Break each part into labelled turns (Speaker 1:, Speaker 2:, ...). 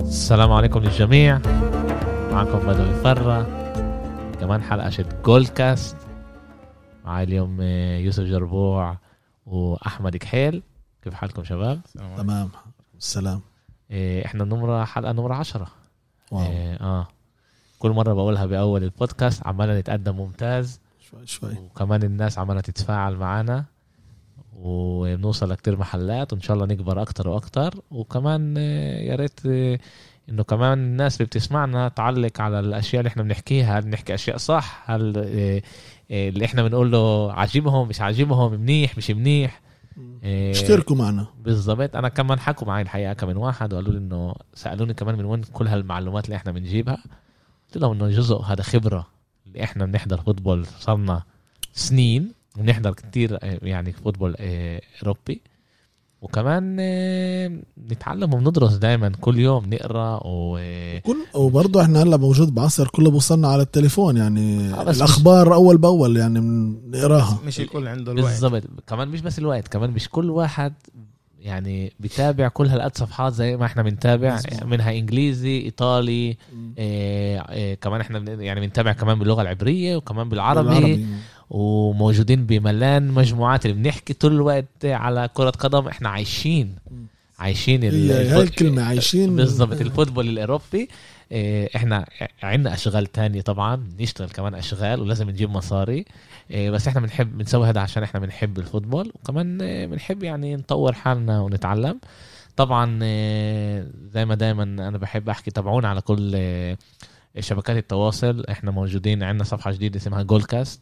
Speaker 1: السلام عليكم للجميع معكم بدوي فرة كمان حلقة شد جول كاست معي اليوم آه، يوسف جربوع وأحمد كحيل كيف حالكم شباب؟
Speaker 2: تمام السلام
Speaker 1: آه، احنا النمرة حلقة نمرة عشرة
Speaker 2: واو
Speaker 1: إيه، اه كل مرة بقولها بأول البودكاست عمالة نتقدم ممتاز
Speaker 2: شوي شوي
Speaker 1: وكمان الناس عمالة تتفاعل معانا وبنوصل لكتير محلات وإن شاء الله نكبر أكتر وأكتر وكمان آه، يا ريت آه، إنه كمان الناس اللي بتسمعنا تعلق على الأشياء اللي إحنا بنحكيها هل بنحكي أشياء صح هل آه، آه، اللي إحنا بنقول له عاجبهم مش عاجبهم منيح مش منيح آه،
Speaker 2: اشتركوا معنا
Speaker 1: بالظبط انا كمان حكوا معي الحقيقه كمان واحد وقالوا لي انه سالوني كمان من وين كل هالمعلومات اللي احنا بنجيبها قلت لهم انه جزء هذا خبره اللي احنا بنحضر فوتبول صرنا سنين بنحضر كتير آه، يعني فوتبول آه، اوروبي وكمان آه، نتعلم وبندرس دائما كل يوم نقرا و آه،
Speaker 2: كل وبرضه احنا هلا موجود بعصر كله بوصلنا على التليفون يعني
Speaker 1: آه، بس
Speaker 2: الاخبار اول باول يعني بنقراها
Speaker 3: مش الكل عنده الوقت
Speaker 1: بالضبط كمان مش بس الوقت كمان مش كل واحد يعني بتابع كل هالقد صفحات زي ما احنا بنتابع
Speaker 2: مظبوط.
Speaker 1: منها انجليزي ايطالي إيه إيه كمان احنا بن- يعني بنتابع كمان باللغه العبريه وكمان بالعربي, بالعربي.
Speaker 2: بالعربي.
Speaker 1: وموجودين بملان مجموعات اللي بنحكي طول الوقت على كره قدم احنا عايشين
Speaker 2: مم.
Speaker 1: عايشين ال-
Speaker 2: هي
Speaker 1: الفوت-
Speaker 2: هاي الكلمة عايشين إيه.
Speaker 1: بالضبط الفوتبول الاوروبي إيه، احنا عندنا اشغال تانية طبعا نشتغل كمان اشغال ولازم نجيب مصاري إيه، بس احنا بنحب بنسوي هذا عشان احنا بنحب الفوتبول وكمان إيه، بنحب يعني نطور حالنا ونتعلم طبعا إيه، زي ما دايما انا بحب احكي تابعونا على كل إيه، شبكات التواصل احنا موجودين عندنا صفحه جديده اسمها جول كاست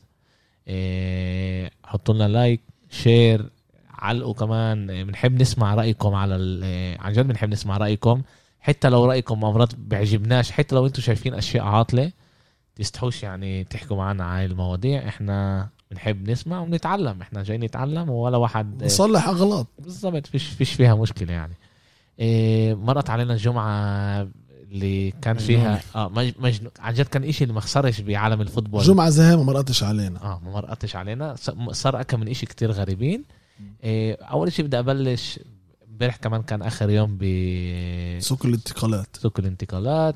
Speaker 1: إيه، حطوا لنا لايك شير علقوا كمان إيه، بنحب نسمع رايكم على ال- إيه، عن جد بنحب نسمع رايكم حتى لو رايكم مرات بيعجبناش حتى لو انتم شايفين اشياء عاطله تستحوش يعني تحكوا معنا على المواضيع احنا بنحب نسمع ونتعلم احنا جايين نتعلم ولا واحد
Speaker 2: نصلح اغلاط
Speaker 1: بالضبط فيش فيش فيها مشكله يعني إيه مرت علينا الجمعه اللي كان فيها اه مج- مجنون عن جد كان إشي اللي ما خسرش بعالم الفوتبول
Speaker 2: جمعة زي هاي ما مرقتش علينا
Speaker 1: اه ما مرقتش علينا ص- م- صار اكم من إشي كتير غريبين إيه اول شيء بدي ابلش امبارح كمان كان اخر يوم ب إيه.
Speaker 2: سوق الانتقالات
Speaker 1: سوق الانتقالات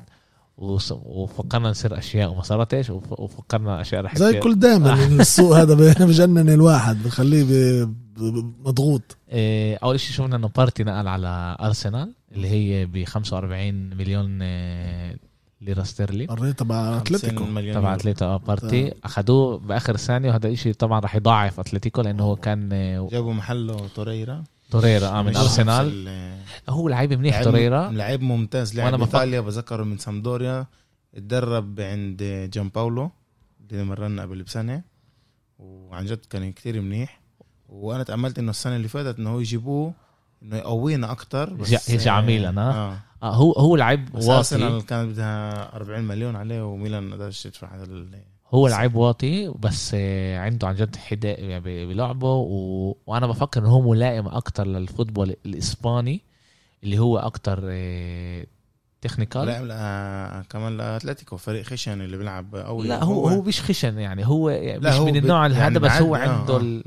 Speaker 1: وص- وفكرنا نصير اشياء وما صارتش وف- وفكرنا اشياء رح
Speaker 2: زي
Speaker 1: تصير.
Speaker 2: كل
Speaker 1: آه.
Speaker 2: دائما السوق هذا ب- بجنن الواحد بخليه ب- ب- مضغوط
Speaker 1: إيه، اول شيء شفنا انه بارتي نقل على ارسنال اللي هي ب 45 مليون إيه، ليره استرليني
Speaker 2: قريت تبع اتلتيكو
Speaker 1: تبع اتليتيكو اه بارتي اخذوه باخر ثانيه وهذا الشيء طبعا راح يضعف اتلتيكو لانه هو كان إيه،
Speaker 3: جابوا محله توريرا
Speaker 1: توريرا آه، من
Speaker 3: مش
Speaker 1: ارسنال
Speaker 3: نفس ال-
Speaker 1: هو لعيب منيح
Speaker 2: يعني
Speaker 3: لعيب-
Speaker 1: توريرا
Speaker 3: لعيب ممتاز
Speaker 1: وأنا
Speaker 3: لاعب
Speaker 1: بفكر-
Speaker 3: ايطاليا بذكره من سامدوريا اتدرب عند جان باولو اللي مرنا قبل بسنه وعن جد كان كتير منيح وانا تاملت انه السنه اللي فاتت انه هو يجيبوه انه يقوينا اكتر
Speaker 1: يجي- يجي على ميلان، آه.
Speaker 3: اه
Speaker 1: آه، هو هو لعيب
Speaker 3: بس
Speaker 1: واطي
Speaker 3: ارسنال كانت بدها 40 مليون عليه وميلان ما قدرش يدفع هذا ال-
Speaker 1: هو لعيب واطي بس آه، عنده عن جد حداء يعني ب- بلعبه و... وانا بفكر انه هو ملائم اكتر للفوتبول الاسباني اللي هو اكتر آه، تكنيكال
Speaker 3: لا لا كمان لاتلتيكو فريق خشن اللي بيلعب قوي
Speaker 1: لا هو هو مش خشن يعني هو مش
Speaker 3: هو
Speaker 1: من
Speaker 3: بت-
Speaker 1: النوع
Speaker 3: يعني
Speaker 1: هذا بس هو
Speaker 3: بعد- آه،
Speaker 1: عنده
Speaker 3: آه.
Speaker 1: ال...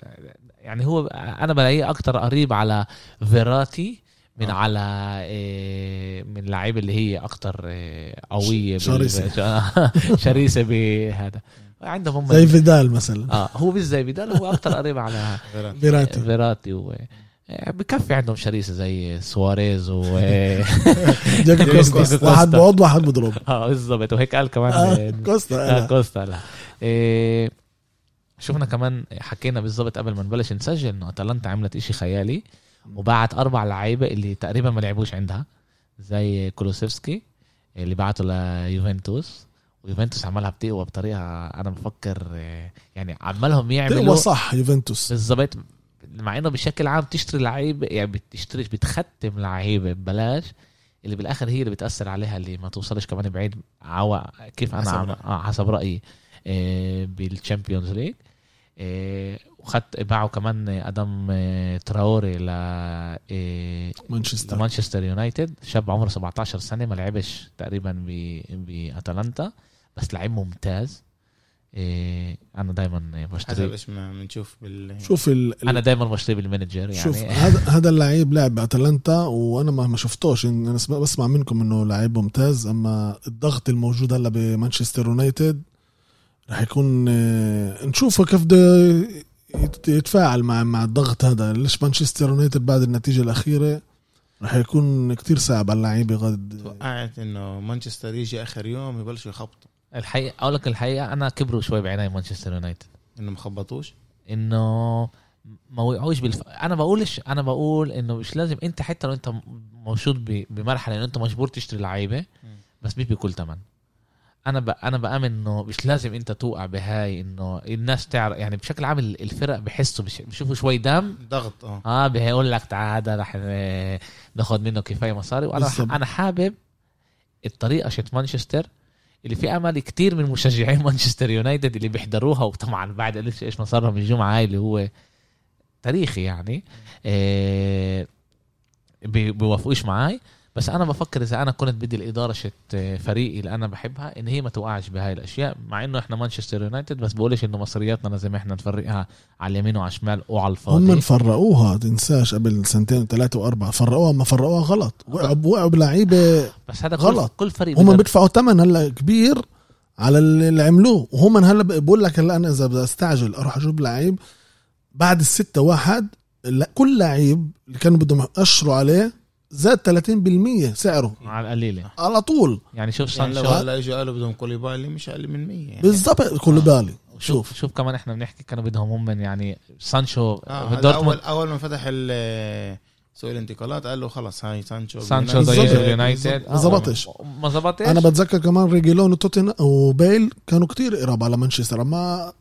Speaker 1: يعني هو انا بلاقيه اكتر قريب على فيراتي من
Speaker 3: آه.
Speaker 1: على إيه من اللعيبه اللي هي اكتر إيه قويه
Speaker 2: ش-
Speaker 1: بال-
Speaker 2: شرسة.
Speaker 1: شرسه بهذا عندهم هم
Speaker 2: زي فيدال مثلا
Speaker 1: اه هو مش زي بدال هو اكتر قريب على
Speaker 3: غيرها.
Speaker 2: بيراتي
Speaker 1: فيراتي و آه، بكفي عندهم شريسه زي سواريز و
Speaker 2: جاكي كوستا
Speaker 1: كوستا.
Speaker 2: واحد بقعد واحد بضرب
Speaker 1: اه بالظبط وهيك قال كمان
Speaker 2: آه،
Speaker 1: آه،
Speaker 2: كوستا
Speaker 1: لا
Speaker 2: أنا.
Speaker 1: كوستا لا إيه شفنا كمان حكينا بالضبط قبل ما نبلش نسجل انه اتلانتا عملت إشي خيالي وبعت اربع لعيبه اللي تقريبا ما لعبوش عندها زي كولوسيفسكي اللي بعته ليوفنتوس ويوفنتوس عملها بتقوى بطريقه انا بفكر إيه، يعني عمالهم
Speaker 2: تقوى
Speaker 1: يعملوا
Speaker 2: صح يوفنتوس
Speaker 1: بالظبط مع انه بشكل عام تشتري لعيبه يعني بتشتريش بتختم لعيبه ببلاش اللي بالاخر هي اللي بتاثر عليها اللي ما توصلش كمان بعيد عو... كيف انا
Speaker 3: حسب
Speaker 1: عم...
Speaker 3: رأيي.
Speaker 1: آه حسب رايي آه بالتشامبيونز ليج آه وخدت باعوا كمان ادم آه تراوري ل آه
Speaker 2: مانشستر
Speaker 1: لمانشستر يونايتد شاب عمره 17 سنه ما لعبش تقريبا ب- باتلانتا بس لعيب ممتاز إيه، انا دائما
Speaker 3: حسب
Speaker 1: بشتري
Speaker 3: ايش ما بنشوف بال
Speaker 2: شوف ال... ال-
Speaker 1: انا دائما بشتري بالمانجر يعني
Speaker 2: شوف هذا هذا اللاعب لاعب باتلانتا وانا ما ما شفتوش إن- انا سم- بسمع منكم انه لاعب ممتاز اما الضغط الموجود هلا بمانشستر يونايتد رح يكون آه، نشوفه كيف بده يت- يتفاعل مع مع الضغط هذا ليش مانشستر يونايتد بعد النتيجه الاخيره رح يكون كتير صعب على اللعيبه غد
Speaker 3: توقعت انه مانشستر يجي اخر يوم يبلشوا يخبطوا
Speaker 1: الحقيقه اقول لك الحقيقه انا كبروا شوي بعيني مانشستر يونايتد
Speaker 3: انه مخبطوش
Speaker 1: انه ما وقعوش بالف... انا بقولش انا بقول انه مش لازم انت حتى لو انت م- موجود ب... بمرحله انه انت مجبور تشتري لعيبه بس مش بكل ثمن انا ب... انا بامن انه مش لازم انت توقع بهاي انه الناس تعرف يعني بشكل عام ال- الفرق بحسوا بش... بشوفوا شوي دم
Speaker 3: ضغط اه
Speaker 2: آه.
Speaker 1: اه بيقول لك تعال هذا رح ن- ناخذ منه كفايه مصاري وانا رح...
Speaker 2: بالضبط.
Speaker 1: انا حابب الطريقه شت مانشستر اللي في امل كتير من مشجعي مانشستر يونايتد اللي بيحضروها وطبعا بعد قلت ايش ما صار من الجمعه هاي اللي هو تاريخي يعني آه بي- بيوافقوش معاي بس انا بفكر اذا انا كنت بدي الاداره شت آه، فريقي اللي انا بحبها ان هي ما توقعش بهاي الاشياء مع انه احنا مانشستر يونايتد بس بقولش انه مصرياتنا لازم احنا نفرقها على اليمين وعلى الشمال وعلى الفاضي
Speaker 2: هم فرقوها تنساش قبل سنتين وثلاثة وأربعة فرقوها ما فرقوها غلط وقعوا وقعوا بلعيبة
Speaker 1: بس هذا
Speaker 2: غلط.
Speaker 1: كل كل فريق
Speaker 2: هم
Speaker 1: بدأ-
Speaker 2: بيدفعوا ثمن هلا كبير على اللي عملوه وهم هلا ب- بقول لك هلا انا اذا بدي استعجل اروح اجيب لعيب بعد الستة واحد لا- كل لعيب اللي كانوا بدهم يقشروا عليه زاد 30% سعره
Speaker 1: على القليله
Speaker 2: على طول
Speaker 1: يعني شوف
Speaker 3: يعني لو
Speaker 1: سانشو
Speaker 3: هلا اجوا قالوا بدهم كوليبالي مش اقل من 100 يعني
Speaker 2: بالضبط كولوبالي
Speaker 1: شوف
Speaker 2: شوف
Speaker 1: شوف كمان احنا بنحكي كانوا بدهم هم من يعني سانشو
Speaker 3: آه هلا اول
Speaker 1: دورتموند
Speaker 3: اول ما فتح ال- سوق الانتقالات قال له خلص هاي سانشو
Speaker 1: سانشو
Speaker 2: بالظبط.
Speaker 1: ضيع
Speaker 2: بالظبط.
Speaker 1: اليونايتد آه،
Speaker 2: ما زبطش.
Speaker 1: ما زبطش
Speaker 2: انا بتذكر كمان ريجيلون وتوتن وبيل كانوا كتير قراب على مانشستر اما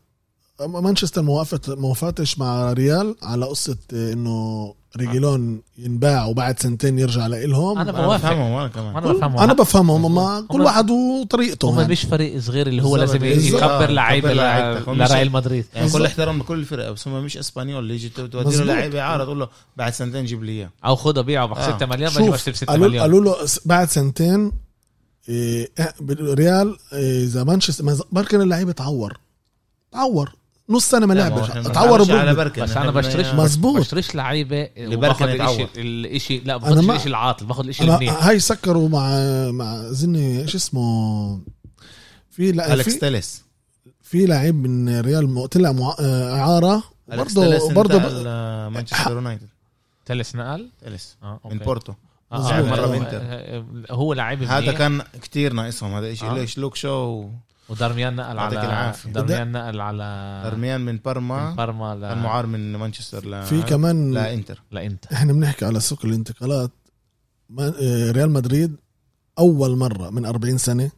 Speaker 2: أما مانشستر ما وقفت- ما وافقتش مع ريال على قصه انه ريجيلون ينباع وبعد سنتين يرجع لإلهم
Speaker 1: أنا
Speaker 3: انا
Speaker 1: بوافق.
Speaker 3: بفهمهم وانا كمان
Speaker 1: انا بفهمهم
Speaker 2: انا بفهمهم ما
Speaker 1: مظبوط.
Speaker 2: كل
Speaker 1: هم-
Speaker 2: واحد وطريقته
Speaker 1: هم
Speaker 2: يعني.
Speaker 1: مش فريق صغير اللي هو
Speaker 3: بالظبط.
Speaker 1: لازم
Speaker 3: بالظبط. آه،
Speaker 1: يكبر لعيبه
Speaker 3: كبر
Speaker 1: ل-
Speaker 3: لعيبتك. هم مش-
Speaker 1: لريال مدريد
Speaker 3: يعني كل
Speaker 2: بالظبط.
Speaker 3: احترام لكل الفرق بس هم مش اسبانيول اللي يجي تودي له
Speaker 2: مظبوط.
Speaker 3: لعيبه عارض تقول له بعد سنتين جيب لي اياه
Speaker 1: او خده بيعه ب
Speaker 3: آه.
Speaker 1: 6 مليون بدل ما اشتري ب
Speaker 2: شوف
Speaker 1: 6
Speaker 2: قالوا
Speaker 1: مليون
Speaker 2: قالوا له س- بعد سنتين إيه، إه، ريال إيه، اذا مانشستر ما ز- بركن اللعيبه تعور تعور نص سنه ما
Speaker 3: لا، ما هو
Speaker 2: لعبش
Speaker 3: إحنا ما
Speaker 2: تعوروا
Speaker 3: بنعرفش على
Speaker 2: بركن
Speaker 3: بركن
Speaker 1: بس
Speaker 3: إحنا
Speaker 1: انا
Speaker 3: بدنا
Speaker 1: بشتريش
Speaker 3: إياه.
Speaker 2: مظبوط.
Speaker 1: بشتريش لعيبه
Speaker 3: بركن
Speaker 1: وباخد الاشي
Speaker 3: يتعور.
Speaker 1: الاشي لا
Speaker 2: أنا
Speaker 1: باخدش
Speaker 2: ما-
Speaker 1: الاشي العاطل باخد الاشي
Speaker 2: أنا
Speaker 1: المنيح
Speaker 2: هاي سكروا مع مع زني ايش اسمه في لا
Speaker 3: اليكس
Speaker 2: في,
Speaker 3: تيليس
Speaker 2: في لعيب من ريال مو- طلع مع- آه، اعاره
Speaker 3: اليكس
Speaker 2: برضه
Speaker 3: تيليس
Speaker 2: برضه
Speaker 3: برضه مانشستر يونايتد
Speaker 1: تلس نقل
Speaker 3: تيليس
Speaker 1: اه
Speaker 3: من
Speaker 1: أوكي.
Speaker 3: بورتو
Speaker 1: آه،
Speaker 3: لعب
Speaker 1: آه،
Speaker 3: مرة
Speaker 1: آه،
Speaker 3: بإنتر.
Speaker 1: آه، هو لعيب
Speaker 3: هذا
Speaker 1: منيح.
Speaker 3: كان كتير ناقصهم هذا الشيء
Speaker 1: آه.
Speaker 3: ليش لوك شو
Speaker 1: ودارميان نقل
Speaker 3: يعطيك
Speaker 1: على
Speaker 3: العافية.
Speaker 1: دارميان نقل على
Speaker 3: ارميان آه. من
Speaker 2: آه.
Speaker 1: من
Speaker 3: بارما
Speaker 1: بارما
Speaker 3: كان
Speaker 1: ل...
Speaker 3: معار من مانشستر ل
Speaker 2: في كمان
Speaker 3: لا انتر
Speaker 1: لانتر
Speaker 2: احنا بنحكي على سوق الانتقالات ما- آه، ريال مدريد اول مره من 40 سنه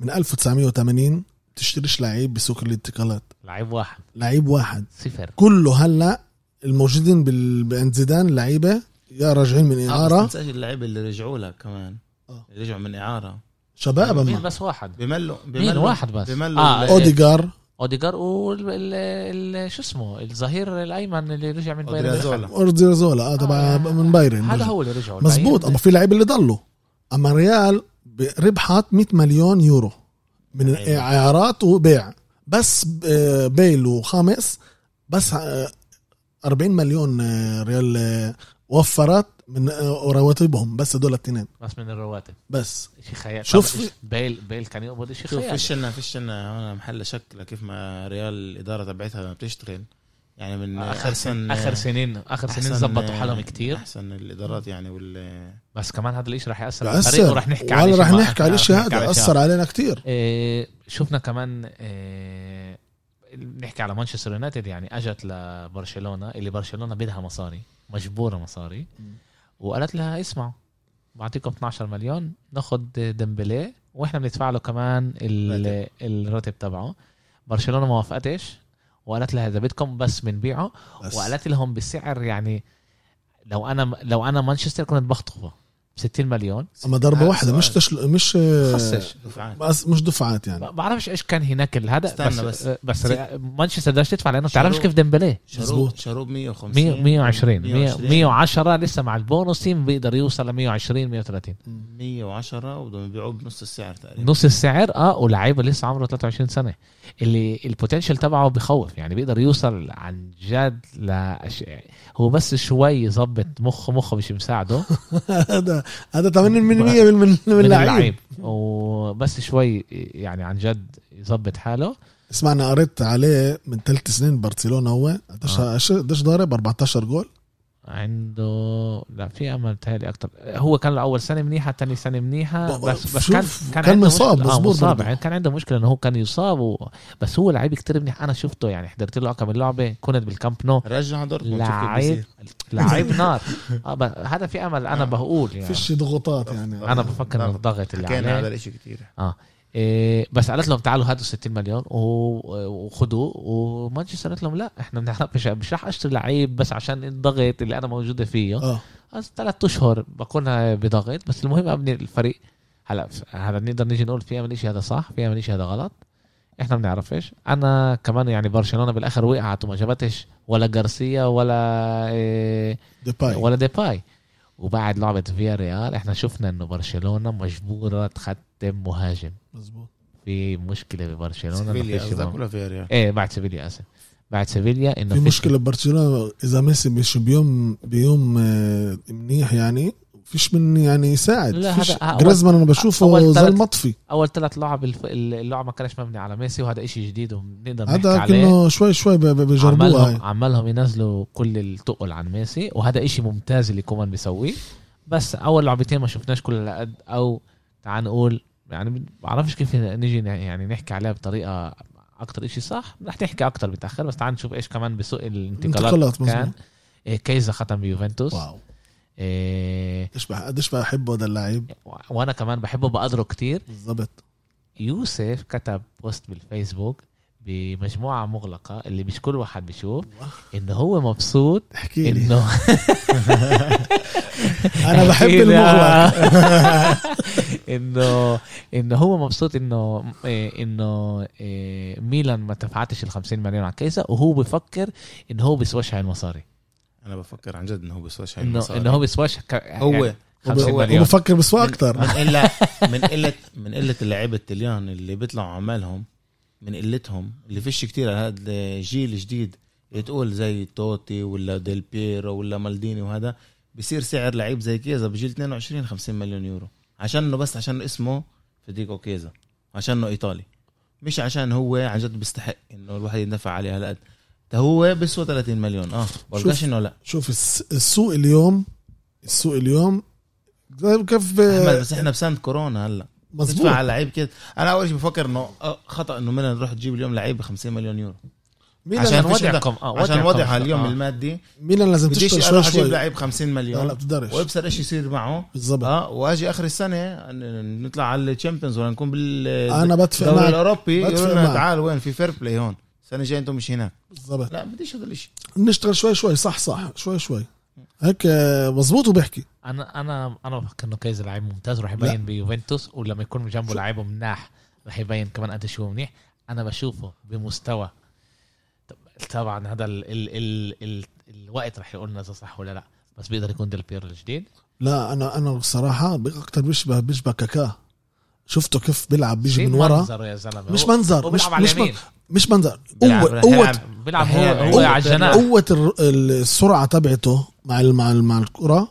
Speaker 2: من 1980 تشتريش لعيب بسوق الانتقالات
Speaker 1: لعيب واحد
Speaker 2: لعيب واحد
Speaker 1: صفر
Speaker 2: كله هلا الموجودين بال- بعند زيدان لعيبه يا راجعين من
Speaker 3: آه، بس
Speaker 2: اعاره
Speaker 3: تنساش اللعيبه اللي رجعوا لها كمان
Speaker 2: آه.
Speaker 3: اللي رجعوا من اعاره آه،
Speaker 2: شباب
Speaker 1: مين
Speaker 2: اما
Speaker 1: بس واحد
Speaker 3: بملوا
Speaker 1: مين
Speaker 3: بملوا
Speaker 1: واحد بس
Speaker 3: بملوا
Speaker 1: آه،
Speaker 3: ال-
Speaker 2: اوديجار
Speaker 1: اوديجار وال ال- ال- شو اسمه الظهير الايمن اللي رجع من بايرن
Speaker 3: أودريازولا.
Speaker 2: اورزيرزولا اه تبع
Speaker 1: آه.
Speaker 2: من بايرن
Speaker 1: هذا
Speaker 2: رجع.
Speaker 1: هو اللي رجعوا
Speaker 2: مزبوط اما
Speaker 1: الباقيين-
Speaker 2: في لعيبه اللي ضلوا اما ريال ب- ربحت 100 مليون يورو من
Speaker 3: أيوة.
Speaker 2: اعارات وبيع بس ب- آه، بيل وخامس بس آه، 40 مليون آه، ريال آه، وفرت من آه، رواتبهم بس هدول الاثنين
Speaker 1: بس من الرواتب
Speaker 2: بس
Speaker 1: شيء خيال
Speaker 2: شوف-
Speaker 1: طب بيل بيل كان يقبض شيء
Speaker 3: شوف
Speaker 1: خيال
Speaker 3: فيش لنا فيش لنا هنا محل شك لكيف ما ريال الاداره تبعتها بتشتغل يعني من
Speaker 1: اخر سن اخر آه، سنين اخر سنين
Speaker 3: أحسن-
Speaker 1: زبطوا
Speaker 2: آه.
Speaker 1: حالهم كتير
Speaker 3: احسن الادارات يعني وال
Speaker 1: بس كمان هذا الشيء رح ياثر على الفريق
Speaker 2: تأثر
Speaker 1: ورح نحكي عليه
Speaker 2: وهلا رح
Speaker 1: شي مع-
Speaker 2: نحكي على الشيء
Speaker 1: رح نحكي على
Speaker 2: هذا
Speaker 1: شي
Speaker 2: اثر علينا كثير
Speaker 1: إيه، شفنا كمان إيه، نحكي على مانشستر يونايتد يعني اجت لبرشلونه اللي برشلونه بدها مصاري مجبوره مصاري
Speaker 2: مم.
Speaker 1: وقالت لها اسمعوا بعطيكم 12 مليون ناخد ديمبلي واحنا بندفع له كمان ال- الراتب تبعه برشلونه ما وافقتش وقالت لها اذا بدكم بس بنبيعه
Speaker 2: بس.
Speaker 1: وقالت لهم بسعر يعني لو انا لو انا مانشستر كنت بخطفه 60 مليون
Speaker 2: اما ضربه
Speaker 3: آه،
Speaker 2: واحده مش
Speaker 3: سؤال.
Speaker 2: تشل... مش آه،
Speaker 3: خسر دفعات
Speaker 2: بس مش دفعات
Speaker 1: ما
Speaker 2: يعني
Speaker 1: بعرفش ايش كان هناك الهدف
Speaker 3: استنى
Speaker 1: بس آه،
Speaker 3: بس.
Speaker 1: بس
Speaker 3: زي-
Speaker 1: ري- مانشستر بدهاش تدفع لانه
Speaker 3: شالوه.
Speaker 1: بتعرفش كيف ديمبلي
Speaker 3: شروب
Speaker 2: مزبوط.
Speaker 3: شروب 150
Speaker 1: 120
Speaker 3: 120.
Speaker 1: 110 لسه مع البونصين بيقدر يوصل ل 120 130
Speaker 3: 110 وبدهم يبيعوه بنص السعر تقريبا
Speaker 1: نص السعر اه ولاعيبه لسه عمره 23 سنه اللي البوتنشال تبعه بخوف يعني بيقدر يوصل عن جد لأش... هو بس شوي يظبط مخه مخه مش مساعده
Speaker 2: هذا هذا 80% من من من
Speaker 1: من
Speaker 2: اللعيب
Speaker 1: اللعيب وبس شوي يعني عن جد يظبط حاله
Speaker 2: اسمع انا قريت عليه من ثلاث سنين برشلونه هو قديش
Speaker 1: آه.
Speaker 2: قديش- قديش ضارب 14 جول
Speaker 1: عنده لا في امل تهيألي اكثر هو كان الاول سنه منيحه ثاني سنه منيحه
Speaker 2: ب-
Speaker 1: بس بس
Speaker 2: شوف،
Speaker 1: كان
Speaker 2: كان
Speaker 1: عنده
Speaker 2: مصاب،
Speaker 1: مشكلة. آه
Speaker 2: مظبوط
Speaker 1: مصاب
Speaker 2: برضه.
Speaker 1: يعني كان عنده مشكله انه هو كان يصاب و... بس هو لعيب كتير منيح انا شفته يعني حضرت له كم لعبه كنت بالكامب نو
Speaker 3: رجع دورتموند شوف كيف
Speaker 1: لعيب
Speaker 3: بصير.
Speaker 1: لعيب نار آه ب... هذا في امل انا
Speaker 3: آه.
Speaker 1: بقول يعني
Speaker 2: فيش ضغوطات يعني
Speaker 1: انا بفكر انه الضغط اللي
Speaker 3: حكينا هذا
Speaker 1: عليه
Speaker 3: الشيء كثير
Speaker 1: يعني إيه بس قالت لهم تعالوا هاتوا 60 مليون و- وخدوه ومانشستر قالت لهم لا احنا بنعرفش مش رح اشتري لعيب بس عشان الضغط اللي انا موجوده فيه
Speaker 2: اه
Speaker 1: بس ثلاث اشهر بكون بضغط بس المهم ابني الفريق هلا هلا بنقدر نيجي نقول في من شيء هذا صح في من شيء هذا غلط احنا بنعرفش انا كمان يعني برشلونه بالاخر وقعت وما جابتش ولا جارسيا ولا إيه
Speaker 2: ديباي
Speaker 1: ولا ديباي وبعد لعبه فيا ريال احنا شفنا انه برشلونه مجبوره تختم مهاجم
Speaker 2: مظبوط
Speaker 1: في مشكله ببرشلونه ما
Speaker 3: سيفيليا
Speaker 1: فيش
Speaker 3: قصدك
Speaker 1: مه-
Speaker 3: ولا فياريال
Speaker 1: ايه بعد سيفيليا اسف بعد سيفيليا انه
Speaker 2: في
Speaker 1: فيش-
Speaker 2: مشكله ببرشلونه اذا ميسي مش بيوم بيوم آه، منيح يعني فيش من يعني يساعد
Speaker 1: لا،
Speaker 2: فيش
Speaker 1: هذا أول-
Speaker 2: جريزمان انا
Speaker 1: أول
Speaker 2: بشوفه زي
Speaker 1: ثلاث-
Speaker 2: المطفي
Speaker 1: اول ثلاث لعب الف... اللعب ما كانش مبني على ميسي وهذا إشي جديد وبنقدر نحكي
Speaker 2: هذا
Speaker 1: عليه
Speaker 2: كأنه شوي شوي ب- ب- بجربوها هاي
Speaker 1: عمالهم عمالهم ينزلوا كل التقل عن ميسي وهذا إشي ممتاز اللي كومان بيسويه بس اول لعبتين ما شفناش كل اللي قد او تعال نقول يعني ما بعرفش كيف نيجي ن- يعني نحكي عليها بطريقه اكتر إشي صح رح نحكي اكتر متاخر بس تعال نشوف ايش كمان بسوق الانتقالات
Speaker 2: انتقالات،
Speaker 1: كان
Speaker 2: مظبوط.
Speaker 1: إيه، كيزا ختم بيوفنتوس
Speaker 2: واو
Speaker 1: إيه،
Speaker 2: قديش بح- قديش بحبه هذا اللعيب
Speaker 1: و- وانا كمان بحبه بقدره كتير
Speaker 2: بالضبط
Speaker 1: يوسف كتب بوست بالفيسبوك بمجموعة مغلقة اللي مش كل واحد بيشوف انه هو مبسوط
Speaker 2: احكي لي
Speaker 1: انه
Speaker 2: انا بحب
Speaker 1: إيه
Speaker 2: المغلق
Speaker 1: انه انه هو مبسوط انه إيه، انه إيه، ميلان ما دفعتش ال 50 مليون على كيسة وهو بفكر انه هو بيسواش هاي المصاري
Speaker 3: انا بفكر عن جد انه هو بيسواش هاي
Speaker 1: انه
Speaker 3: طيب، المصاري.
Speaker 1: انه هو بيسواش ك-
Speaker 3: هو
Speaker 1: يعني 50
Speaker 3: هو-
Speaker 1: مليون
Speaker 2: وبفكر بسوا
Speaker 3: من-
Speaker 2: اكثر
Speaker 1: آه.
Speaker 3: من قله من قله من قله اللعيبه التليان اللي بيطلعوا عمالهم من قلتهم اللي فيش كتير على هذا الجيل الجديد اللي تقول زي توتي ولا ديل بيرو ولا مالديني وهذا بصير سعر لعيب زي كيزا بجيل 22 50 مليون يورو عشان انه بس عشان اسمه فيديكو كيزا عشان انه ايطالي مش عشان هو عن جد بيستحق انه الواحد يندفع عليه هالقد ده هو بيسوى 30 مليون اه بلقاش انه لا
Speaker 2: شوف الس- السوق اليوم السوق اليوم زي كيف آه،
Speaker 3: احمد بس احنا بسنه كورونا هلا تدفع
Speaker 2: مظبوط
Speaker 3: على لعيب كده انا اول شيء بفكر انه آه، خطا انه ميلان تروح تجيب اليوم لعيب ب 50 مليون يورو
Speaker 2: مين
Speaker 3: عشان
Speaker 1: عشان
Speaker 3: فيش حدا-
Speaker 1: وضعكم اه
Speaker 3: عشان وضعها
Speaker 1: وضعكم-
Speaker 3: اليوم
Speaker 1: آه.
Speaker 3: المادي
Speaker 2: مين لازم
Speaker 3: بديش
Speaker 2: تشتغل شوي
Speaker 3: اروح اجيب
Speaker 2: شوي
Speaker 3: لعيب 50
Speaker 2: لا لا
Speaker 3: مليون
Speaker 2: بتقدرش
Speaker 3: وابصر ايش يصير معه
Speaker 2: بالضبط
Speaker 3: اه واجي اخر السنه ن- نطلع على الشامبيونز ولا نكون بالدوري
Speaker 2: انا بدفع معك
Speaker 3: الاوروبي
Speaker 2: بدفع
Speaker 3: يقولوا لنا
Speaker 2: معك.
Speaker 3: تعال وين في فير بلاي هون السنه الجايه انتم مش هناك
Speaker 2: بالضبط
Speaker 3: لا بديش هذا الشيء
Speaker 2: نشتغل شوي شوي صح صح شوي شوي هيك آه، مظبوط وبيحكي
Speaker 1: انا انا انا بفكر انه كايز لعيب ممتاز رح يبين بيوفنتوس ولما يكون من جنبه لعيبه مناح رح يبين كمان قديش هو منيح انا بشوفه بمستوى طب- طبعا هذا ال ال ال ال الوقت رح يقول لنا اذا صح ولا لا بس بيقدر يكون ديل بيرو الجديد
Speaker 2: لا انا انا الصراحه اكثر بيشبه بيشبه كاكا شفته كيف بيلعب بيجي
Speaker 1: شين
Speaker 2: من ورا
Speaker 1: منظره يا زلمه
Speaker 2: مش
Speaker 1: هو- هو
Speaker 2: منظر مش
Speaker 1: بيلعب على
Speaker 2: مش
Speaker 1: اليمين
Speaker 2: مش منظر
Speaker 3: بيلعب-
Speaker 2: قوه
Speaker 3: رح
Speaker 2: قوه
Speaker 3: يلعب
Speaker 1: بيلعب هو
Speaker 3: هيلعب.
Speaker 1: هو
Speaker 2: هو-
Speaker 1: على الجناح
Speaker 2: قوة الر- السرعة تبعته مع ال- مع ال- مع الكرة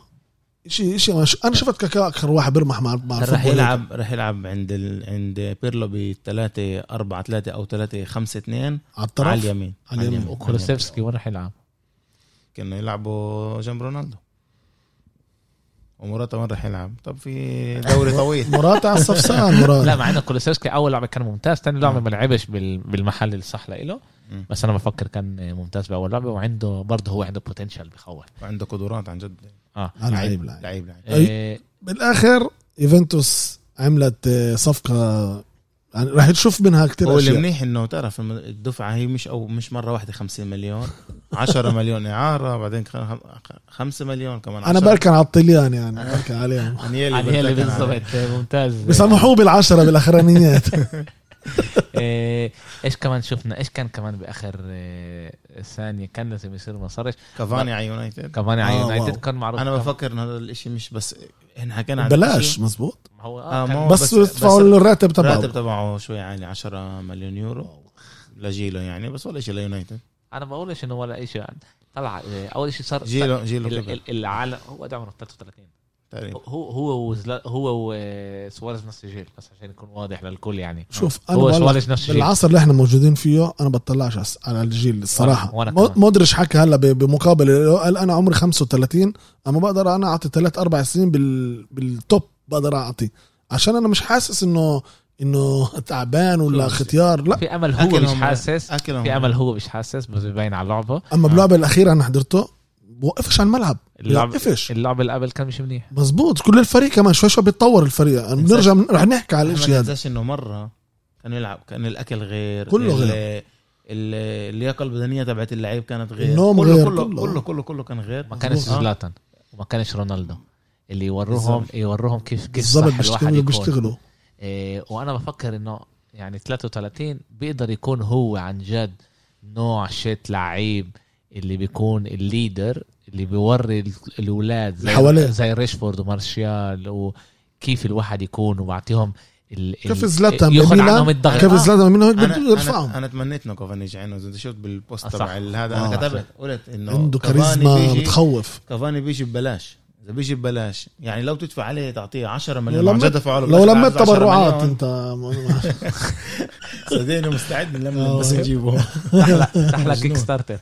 Speaker 2: شيء شيء مش... انا شفت كاكا اكثر واحد بيرمح مع مع
Speaker 3: رح
Speaker 2: الفوتبول.
Speaker 3: يلعب رح يلعب عند ال... عند بيرلو ب 3 4 3 او 3 5 2
Speaker 2: على الطرف
Speaker 3: على اليمين
Speaker 2: على اليمين.
Speaker 1: وكولوسيفسكي وين رح يلعب؟
Speaker 3: كانوا يلعبوا جنب رونالدو ومراته وين راح يلعب؟ طب في دوري طويل
Speaker 2: مرات على الصفصان
Speaker 1: لا
Speaker 2: مرات
Speaker 1: مع انه كولوسيفسكي اول لعبه كان ممتاز ثاني لعبه ما لعبش بال- بالمحل الصح لإله
Speaker 3: مم.
Speaker 1: بس انا بفكر كان ممتاز باول لعبه وعنده برضه هو عنده بوتنشال بخوف
Speaker 3: عنده قدرات عن جد
Speaker 1: اه
Speaker 2: آه، لعيب لعيب
Speaker 3: لعيب لعيب
Speaker 2: أي.
Speaker 1: إيه،
Speaker 2: بالاخر يوفنتوس عملت آه، صفقة يعني رح تشوف منها كتير
Speaker 3: هو اللي
Speaker 2: اشياء
Speaker 3: منيح انه تعرف الم- الدفعه هي مش او مش مره واحده 50 مليون 10 مليون اعاره بعدين 5 مليون كمان
Speaker 2: انا بركن على الطليان يعني بركن عليهم
Speaker 1: عن
Speaker 3: هي
Speaker 1: هي اللي بالضبط ممتاز
Speaker 2: بسامحوه بالعشرة بالاخرانيات
Speaker 1: إيه، ايش كمان شفنا ايش كان كمان باخر إيه، ثانيه كان لازم يصير ما صارش
Speaker 3: كافاني على يونايتد
Speaker 1: كمان على
Speaker 2: آه،
Speaker 1: يونايتد
Speaker 2: واو.
Speaker 1: كان معروف
Speaker 3: انا
Speaker 1: كمان-
Speaker 3: بفكر ان هذا الاشي مش بس احنا حكينا عن
Speaker 2: بلاش
Speaker 3: الإشي.
Speaker 2: مزبوط
Speaker 1: ما هو
Speaker 3: آه،
Speaker 1: اه
Speaker 3: ما
Speaker 1: كان-
Speaker 3: هو
Speaker 2: بس
Speaker 3: بس- بس-
Speaker 2: يدفعوا الراتب
Speaker 3: الراتب
Speaker 2: تبعه
Speaker 3: تبعه شوي عالي 10 مليون يورو لجيله يعني بس ولا شيء ليونايتد
Speaker 1: انا بقولش انه ولا شيء يعني طلع إيه، اول شيء صار
Speaker 3: جيله جيله
Speaker 1: ال-
Speaker 3: كبر
Speaker 1: ال- العالم هو قد عمره 33
Speaker 3: تقريبا
Speaker 1: هو هو وزلا- هو وسواريز نفس الجيل بس عشان يكون واضح للكل يعني
Speaker 2: شوف انا
Speaker 1: هو
Speaker 2: بقول لك
Speaker 1: سواريز نفس الجيل
Speaker 2: بالعصر اللي احنا موجودين فيه انا بطلعش عس- على الجيل الصراحه
Speaker 1: وأنا
Speaker 2: مو-
Speaker 1: كمان.
Speaker 2: مودريتش حكى هلا ب- بمقابله له، قال انا عمري 35 اما بقدر انا اعطي ثلاث اربع سنين بال... بالتوب بقدر اعطي عشان انا مش حاسس انه انه تعبان ولا
Speaker 3: شو-
Speaker 2: ختيار لا
Speaker 1: في امل هو مش
Speaker 3: أكلهم-
Speaker 1: حاسس
Speaker 3: اكلهم
Speaker 1: في امل هو مش حاسس بس ببين على اللعبه
Speaker 3: آه.
Speaker 2: اما باللعبه الاخيره انا حضرته بوقفش على الملعب
Speaker 1: اللعب-
Speaker 2: بوقفش
Speaker 1: اللعبه اللي قبل كان مش منيح
Speaker 2: مزبوط كل الفريق كمان شوي شوي بيتطور الفريق أنا
Speaker 3: تنساش-
Speaker 2: بنرجع رح نحكي على
Speaker 3: ما
Speaker 2: الشيء هذا
Speaker 3: تنساش انه مره كان يلعب كان الاكل غير
Speaker 2: كله
Speaker 3: ال-
Speaker 2: غير.
Speaker 3: ال- اللياقه البدنيه تبعت اللعيب كانت غير
Speaker 2: النوم
Speaker 3: كله
Speaker 2: غير،
Speaker 3: كله
Speaker 2: كله.
Speaker 3: كله كله, كله, كان غير
Speaker 1: ما كانش
Speaker 2: مظبوط.
Speaker 1: زلاتان وما كانش رونالدو اللي يوروهم
Speaker 3: بالظبط.
Speaker 1: يوروهم كيف كيف
Speaker 2: بالضبط
Speaker 1: صح الواحد
Speaker 2: بيشتغلوا
Speaker 1: يكون
Speaker 2: بيشتغلوا
Speaker 1: إيه وانا بفكر انه يعني 33 بيقدر يكون هو عن جد نوع شيت لعيب اللي بيكون الليدر اللي بيوري ال- الاولاد زي
Speaker 2: حواليه.
Speaker 1: زي ريشفورد ومارشيال وكيف الواحد يكون وبعطيهم ال- ال-
Speaker 2: كيف زلاتان
Speaker 1: ياخذ
Speaker 2: بميلان،
Speaker 1: عنهم الضغط
Speaker 2: كيف
Speaker 1: آه.
Speaker 2: زلاتان من هيك
Speaker 3: انا
Speaker 2: بده يرفعهم
Speaker 3: انا, أنا تمنيت انه كافاني يجي عينه اذا شفت بالبوست
Speaker 1: آه،
Speaker 3: تبع
Speaker 1: صح.
Speaker 3: هذا
Speaker 2: آه،
Speaker 3: انا كتبت قلت انه
Speaker 2: عنده
Speaker 3: كافاني
Speaker 2: كاريزما
Speaker 3: بيجي-
Speaker 2: بتخوف
Speaker 3: كافاني بيجي ببلاش اذا بيجي ببلاش يعني لو تدفع عليه تعطيه 10 مليون
Speaker 2: لو
Speaker 3: عن جد
Speaker 2: لميت-
Speaker 3: دفعوا له
Speaker 2: لو
Speaker 3: ببلاش،
Speaker 2: لميت
Speaker 3: 10
Speaker 2: تبرعات
Speaker 3: مليون.
Speaker 2: انت ما-
Speaker 3: صدقني مستعد نلم
Speaker 2: آه.
Speaker 3: بس نجيبه
Speaker 1: احلى احلى كيك ستارتر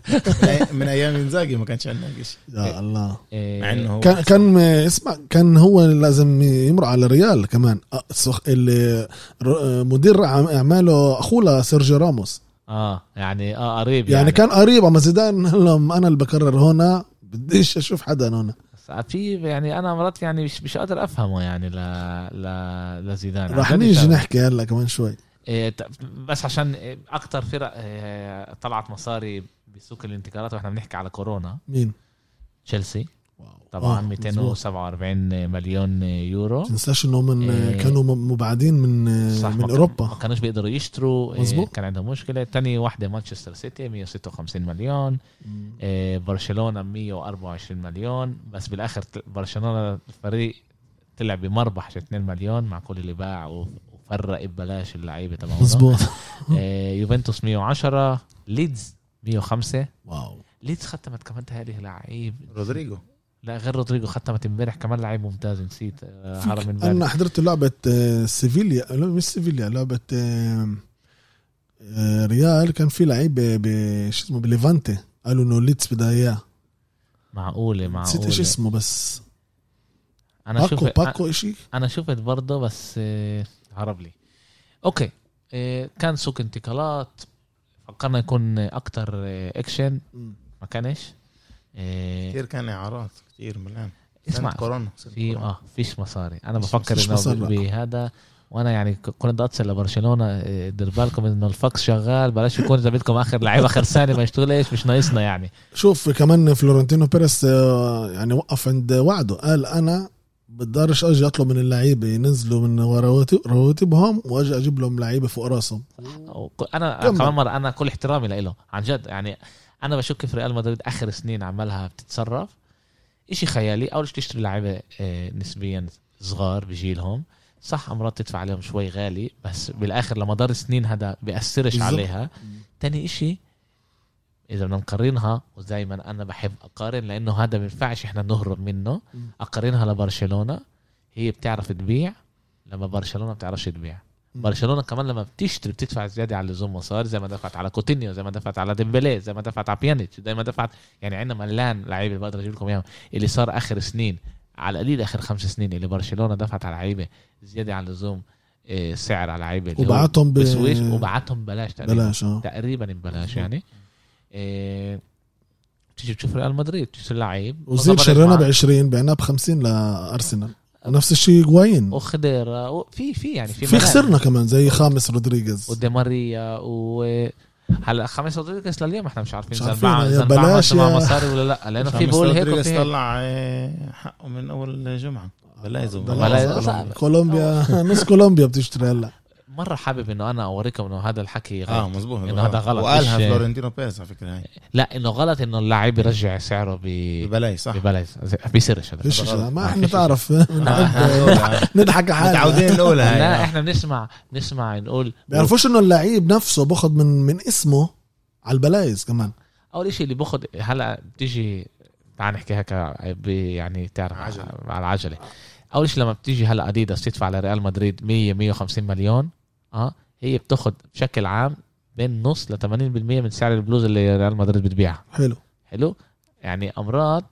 Speaker 3: من ايام انزاجي ما كانش عندنا شيء
Speaker 2: يا الله
Speaker 1: إيه،
Speaker 3: مع انه هو
Speaker 2: كان كان اسمع كان هو لازم يمر على ريال كمان أه، السخ- اللي ر- مدير عم- اعماله اخوه لسيرجيو راموس
Speaker 1: اه يعني اه قريب
Speaker 2: يعني كان قريب اما زيدان قال لهم انا اللي بكرر هنا بديش اشوف حدا هنا
Speaker 1: بس في يعني انا مرات يعني مش مش قادر افهمه يعني ل ل لزيدان
Speaker 2: رح
Speaker 1: عن جد
Speaker 2: نيجي
Speaker 1: مش
Speaker 2: نحكي هلا كمان شوي
Speaker 1: إيه، ت- بس عشان إيه، اكتر فرق إيه، طلعت مصاري بسوق الانتقالات واحنا بنحكي على كورونا
Speaker 2: مين
Speaker 1: تشيلسي
Speaker 2: آه،
Speaker 1: طبعا
Speaker 2: مظبوط.
Speaker 1: 247 مليون يورو
Speaker 2: تنساش انه من
Speaker 1: إيه.
Speaker 2: كانوا م- مبعدين من
Speaker 1: صح، ما
Speaker 2: من
Speaker 1: كان- ما
Speaker 2: اوروبا
Speaker 1: كانوش بيقدروا يشتروا إيه،
Speaker 2: مظبوط.
Speaker 1: كان عندهم مشكله تاني واحده مانشستر سيتي 156 مليون
Speaker 2: مم.
Speaker 1: إيه، برشلونه 124 مليون بس بالاخر ت- برشلونه الفريق طلع بمربح 2 مليون مع كل اللي باع و- وفرق ببلاش اللعيبه تبعهم
Speaker 2: مزبوط
Speaker 1: آه، يوفنتوس 110 ليدز 105
Speaker 2: واو
Speaker 1: ليدز ختمت كمان تهيألي لعيب
Speaker 3: رودريجو
Speaker 1: لا غير رودريجو ختمت امبارح كمان لعيب ممتاز نسيت آه،
Speaker 2: فيك-
Speaker 1: هرب من بالي
Speaker 2: انا حضرت لعبه آه، سيفيليا لا مش سيفيليا لعبه آه، آه، ريال كان في لعيب ب- ب- شو اسمه بليفانتي قالوا انه ليتس بدها اياه
Speaker 1: معقوله
Speaker 2: نسيت ايش
Speaker 1: معقوله
Speaker 2: اسمه بس
Speaker 1: انا
Speaker 2: باكو
Speaker 1: شفت
Speaker 2: باكو شيء
Speaker 1: انا شفت برضه بس آه، هرب لي اوكي آه، كان سوق انتقالات فكرنا يكون اكتر آه، اكشن ما كانش آه،
Speaker 3: كثير كان اعارات كثير ملان
Speaker 1: اسمع
Speaker 3: سنة كورونا
Speaker 1: في اه فيش مصاري انا
Speaker 2: فيش-
Speaker 1: بفكر
Speaker 2: فيش مصاري.
Speaker 1: انه ب- بهذا وانا يعني ك- كنت بدي اتصل لبرشلونه إيه، دير بالكم انه الفاكس شغال بلاش يكون اذا بدكم اخر لعيب اخر سنه ما يشتغلش مش ناقصنا يعني
Speaker 2: شوف كمان فلورنتينو بيريس آه، يعني وقف عند وعده قال انا بقدرش اجي اطلب من اللعيبه ينزلوا من رواتب- رواتبهم واجي اجيب لهم لعيبه فوق راسهم
Speaker 1: وك- انا
Speaker 2: كمل.
Speaker 1: كمان مره انا كل احترامي لإله عن جد يعني انا بشوف كيف ريال مدريد اخر سنين عمالها بتتصرف إشي خيالي اول شيء تشتري لعيبه آه، نسبيا صغار بجيلهم صح امرات تدفع عليهم شوي غالي بس بالاخر لمدار سنين هذا بياثرش
Speaker 2: بالظبط.
Speaker 1: عليها تاني اشي اذا بدنا نقارنها ودائما انا بحب اقارن لانه هذا ما ينفعش احنا نهرب منه
Speaker 2: م.
Speaker 1: اقارنها لبرشلونه هي بتعرف تبيع لما برشلونه بتعرفش تبيع
Speaker 2: م.
Speaker 1: برشلونه كمان لما بتشتري بتدفع زياده على اللزوم مصاري زي ما دفعت على كوتينيو زي ما دفعت على ديمبلي زي ما دفعت على بيانيتش زي ما دفعت يعني عندنا ملان لعيبه بقدر اجيب لكم اياهم اللي صار اخر سنين على القليل اخر خمس سنين اللي برشلونه دفعت على لعيبه زياده على اللزوم إيه، سعر على لعيبه اللي هو
Speaker 2: وبعتهم ب-
Speaker 1: بسويش وبعتهم ببلاش تقريبا
Speaker 2: بلاش اه
Speaker 1: تقريبا ببلاش يعني إيه، بتيجي بتشوف ريال مدريد بتشوف لعيب ما
Speaker 2: وزيل
Speaker 1: ظبطت
Speaker 2: شرينا
Speaker 1: معاه.
Speaker 2: ب 20 بعناه ب 50 لارسنال نفس الشيء جواين
Speaker 1: وخضيرة وفي في يعني في
Speaker 2: في
Speaker 1: ملاعب.
Speaker 2: خسرنا كمان زي خامس رودريغيز
Speaker 1: ودي ماريا و هلا خمس رودريغيز لليوم احنا مش عارفين
Speaker 2: مش
Speaker 1: إذا
Speaker 2: عارفين،
Speaker 1: انباع-
Speaker 2: يا
Speaker 1: إذا انباع
Speaker 2: بلاش
Speaker 1: مع
Speaker 2: يا-
Speaker 1: مصاري ولا لا لانه في
Speaker 3: خامس
Speaker 1: بول هيك
Speaker 3: رودريغيز
Speaker 1: وفي هيك.
Speaker 3: طلع آه، حقه من اول جمعه بلا يا زلمه
Speaker 1: بلا يا-
Speaker 3: بلا
Speaker 1: صعب.
Speaker 2: كولومبيا نص كولومبيا بتشتري هلا
Speaker 1: مره حابب انه انا اوريكم انه هذا الحكي غلط.
Speaker 2: آه.
Speaker 3: اه مزبوط
Speaker 1: إنه هذا غلط،
Speaker 3: وقالها
Speaker 1: مش- آه،
Speaker 3: فلورنتينو بيريز على فكره هاي
Speaker 1: لا انه غلط انه اللاعب يرجع سعره ب
Speaker 3: بلاي صح
Speaker 1: ببلاش بيصيرش هذا
Speaker 2: فيش
Speaker 3: غلط.
Speaker 2: شيء. ما
Speaker 1: ما
Speaker 2: احنا
Speaker 1: فيش
Speaker 2: تعرف
Speaker 3: آه،
Speaker 2: نضحك على حالنا
Speaker 3: متعودين الاولى
Speaker 1: لا
Speaker 3: هاي
Speaker 1: احنا بنسمع نسمع نقول
Speaker 2: بيعرفوش انه اللعيب نفسه باخذ من من اسمه على البلايز كمان
Speaker 1: اول شيء اللي باخذ هلا بتيجي تعال نحكي هيك ب- يعني تعرف
Speaker 3: عجلة.
Speaker 1: على العجله اول شيء لما بتيجي هلا اديداس تدفع لريال مدريد 100 150 مليون اه هي بتاخذ بشكل عام بين نص ل 80% من سعر البلوز اللي ريال مدريد بتبيعها
Speaker 2: حلو
Speaker 1: حلو يعني امراض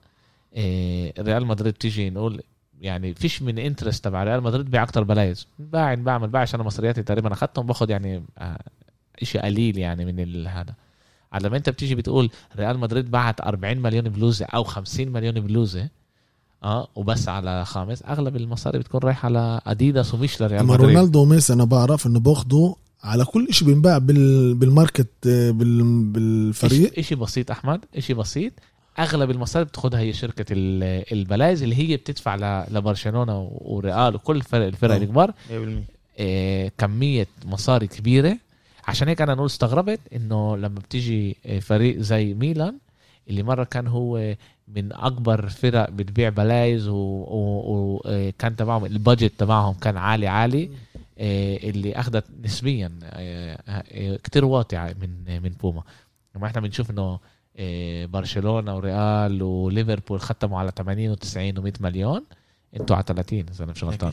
Speaker 1: آه، ريال مدريد تيجي نقول يعني فيش من انترست تبع ريال مدريد بيع اكتر بلايز باع بعمل باع عشان أنا مصرياتي تقريبا اخذتهم باخد يعني آه، اشي قليل يعني من ال- هذا على ما انت بتيجي بتقول ريال مدريد بعت 40 مليون بلوزه او 50 مليون بلوزه اه وبس على خامس اغلب المصاري بتكون رايحه على اديداس ومش لريال
Speaker 2: اما
Speaker 1: مدريد
Speaker 2: رونالدو وميسي انا بعرف انه باخده على كل شيء بينباع بال... بالماركت آه، بال... بالفريق
Speaker 1: إشي, اشي بسيط احمد اشي بسيط اغلب المصاري بتاخدها هي شركه ال- البلايز اللي هي بتدفع ل- لبرشلونه و- وريال وكل فرق الفرق
Speaker 2: آه.
Speaker 1: الكبار
Speaker 3: 100%
Speaker 1: آه، كميه مصاري كبيره عشان هيك انا نقول استغربت انه لما بتيجي آه، فريق زي ميلان اللي مره كان هو من اكبر فرق بتبيع بلايز وكان آه، تبعهم البادجت تبعهم كان عالي عالي آه، اللي اخذت نسبيا آه، كتير واطعه من آه، من بوما لما احنا بنشوف انه آه، برشلونه وريال وليفربول ختموا على 80 و90 و100 مليون انتوا على 30 اذا انا مش غلطان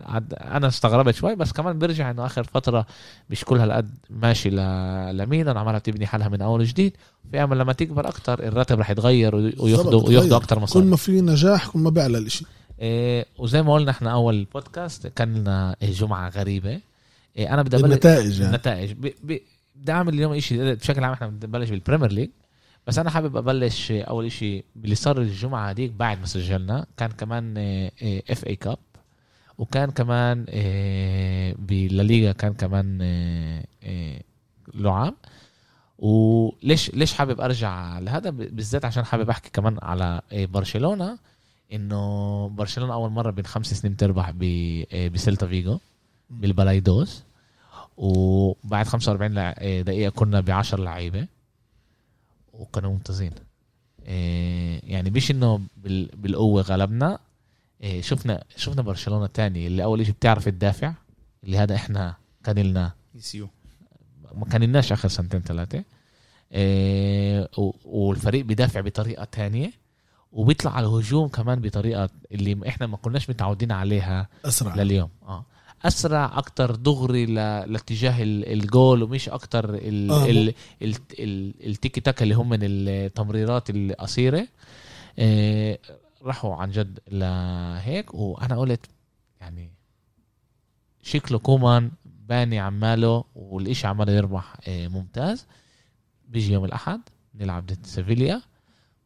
Speaker 1: عد- انا استغربت شوي بس كمان برجع انه اخر فتره مش كل هالقد ماشي ل- لميلان عمالها بتبني حالها من اول وجديد في امل لما تكبر اكتر الراتب رح يتغير وي- وياخذوا
Speaker 2: بالضبط،
Speaker 1: وياخذوا
Speaker 2: تغير.
Speaker 1: اكتر
Speaker 2: كل
Speaker 1: مصاري
Speaker 2: ما في نجاح كل ما بيعلى الاشي
Speaker 1: إيه وزي ما قلنا احنا اول بودكاست كان لنا جمعه غريبه إيه انا بدي أبلش-
Speaker 2: النتائج يعني
Speaker 1: النتائج ب- ب- بدي اعمل اليوم شيء بشكل عام احنا بنبلش بالبريمير ليج بس انا حابب ابلش اول شيء باللي صار الجمعه هذيك بعد ما سجلنا كان كمان اف اي كاب وكان كمان آه، بالليغا كان كمان آه، آه، لعاب وليش ليش حابب ارجع لهذا ب- بالذات عشان حابب احكي كمان على آه، برشلونه انه برشلونه اول مره بين خمس سنين بتربح ب- آه، بسيلتا فيجو بالبلايدوس وبعد 45 لع- آه، دقيقه كنا ب 10 لعيبه وكانوا ممتازين آه، يعني مش انه بال- بالقوه غلبنا آه، شفنا شفنا برشلونه تاني اللي اول شيء بتعرف تدافع اللي هذا احنا كان لنا
Speaker 3: يسيو
Speaker 1: ما كان لناش اخر سنتين ثلاثه آه، و- والفريق بيدافع بطريقه تانية وبيطلع على الهجوم كمان بطريقه اللي احنا ما كناش متعودين عليها
Speaker 2: اسرع
Speaker 1: لليوم اه اسرع اكتر دغري ل- لاتجاه ال- الجول ومش اكتر ال...
Speaker 2: آه،
Speaker 1: ال... ال... ال... التيكي تاكا اللي هم من التمريرات القصيره آه راحوا عن جد لهيك وانا قلت يعني شكله كومان باني عماله والإشي عماله يربح آه ممتاز بيجي يوم الاحد نلعب ضد سيفيليا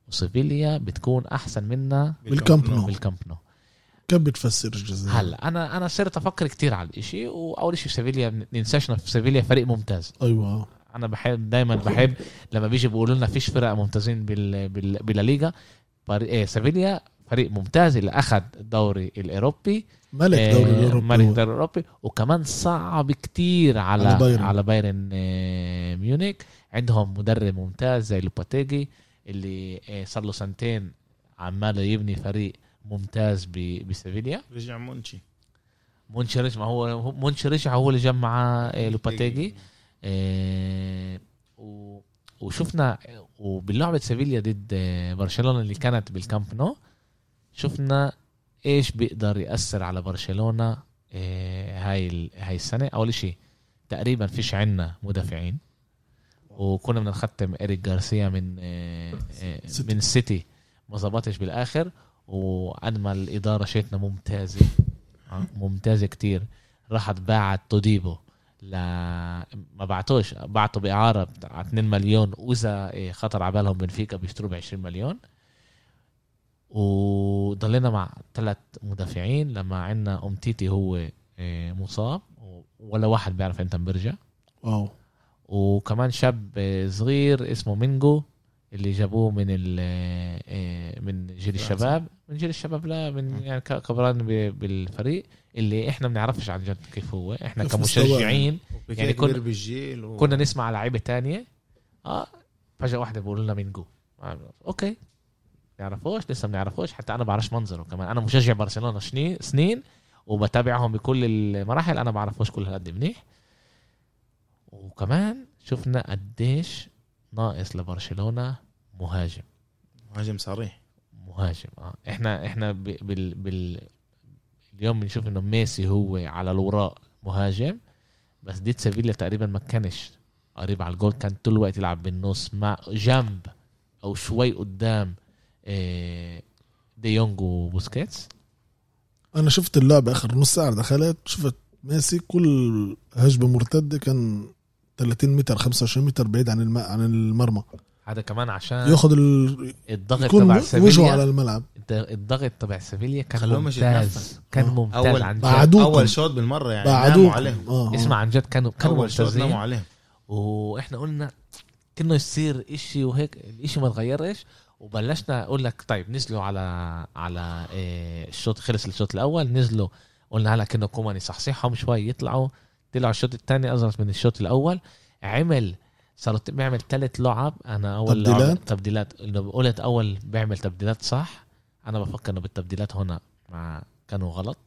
Speaker 1: وسيفيليا بتكون احسن منا
Speaker 2: بالكامب نو.
Speaker 1: بالكامب نو
Speaker 2: كيف بتفسر الجزائر
Speaker 1: هلا انا انا صرت افكر كتير على الاشي واول شيء سيفيليا ما ننساش انه في سيفيليا فريق ممتاز
Speaker 2: ايوه
Speaker 1: انا بحب دايما بحب لما بيجي بيقولوا لنا فيش فرق ممتازين بال بال بالليغا بار- إيه، سيفيليا فريق ممتاز اللي اخذ الدوري الاوروبي
Speaker 2: ملك دوري
Speaker 1: آه،
Speaker 2: الاوروبي
Speaker 1: ملك
Speaker 2: هو.
Speaker 1: الدوري الاوروبي وكمان صعب كتير على
Speaker 2: على
Speaker 1: على
Speaker 2: بايرن.
Speaker 1: بايرن, على بايرن آه، ميونيك عندهم مدرب ممتاز زي لوباتيجي اللي آه، صار له سنتين عمال يبني فريق ممتاز ب- بسيفيليا
Speaker 3: رجع مونشي
Speaker 1: منشرش ما هو هو- منشرش هو اللي جمع آه، لوباتيجي آه، و- وشفنا وباللعبة سيفيليا ضد آه، برشلونة اللي كانت بالكامب نو شفنا ايش بيقدر يأثر على برشلونة آه، هاي ال- هاي السنة أول شيء تقريبا فيش عنا مدافعين وكنا بدنا نختم إريك جارسيا من آه، آه،
Speaker 2: سيتي.
Speaker 1: من السيتي ما ظبطش بالآخر وقد ما الإدارة شيتنا ممتازة آه، ممتازة كتير راحت باعت توديبو ل ما بعتوش بعتوا بإعارة بتاع 2 مليون وإذا إيه، خطر على بالهم بنفيكا بيشتروه ب 20 مليون وضلينا مع ثلاث مدافعين لما عندنا امتيتي هو آه، مصاب ولا واحد بيعرف امتى بيرجع
Speaker 2: واو
Speaker 1: وكمان شاب آه، صغير اسمه مينجو اللي جابوه من ال آه، آه، من جيل
Speaker 3: فرنسا.
Speaker 1: الشباب من جيل الشباب لا من يعني ك- كبران ب- بالفريق اللي احنا بنعرفش عن جد كيف هو احنا
Speaker 2: كيف مستواه.
Speaker 1: كمشجعين يعني
Speaker 3: يعني
Speaker 1: كنا-
Speaker 3: كبير بالجيل و...
Speaker 1: كنا نسمع لعيبه تانية اه فجاه واحده بيقول لنا مينجو ما بعرف. اوكي بنعرفوش لسه بنعرفوش حتى انا بعرفش منظره كمان انا مشجع برشلونه شني سنين وبتابعهم بكل المراحل انا بعرفوش كل هالقد منيح وكمان شفنا قديش ناقص لبرشلونه مهاجم
Speaker 3: مهاجم صريح
Speaker 1: مهاجم اه احنا احنا ب... بال... بال اليوم بنشوف انه ميسي هو على الوراء مهاجم بس ديت سيفيليا تقريبا ما كانش قريب على الجول كان طول الوقت يلعب بالنص مع جنب او شوي قدام آه، دي يونج وبوسكيتس
Speaker 2: انا شفت اللعبه اخر نص ساعه دخلت شفت ميسي كل هجمه مرتده كان 30 متر 25 متر بعيد عن الم... عن المرمى
Speaker 1: هذا كمان عشان
Speaker 2: ياخذ ال...
Speaker 1: الضغط
Speaker 2: يكون
Speaker 1: تبع
Speaker 2: وجهه على
Speaker 1: آه. سيفيليا نعم،
Speaker 2: الملعب
Speaker 1: الضغط تبع سيفيليا كان
Speaker 3: خلوه مش
Speaker 1: ممتاز
Speaker 3: يتنفس.
Speaker 1: كان
Speaker 2: آه.
Speaker 1: ممتاز
Speaker 3: أول-
Speaker 1: عن جد
Speaker 2: بعدوكم
Speaker 3: اول شوط بالمره يعني
Speaker 2: بعدوكم
Speaker 3: ناموا عليهم
Speaker 2: آه.
Speaker 1: نعم، اسمع عن جد كانوا كانوا
Speaker 3: اول شوط
Speaker 1: ممتازين
Speaker 3: ناموا عليهم
Speaker 1: واحنا قلنا كأنه يصير اشي وهيك الاشي ما تغيرش وبلشنا اقول لك طيب نزلوا على على إيه، الشوط خلص الشوط الاول نزلوا قلنا هلا كأنه كومان يصحصحهم شوي يطلعوا طلعوا الشوط الثاني ازرق من الشوط الاول عمل صاروا بيعمل ثلاث لعب انا اول لعب-
Speaker 2: تبديلات؟
Speaker 1: تبديلات انه قلت اول بيعمل تبديلات صح انا بفكر انه بالتبديلات هنا مع كانوا غلط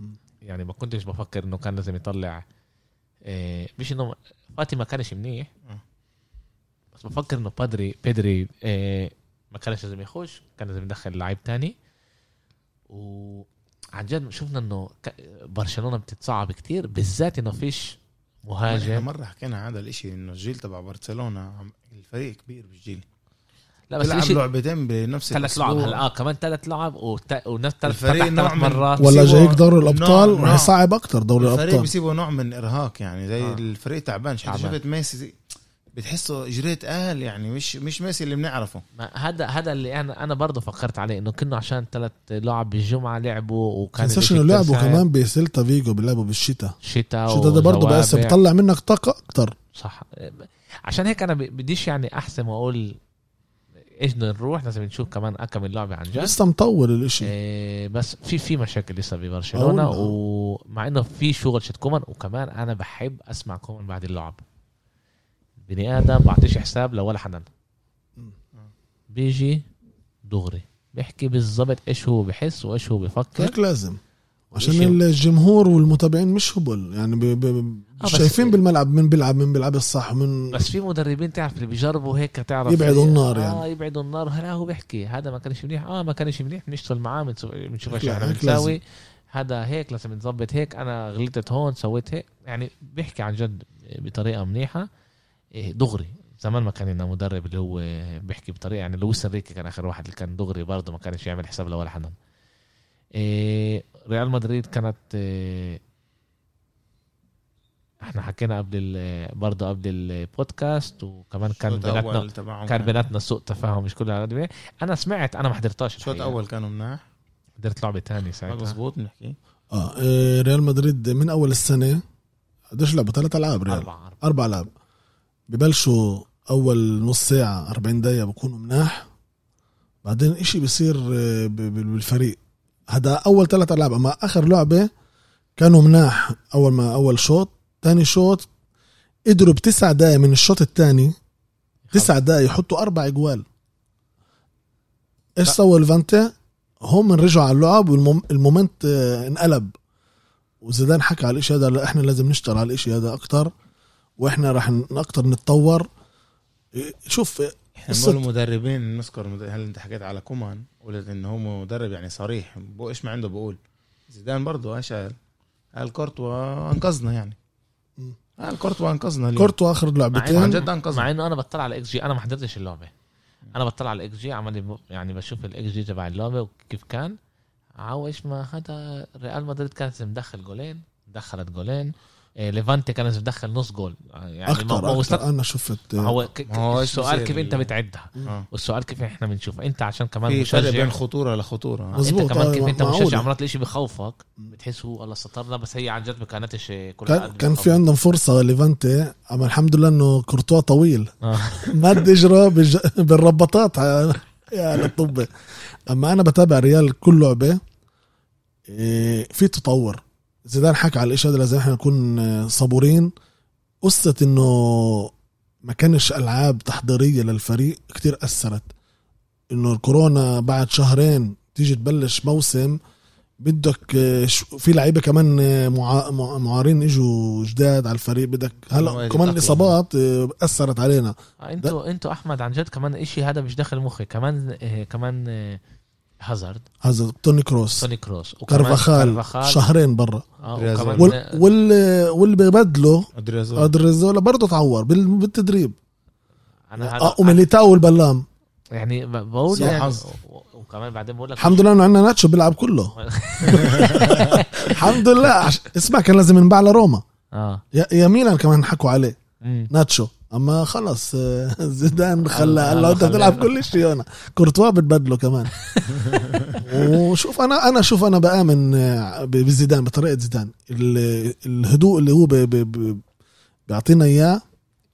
Speaker 2: مم.
Speaker 1: يعني ما كنتش بفكر انه كان لازم يطلع إيه، مش انه فاتي ما كانش منيح
Speaker 3: آه.
Speaker 1: بس بفكر انه بادري بيدري إيه، ما كانش لازم يخش كان لازم يدخل لعيب تاني وعن جد شفنا انه ك- برشلونه بتتصعب كتير بالذات انه فيش
Speaker 3: إحنا
Speaker 1: مهاجم
Speaker 3: مره حكينا هذا الاشي انه الجيل تبع برشلونه عم- الفريق كبير بالجيل
Speaker 1: لا بس
Speaker 3: بيلعب
Speaker 1: الاشي
Speaker 3: لعبتين بنفس
Speaker 1: ثلاث لعب
Speaker 3: الأسبوع.
Speaker 1: هلا اه كمان ثلاث لعب وت- ونفس ثلاث
Speaker 3: الفريق
Speaker 1: ثلاث
Speaker 3: نوع من-
Speaker 1: مرات
Speaker 2: ولا
Speaker 3: سيبوا-
Speaker 2: جايك دوري الابطال
Speaker 3: نعم،
Speaker 2: راح
Speaker 3: نعم.
Speaker 2: يصعب اكثر دوري
Speaker 3: الفريق
Speaker 2: الابطال
Speaker 3: بيسيبه نوع من ارهاق يعني زي
Speaker 1: آه.
Speaker 3: آه. الفريق تعبان شفت
Speaker 1: تعبان.
Speaker 3: شفت ميسي بتحسه جريت اهل يعني مش مش ميسي اللي بنعرفه
Speaker 1: ما هذا هذا اللي انا انا برضه فكرت عليه انه كنا عشان ثلاث لعب بالجمعه لعبوا وكان
Speaker 2: تنساش
Speaker 1: الإشي
Speaker 2: انه
Speaker 1: كتير
Speaker 2: لعبوا
Speaker 1: سهل.
Speaker 2: كمان بسيلتا فيجو بيلعبوا بالشتاء
Speaker 1: شتاء
Speaker 2: الشتاء ده برضه
Speaker 1: وزوابع.
Speaker 2: بس بيطلع منك طاقه اكثر
Speaker 1: صح عشان هيك انا ب- بديش يعني احسم واقول ايش بدنا نروح لازم نشوف كمان اكم اللعبه عن جد
Speaker 2: لسه مطول الاشي
Speaker 1: إيه بس في في مشاكل لسه ببرشلونه
Speaker 2: أقول.
Speaker 1: ومع انه في شغل شت كومان وكمان انا بحب اسمع كومان بعد اللعب بني ادم بعطيش حساب لولا حدا
Speaker 2: مم.
Speaker 1: بيجي دغري بيحكي بالضبط ايش هو بحس وايش هو بفكر
Speaker 2: هيك لازم
Speaker 1: وإشي-
Speaker 2: عشان الجمهور والمتابعين مش هبل يعني بي بي
Speaker 1: آه، بس-
Speaker 2: شايفين بالملعب من بيلعب من بيلعب الصح من
Speaker 1: بس في مدربين تعرف اللي بيجربوا هيك تعرف
Speaker 2: يبعدوا النار
Speaker 1: اه
Speaker 2: يعني.
Speaker 1: يبعدوا النار هلا هو بيحكي هذا ما كانش منيح اه ما كانش منيح بنشتغل معاه بنسو- بنشوف ايش
Speaker 2: هيك-
Speaker 1: احنا
Speaker 2: هيك
Speaker 1: بنساوي هذا هيك لازم نظبط هيك انا غلطت هون سويت هيك يعني بيحكي عن جد بطريقه منيحه إيه، دغري زمان ما كان لنا مدرب اللي هو بيحكي بطريقه يعني لويس انريكي كان اخر واحد اللي كان دغري برضه ما كانش يعمل حساب لولا حدا إيه، ريال مدريد كانت إيه، احنا حكينا قبل برضه قبل البودكاست وكمان كان
Speaker 3: الشوط
Speaker 1: بيناتنا
Speaker 3: اول تبعهم يعني.
Speaker 1: كان بيناتنا سوء تفاهم مش كلها قد إيه. انا سمعت انا ما حضرتهاش
Speaker 3: الشوط
Speaker 1: الحقيقة.
Speaker 3: اول كانوا مناح
Speaker 1: حضرت لعبه تانية
Speaker 3: ما
Speaker 1: ساعتها
Speaker 3: مزبوط بنحكي
Speaker 2: اه إيه، ريال مدريد من اول السنه قديش لعبوا ثلاث العاب ريال
Speaker 1: أربعة أربعة.
Speaker 2: اربع العاب ببلشوا اول نص ساعه 40 دقيقه بكونوا مناح بعدين اشي بصير آه، ب- ب- بالفريق هذا اول ثلاث العاب اما اخر لعبه كانوا مناح اول ما اول شوط ثاني شوط قدروا بتسع دقائق من الشوط الثاني تسع دقائق يحطوا اربع اجوال ايش سوى الفانتي هم رجعوا على اللعب والمومنت انقلب وزيدان حكى على الاشي هذا لا، احنا لازم نشتغل على الاشي هذا اكتر واحنا راح ن- اكتر نتطور إيه، شوف إيه،
Speaker 3: احنا
Speaker 2: الصد-
Speaker 3: بنقول المدربين يعني نذكر مد- هل انت حكيت على كومان قلت انه هو مدرب يعني صريح بو- ايش ما عنده بقول زيدان برضه ايش قال؟ قال كورتوا انقذنا يعني
Speaker 2: مم.
Speaker 3: قال كورتوا انقذنا اليوم.
Speaker 2: كورتو اخر
Speaker 1: مع إنه
Speaker 3: عن
Speaker 2: لعبتين
Speaker 3: جد أنقذنا.
Speaker 1: مع انه انا بطلع على الاكس جي انا ما حضرتش اللعبه انا بطلع على الاكس جي عمالي ب- يعني بشوف الاكس جي تبع اللعبه وكيف كان عاوش ما هذا ريال مدريد كانت مدخل جولين دخلت جولين آه، ليفانتي كان لازم يدخل نص جول يعني ما- ما
Speaker 2: اكثر
Speaker 1: وصلت-
Speaker 2: اكثر انا شفت
Speaker 1: ما
Speaker 2: آه،
Speaker 1: هو ك- ك-
Speaker 3: ما هو إيش
Speaker 1: السؤال
Speaker 3: بصير
Speaker 1: كيف انت
Speaker 3: ال-
Speaker 1: بتعدها
Speaker 3: آه.
Speaker 1: والسؤال كيف احنا بنشوف انت عشان كمان
Speaker 3: في فرق
Speaker 1: مشجع
Speaker 3: بين خطوره لخطوره
Speaker 2: مظبوط.
Speaker 1: انت كمان
Speaker 2: آه،
Speaker 1: كيف انت
Speaker 2: معقولة.
Speaker 1: مشجع مرات الاشي بخوفك بتحس هو الله سترنا بس هي عن جد ما كانتش كل
Speaker 2: كان كان في عندهم فرصه ليفانتي اما الحمد لله انه كورتوا طويل
Speaker 1: آه.
Speaker 2: مد اجره بالج... بالربطات على- يا للطبة اما انا بتابع ريال كل لعبه إيه، في تطور زيدان حكى على الاشي هذا لازم احنا نكون آه، صبورين قصه انه ما كانش العاب تحضيريه للفريق كتير اثرت انه الكورونا بعد شهرين تيجي تبلش موسم بدك آه، ش- في لعيبه كمان آه، معا- مع- معارين اجوا جداد على الفريق بدك هلا
Speaker 3: واجد
Speaker 2: كمان
Speaker 3: أقوى.
Speaker 2: الاصابات آه، اثرت علينا
Speaker 1: آه، انتوا انتوا احمد عن جد كمان اشي هذا مش داخل مخي كمان آه، كمان آه، هازارد
Speaker 2: هذا توني كروس
Speaker 1: سوني كروس وكمان
Speaker 2: كارفاخال
Speaker 1: كارفاخال
Speaker 2: شهرين برا
Speaker 1: آه،
Speaker 3: رياض
Speaker 1: وكمان-
Speaker 2: وال... وال... واللي ببدله
Speaker 3: ادريزو
Speaker 2: ادريزولا برضه تعور بال... بالتدريب
Speaker 1: انا هذا
Speaker 2: آه، وميليتاو والبلام
Speaker 1: يعني ب- بقول
Speaker 3: سوء
Speaker 1: يعني
Speaker 3: حظ.
Speaker 1: و- و- وكمان بعدين بقول لك
Speaker 2: الحمد لله انه عندنا ناتشو بيلعب كله الحمد لله عش... اسمع كان لازم ينباع لروما
Speaker 1: اه
Speaker 2: يا... يا ميلان كمان حكوا عليه
Speaker 1: مم.
Speaker 2: ناتشو اما خلص آه، زيدان خلى
Speaker 1: آه،
Speaker 2: قال له انت
Speaker 1: خلاه.
Speaker 2: تلعب كل شيء هنا كورتوا بتبدله كمان وشوف انا انا شوف انا بامن آه، ب- بزيدان بطريقه زيدان ال- الهدوء اللي هو ب- ب- ب- بيعطينا اياه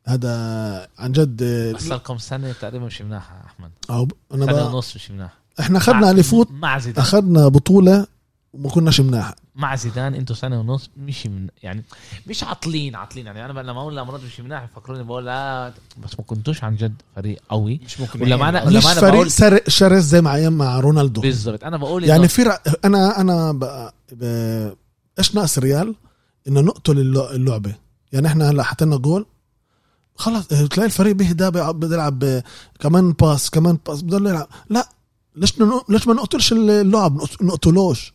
Speaker 2: هذا عن جد آه،
Speaker 1: بس صار لكم سنه تقريبا مش مناحه احمد
Speaker 2: أو ب- انا
Speaker 1: سنه
Speaker 2: ب-
Speaker 1: ونص مش مناحه
Speaker 2: احنا اخذنا
Speaker 1: مع-
Speaker 2: اليفوت
Speaker 1: مع زيدان
Speaker 2: اخذنا بطوله وما كناش مناح
Speaker 1: مع زيدان انتوا سنه ونص مش من يعني مش عاطلين عاطلين يعني انا لما اقول لامراض مش مناح يفكروني بقول لا بس ما كنتوش عن جد فريق قوي
Speaker 3: مش ممكن
Speaker 1: ولا معنا ولا
Speaker 2: مش
Speaker 1: معنا
Speaker 2: فريق
Speaker 1: بقول
Speaker 2: سر- شرس زي ما ايام مع رونالدو
Speaker 1: بالظبط انا بقول
Speaker 2: يعني
Speaker 1: إنه-
Speaker 2: في رأ... انا انا ب... ب... ايش ناقص ريال انه نقتل اللع- اللعبه يعني احنا هلا حطينا جول خلص اه، تلاقي الفريق بيهدى بيع- بده يلعب اه، كمان باس كمان باس بضل يلعب لا ليش نن... ليش ما نقتلش اللعب نقت- نقتلوش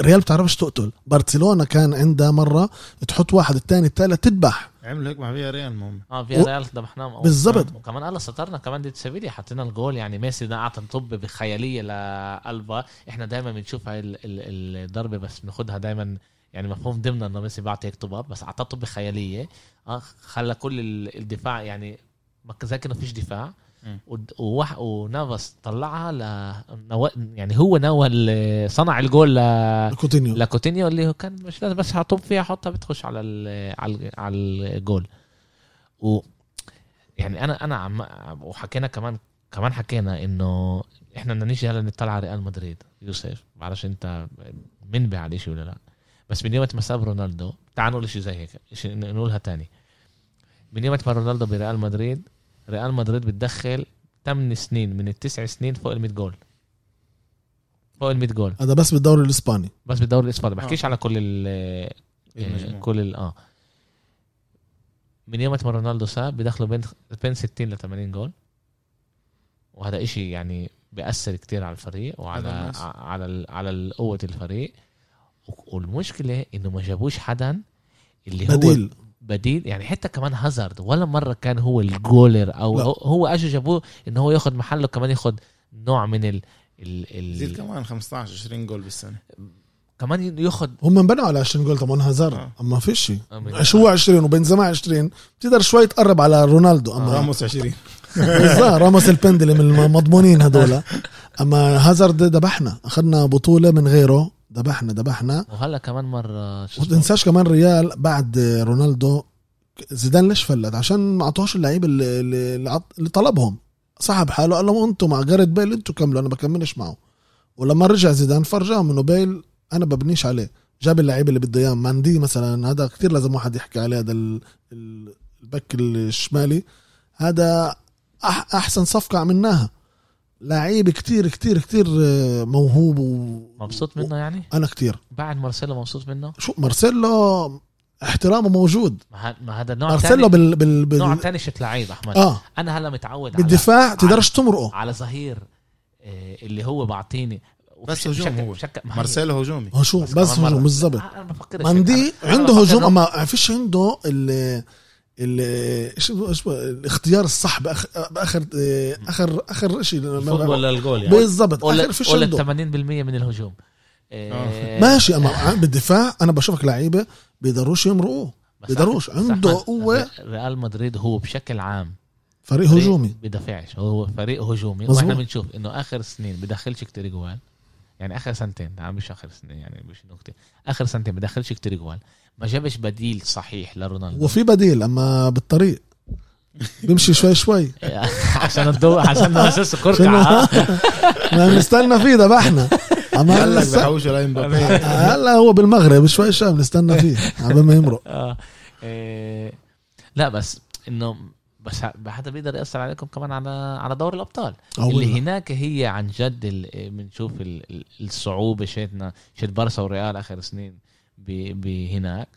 Speaker 2: ريال بتعرفش تقتل برشلونه كان عندها مره تحط واحد الثاني الثالث تذبح
Speaker 3: عملوا هيك مع فيا ريال المهم
Speaker 1: اه في ريال ذبحناهم أول.
Speaker 2: بالظبط
Speaker 1: آه، وكمان الله سترنا كمان ضد سيفيليا حطينا الجول يعني ميسي ده اعطى طب بخياليه لالبا احنا دايما بنشوف هاي ال- ال- الضربه بس بناخدها دايما يعني مفهوم ضمن انه ميسي بيعطي هيك طباب بس اعطاه طب خياليه اه خلى كل ال- الدفاع يعني ما زي كانه فيش دفاع
Speaker 3: مم.
Speaker 1: ود- ووح- ونافاس طلعها ل نو- يعني هو نوى ال- صنع الجول ل-
Speaker 2: كوتينيو
Speaker 1: لكوتينيو اللي هو كان مش لازم بس هطب فيها حطها بتخش على ال على ال على الجول و يعني انا انا عم وحكينا كمان كمان حكينا انه احنا بدنا نيجي هلا نطلع على ريال مدريد يوسف بعرفش انت منبه على الشيء ولا لا بس من يوم ما ساب رونالدو تعال نقول شيء زي هيك شي- نقولها تاني من يوم ما رونالدو بريال مدريد ريال مدريد بتدخل 8 سنين من التسع سنين فوق ال 100 جول فوق ال 100 جول
Speaker 2: هذا بس بالدوري الاسباني
Speaker 1: بس بالدوري الاسباني بحكيش على كل ال آه،
Speaker 3: المجموع.
Speaker 1: كل ال اه من يوم ما رونالدو ساب بدخله بين بين 60 ل 80 جول وهذا إشي يعني بيأثر كتير على الفريق وعلى
Speaker 3: على الناس.
Speaker 1: ع- على ال- على ال- قوة الفريق و- والمشكلة انه ما جابوش حدا اللي هو
Speaker 2: بديل
Speaker 1: بديل يعني حتى كمان هازارد ولا مرة كان هو الجولر او
Speaker 2: لا.
Speaker 1: هو- هو اجوا جابوه انه هو ياخد محله كمان ياخد نوع من ال ال
Speaker 3: زيد
Speaker 1: ال
Speaker 3: كمان 15 20 جول بالسنه
Speaker 1: كمان ياخد
Speaker 2: هم بنوا على 20 جول طبعا هازارد
Speaker 3: آه.
Speaker 2: اما ما فيش شيء
Speaker 1: من-
Speaker 2: شو 20 وبنزيما 20 بتقدر شوي تقرب على رونالدو اما
Speaker 3: راموس 20
Speaker 2: بالظبط راموس البندلي من المضمونين هذول اما هازارد ذبحنا اخذنا بطوله من غيره ذبحنا ذبحنا
Speaker 1: وهلا كمان مره شو اسمه؟
Speaker 2: وما تنساش كمان ريال بعد رونالدو زيدان ليش فلت عشان ما اعطوهاش اللعيب اللي, اللي عط- اللي طلبهم سحب حاله قال لهم انتوا مع جاريت بيل انتوا كملوا انا بكملش معه ولما رجع زيدان فرجاهم انه بيل انا ببنيش عليه جاب اللعيب اللي بده اياه ماندي مثلا هذا كثير لازم واحد يحكي عليه هذا ال- ال- البك الشمالي هذا أح احسن صفقه عملناها لعيب كتير كتير كتير آه، موهوب و...
Speaker 1: مبسوط منه يعني
Speaker 2: انا كتير
Speaker 1: بعد مارسيلو مبسوط منه
Speaker 2: شو مارسيلو احترامه موجود
Speaker 1: ما ه- ما هذا نوع
Speaker 2: مارسيلو
Speaker 1: تاني
Speaker 2: بال بال, بال...
Speaker 1: نوع تاني شت لعيب احمد
Speaker 2: اه
Speaker 1: انا هلا متعود على
Speaker 2: بالدفاع تقدرش تمرقه
Speaker 1: على ظهير آه، اللي هو بعطيني
Speaker 3: بس هجوم هو.
Speaker 1: مارسيلو
Speaker 3: مارسيلو هجومي
Speaker 2: هجوم
Speaker 1: بس
Speaker 2: بس
Speaker 1: كمان مرة.
Speaker 2: هجوم بالضبط
Speaker 1: انا آه، بفكر
Speaker 2: مندي عنده هجوم اما ما فيش عنده ال ال شو شو الاختيار الصح آه، باخر باخر اخر اخر شيء
Speaker 3: ولا الجول يعني
Speaker 2: بالضبط اخر فيش
Speaker 1: ولا 80%
Speaker 2: عنده
Speaker 1: من الهجوم آه، يعني.
Speaker 2: ماشي اما بالدفاع انا بشوفك لعيبه بيقدروش يمرقوه بيقدروش.
Speaker 1: أحمد-
Speaker 2: عنده
Speaker 1: أحمد،
Speaker 2: قوة.
Speaker 1: ريال مدريد هو بشكل عام
Speaker 2: فريق هجومي
Speaker 1: فريق بدافعش هو فريق هجومي
Speaker 2: مظبوط.
Speaker 1: واحنا بنشوف انه اخر سنين بدخلش كتير جوال يعني اخر سنتين نعم مش اخر سنين يعني مش انه كتير اخر سنتين بدخلش كتير جوال ما جابش بديل صحيح لرونالدو
Speaker 2: وفي بديل اما بالطريق بيمشي شوي شوي
Speaker 1: عشان الضوء عشان آه. اساس القرقعه
Speaker 2: ما بنستنى فيه ذبحنا اما
Speaker 3: قال لك
Speaker 2: هلا
Speaker 3: بحوشوا لامبابي
Speaker 2: هلا هو بالمغرب شوي شوي بنستنى فيه عبال ما يمرق
Speaker 1: آه. إيه. لا بس انه بس ه- حدا بيقدر ياثر عليكم كمان على على دوري الابطال
Speaker 2: أو
Speaker 1: اللي
Speaker 2: لا.
Speaker 1: هناك هي عن جد ال- بنشوف ال- ال- الصعوبه شيتنا شيت برسا وريال اخر سنين ب- بهناك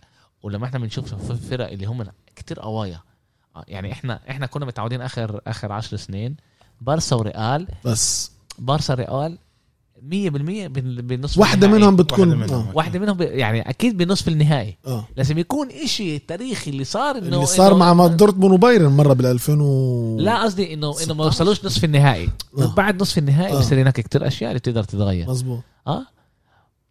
Speaker 1: ولما احنا بنشوف في الفرق اللي هم كتير قوايا آه، يعني احنا احنا كنا متعودين اخر اخر 10 سنين برسا وريال
Speaker 2: بس
Speaker 1: برسا ريال 100% بال- بالنصف
Speaker 2: واحدة
Speaker 1: النهائي.
Speaker 2: منهم بتكون
Speaker 3: واحدة منهم.
Speaker 2: آه.
Speaker 1: واحده منهم ب- يعني اكيد بالنصف النهائي
Speaker 2: اه
Speaker 1: لازم يكون إشي تاريخي اللي صار انه
Speaker 2: اللي صار
Speaker 1: إنه- آه.
Speaker 2: مع مع دورتموند وبايرن مره بال 2000 و
Speaker 1: لا قصدي انه انه ما
Speaker 2: 16.
Speaker 1: وصلوش نصف النهائي
Speaker 2: آه.
Speaker 1: بعد نصف النهائي
Speaker 2: آه.
Speaker 1: بصير هناك كتير اشياء اللي بتقدر تتغير
Speaker 2: مزبوط
Speaker 1: اه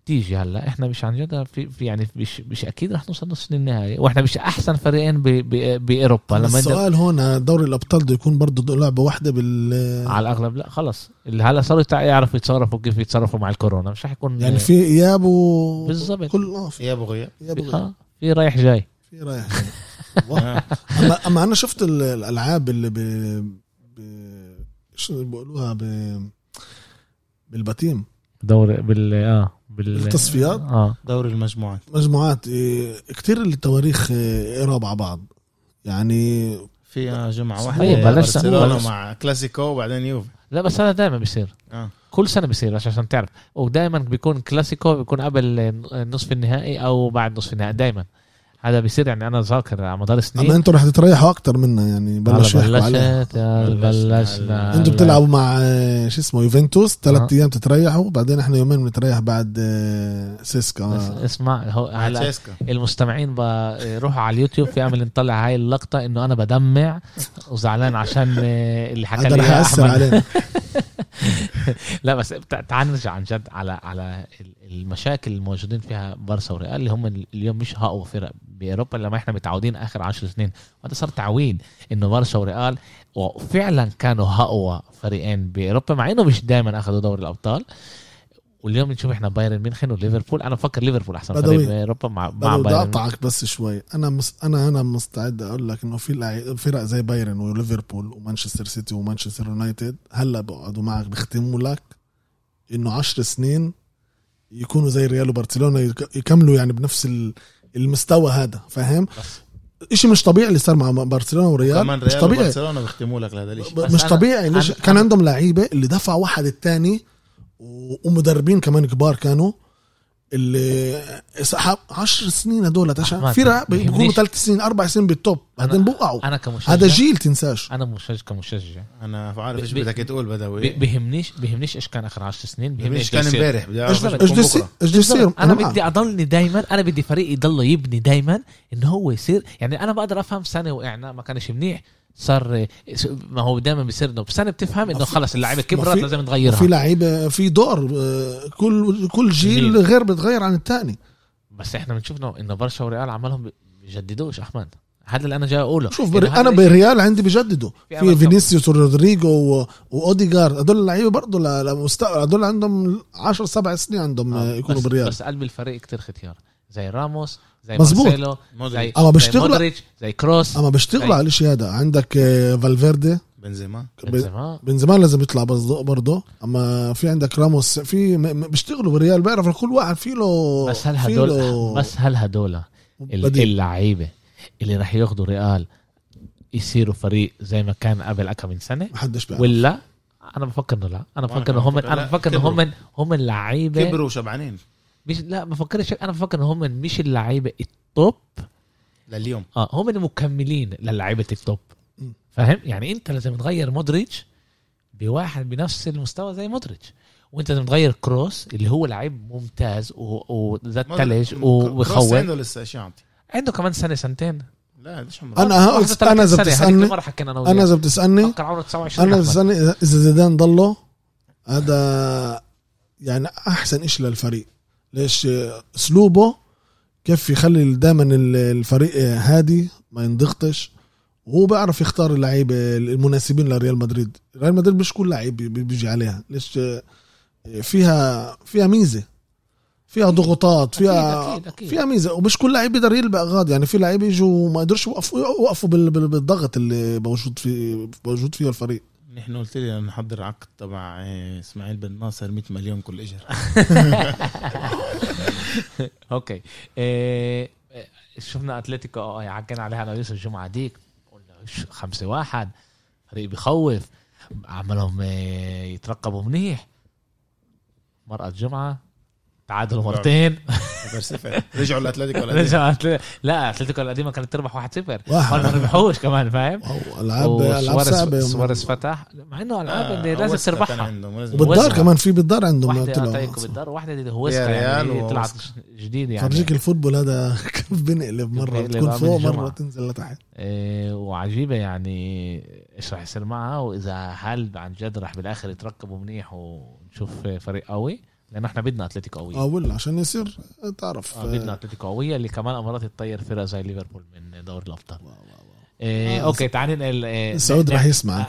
Speaker 1: تيجي هلا احنا مش عن جد في, في يعني مش مش اكيد رح نوصل نصف النهائي واحنا مش احسن فريقين ب ب باوروبا
Speaker 2: لما
Speaker 1: لما انت
Speaker 2: السؤال هون دوري الابطال بده يكون برضه لعبه واحده بال
Speaker 1: على الاغلب لا خلص اللي هلا صاروا يتع- يعرفوا يتصرفوا كيف يتصرفوا مع الكورونا مش رح يكون
Speaker 2: يعني في اياب و
Speaker 1: بالظبط.
Speaker 2: كل اه في
Speaker 3: يا ابو غياب
Speaker 2: اياب وغياب.
Speaker 1: آه في رايح جاي
Speaker 2: في رايح اما اما انا شفت ال- الالعاب اللي ب... ب... شو بيقولوها ب... بالبتيم
Speaker 1: دوري بال اه بال
Speaker 2: التصفيات؟
Speaker 1: اه
Speaker 3: دوري المجموعات
Speaker 2: مجموعات إيه، كتير التواريخ إيه، قراب على بعض يعني
Speaker 1: إيه؟
Speaker 3: فيها جمعه واحده
Speaker 1: طيب، بلاش- بلاش.
Speaker 3: برشلونه مع كلاسيكو وبعدين يوفي
Speaker 1: لا بس هذا دائما بيصير
Speaker 3: اه
Speaker 1: كل سنه بيصير عشان- عشان تعرف ودائما بيكون كلاسيكو بيكون قبل نصف النهائي او بعد نصف النهائي دائما هذا بيصير يعني انا ذاكر على مدار
Speaker 2: اما
Speaker 1: سنين
Speaker 2: انتم رح تتريحوا اكثر منا يعني بلشوا يحكوا عليها
Speaker 1: بلشت يا
Speaker 3: بلشنا.
Speaker 1: بلشنا
Speaker 2: انتم بتلعبوا مع آه، شو اسمه يوفنتوس
Speaker 1: آه.
Speaker 2: ثلاث ايام تتريحوا بعدين احنا يومين بنتريح بعد آه،
Speaker 1: بس
Speaker 2: سيسكا
Speaker 1: اسمع هو
Speaker 3: مع
Speaker 1: هلا
Speaker 3: تشيسكا
Speaker 1: المستمعين بروحوا على اليوتيوب في امل نطلع هاي اللقطه انه انا بدمع وزعلان عشان آه، اللي حكى
Speaker 2: هذا
Speaker 1: لي
Speaker 2: رح
Speaker 1: إياه
Speaker 2: ياثر
Speaker 1: احمد
Speaker 2: علينا
Speaker 1: لا بس تع- تعال نرجع عن جد على على ال- المشاكل الموجودين فيها بارسا وريال اللي هم ال- اليوم مش اقوى فرق باوروبا لما احنا متعودين اخر 10 سنين وهذا صار تعويد انه بارسا وريال وفعلا كانوا اقوى فريقين باوروبا مع انه مش دائما اخذوا دوري الابطال واليوم نشوف احنا بايرن ميونخ وليفربول انا بفكر ليفربول احسن
Speaker 2: بدوي.
Speaker 1: فريق باوروبا مع مع
Speaker 2: بدي
Speaker 1: بايرن
Speaker 2: اقطعك بس شوي انا مس... انا انا مستعد اقول لك انه في لعي- فرق زي بايرن وليفربول ومانشستر سيتي ومانشستر يونايتد هلا بقعدوا معك بيختموا لك انه عشر سنين يكونوا زي ريال وبرشلونه يك- يكملوا يعني بنفس ال- المستوى هذا فاهم؟
Speaker 1: بس.
Speaker 2: شيء مش طبيعي اللي صار مع برشلونه
Speaker 3: كمان
Speaker 2: وريال مش
Speaker 3: ريال
Speaker 2: طبيعي
Speaker 3: وبرشلونه بيختموا لك لهذا الشيء
Speaker 1: بس
Speaker 2: ب- مش
Speaker 1: أنا-
Speaker 2: طبيعي ليش
Speaker 1: أنا-
Speaker 2: كان
Speaker 1: أنا-
Speaker 2: عندهم لعيبه اللي دفعوا واحد الثاني ومدربين كمان كبار كانوا اللي سحب 10 سنين هدول
Speaker 1: أحمد،
Speaker 2: تشا فرق
Speaker 1: ما
Speaker 2: بيكونوا
Speaker 1: يهمنيش.
Speaker 2: ثلاث سنين اربع سنين بالتوب بعدين بوقعوا
Speaker 1: انا كمشجع
Speaker 2: هذا جيل تنساش
Speaker 1: انا مشجع كمشجع
Speaker 3: انا عارف ايش
Speaker 1: ب- ب-
Speaker 3: بدك تقول بدوي
Speaker 1: ب- بهمنيش بهمنيش ايش كان اخر 10 سنين بهمنيش
Speaker 3: مش كان
Speaker 1: بيصير.
Speaker 3: امبارح بدي اعرف
Speaker 1: بالضبط.
Speaker 3: ايش
Speaker 2: ايش بده
Speaker 3: بيكون
Speaker 2: يصير؟
Speaker 3: بكره
Speaker 2: ايش بده يصير؟ نعم.
Speaker 1: بالضبط. انا بدي اضلني دايما انا بدي فريقي يضل يبني دايما انه هو يصير يعني انا بقدر افهم سنه وقعنا ما كانش منيح صار ما هو دايما بيصير انه بسنه بتفهم انه
Speaker 2: ما في-
Speaker 1: خلص اللعيبه
Speaker 2: ما في-
Speaker 1: كبرت لازم
Speaker 2: في
Speaker 1: نغيرها
Speaker 2: لعيبه في دور آه، كل كل جيل
Speaker 1: جيل.
Speaker 2: غير بتغير عن الثاني
Speaker 1: بس احنا بنشوف انه انه برشا وريال عمالهم بيجددوش احمد هذا اللي انا جاي اقوله
Speaker 2: شوف
Speaker 1: إنه
Speaker 2: بري...
Speaker 1: يعني هذا
Speaker 2: انا
Speaker 1: الإشي-
Speaker 2: بريال عندي بجددوا
Speaker 1: في
Speaker 2: في
Speaker 1: أمل
Speaker 2: فينيسيوس ورودريجو و... واوديجارد هدول اللعيبه برضه ل... لمستقبل هدول عندهم 10 7 سنين عندهم آه.
Speaker 1: آه،
Speaker 2: يكونوا
Speaker 1: بس-
Speaker 2: بريال
Speaker 1: بس قلب الفريق كتير ختيار زي راموس زي
Speaker 2: مظبوط.
Speaker 1: مارسيلو
Speaker 3: مودريتش
Speaker 1: زي
Speaker 2: أما
Speaker 1: زي
Speaker 2: بيشتغلوا-
Speaker 1: مودريتش زي كروس
Speaker 2: اما بيشتغلوا
Speaker 1: طيب.
Speaker 2: على الشيء هذا عندك آه، فالفيردي
Speaker 3: بنزيما
Speaker 1: بنزيما.
Speaker 2: بنزيما لازم يطلع برضه اما في عندك راموس في م... م- بيشتغلوا بريال بيعرف كل واحد في له
Speaker 1: بس هل
Speaker 2: في
Speaker 1: هدول
Speaker 2: له
Speaker 1: بس هل هدول ال-
Speaker 2: بديل.
Speaker 1: اللعيبه اللي راح ياخذوا ريال يصيروا فريق زي ما كان قبل أكم من سنه
Speaker 2: ما حدش بيعرف
Speaker 1: ولا انا بفكر انه لا انا بفكر
Speaker 3: كمان
Speaker 1: انه هم
Speaker 3: بفكر
Speaker 1: انا
Speaker 3: لا،
Speaker 1: بفكر انه
Speaker 3: كبروا.
Speaker 1: هم هم اللعيبه
Speaker 3: كبروا وشبعانين
Speaker 1: مش لا بفكرش هيك، انا بفكر انه هم مش اللعيبه التوب
Speaker 3: لليوم
Speaker 1: اه هم المكملين للعيبه التوب
Speaker 2: م.
Speaker 1: فاهم يعني انت لازم تغير مودريتش بواحد بنفس المستوى زي مودريتش وانت لازم تغير كروس اللي هو لعيب ممتاز و- وذات ثلج
Speaker 3: كروس
Speaker 1: وبخوف
Speaker 3: عنده لسه اشي يعطي
Speaker 1: عنده كمان سنه سنتين
Speaker 3: لا ليش عمره
Speaker 2: انا هقول انا اذا بتسالني
Speaker 1: مره حكينا انا
Speaker 2: انا
Speaker 1: وياك
Speaker 2: اذا بتسالني
Speaker 1: فكر عمره 29
Speaker 2: انا
Speaker 1: أحمد.
Speaker 2: بستني اذا إذا زيدان ضله هذا يعني احسن شيء للفريق ليش اسلوبه كيف يخلي دائما الفريق هادي ما ينضغطش وهو بيعرف يختار اللعيبه المناسبين لريال مدريد ريال مدريد مش كل لعيب بي- بي- بيجي عليها ليش فيها فيها ميزه فيها ضغوطات فيها
Speaker 1: أكيد، أكيد.
Speaker 2: فيها ميزه ومش كل لعيب بيقدر يلبق غاد يعني في لعيب يجوا ما قدرش يوقفوا يوقفوا بال- بال- بالضغط اللي موجود في موجود فيه الفريق
Speaker 3: نحن قلت لي نحضر عقد تبع آه، اسماعيل بن ناصر 100 مليون كل اجر
Speaker 1: اوكي إيه شفنا اتلتيكو آه، عكينا عليها انا ويوسف الجمعه ديك قلنا إيش، خمسة واحد فريق بخوف عملهم آه، يترقبوا منيح مرة الجمعة تعادلوا
Speaker 3: طبعاً.
Speaker 1: مرتين
Speaker 3: رجعوا الاتلتيكو ولا
Speaker 1: رجع أتل- لا اتلتيكو القديمه كانت تربح 1-0
Speaker 2: واحد.
Speaker 1: ما ربحوش كمان فاهم
Speaker 2: أو العاب العاب صعبه
Speaker 1: وسواريز- سواريز فتح مع انه
Speaker 3: آه،
Speaker 1: العاب اللي آه، لازم تربحها
Speaker 2: وبالدار
Speaker 1: وسخة.
Speaker 2: كمان في بالدار عندهم
Speaker 1: واحدة
Speaker 2: طلعوا.
Speaker 1: اتلتيكو بالدار وواحدة دي هوسكا
Speaker 3: هي ريال
Speaker 1: يعني هي طلعت
Speaker 3: وهوسكا.
Speaker 1: جديدة يعني
Speaker 2: فرجيك الفوتبول هذا كيف بنقلب مره
Speaker 1: بنقلب
Speaker 2: بتكون
Speaker 1: آه، من
Speaker 2: فوق مره
Speaker 1: الجمعة.
Speaker 2: تنزل لتحت
Speaker 1: إيه، وعجيبه يعني ايش راح يصير معها واذا هل عن جد راح بالاخر يترقبوا منيح ونشوف فريق قوي لان احنا بدنا اتلتيكو قويه
Speaker 2: اه ولا عشان يصير تعرف
Speaker 1: آه، بدنا اتلتيكو قويه اللي كمان امارات تطير فرق زي ليفربول من دوري الابطال
Speaker 2: واو، واو،
Speaker 1: إيه
Speaker 2: آه،
Speaker 1: اوكي تعال ننقل إيه،
Speaker 2: سعود
Speaker 1: ننقل-
Speaker 2: راح يسمع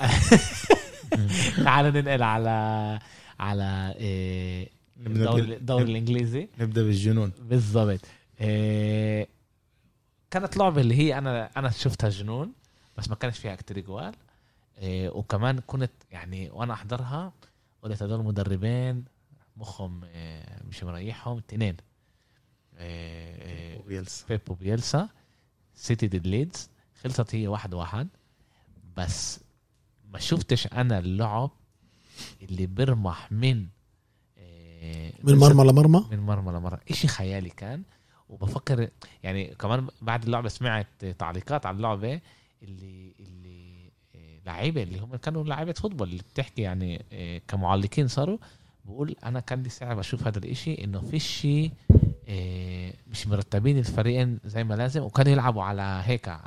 Speaker 1: تعال ننقل على على إيه،
Speaker 3: نبدأ
Speaker 1: الدوري
Speaker 3: بال-
Speaker 1: الدوري الانجليزي
Speaker 3: نبدا بالجنون
Speaker 1: بالضبط إيه، كانت لعبه اللي هي انا انا شفتها جنون بس ما كانش فيها كتير جوال إيه، وكمان كنت يعني وانا احضرها قلت هدول المدربين مخهم إيه، مش مريحهم اثنين آه،
Speaker 3: وبيلسا.
Speaker 1: بيب وبيلسا سيتي ضد ليدز خلصت هي واحد واحد بس ما شفتش انا اللعب اللي برمح من إيه،
Speaker 2: من مرمى لمرمى
Speaker 1: من مرمى لمرة اشي خيالي كان وبفكر يعني كمان بعد اللعبه سمعت تعليقات على اللعبه اللي اللي آه، لعيبه اللي هم كانوا لعيبه فوتبول اللي بتحكي يعني آه، كمعلقين صاروا بقول انا كان لي ساعه بشوف هذا الاشي انه في شيء آه، مش مرتبين الفريقين زي ما لازم وكانوا يلعبوا على هيك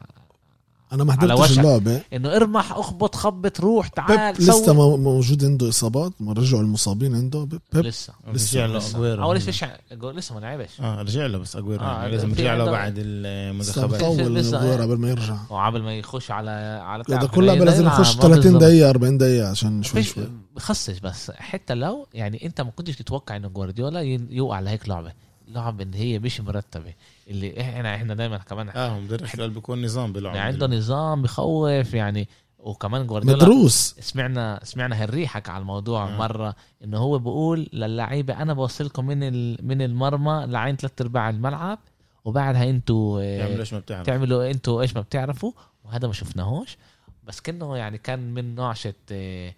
Speaker 2: انا ما
Speaker 1: على
Speaker 2: حضرتش
Speaker 1: وشك.
Speaker 2: اللعبه
Speaker 1: انه ارمح اخبط خبط روح تعال
Speaker 2: بيب طيب، لسه مو- موجود عنده اصابات ما رجعوا المصابين عنده بيب, بيب
Speaker 1: لسه
Speaker 3: رجع آه، له
Speaker 1: لسه.
Speaker 3: اجويرو
Speaker 1: اول شيء فيش- لسه ما لعبش
Speaker 3: اه رجع له بس اجويرو
Speaker 1: آه،
Speaker 3: يعني لازم
Speaker 1: في
Speaker 3: رجع له
Speaker 1: عنده-
Speaker 3: بعد
Speaker 2: لسه
Speaker 3: المنتخبات
Speaker 1: في-
Speaker 2: مطول
Speaker 1: لسه-
Speaker 2: الغوار قبل ما يرجع
Speaker 1: وعبل ما يخش على على
Speaker 2: هذا
Speaker 1: تعب
Speaker 2: كله
Speaker 1: فريق،
Speaker 2: لازم
Speaker 1: آه، لا،
Speaker 2: يخش
Speaker 1: ما
Speaker 2: 30
Speaker 1: بالظبط.
Speaker 2: دقيقه 40 دقيقه عشان شوي
Speaker 1: فيش
Speaker 2: شوي
Speaker 1: بخصش بس حتى لو يعني انت ما كنتش تتوقع انه جوارديولا ي- يوقع لهيك لعبه لعبه اللي هي مش مرتبه اللي احنا احنا دايما كمان
Speaker 3: اه هو مدرب حلال بيكون نظام بيلعب
Speaker 1: يعني عنده نظام بخوف يعني وكمان جوارديولا
Speaker 2: مدروس
Speaker 1: سمعنا سمعنا هالريحك على الموضوع
Speaker 3: آه.
Speaker 1: آه. مره انه هو بيقول للعيبه انا بوصلكم من ال- من المرمى لعين ثلاث ارباع الملعب وبعدها انتوا آه،
Speaker 3: بيعمل ايش ما بتعرف
Speaker 1: تعملوا انتوا ايش ما بتعرفوا وهذا ما شفناهوش بس كانه يعني كان من نعشة اه،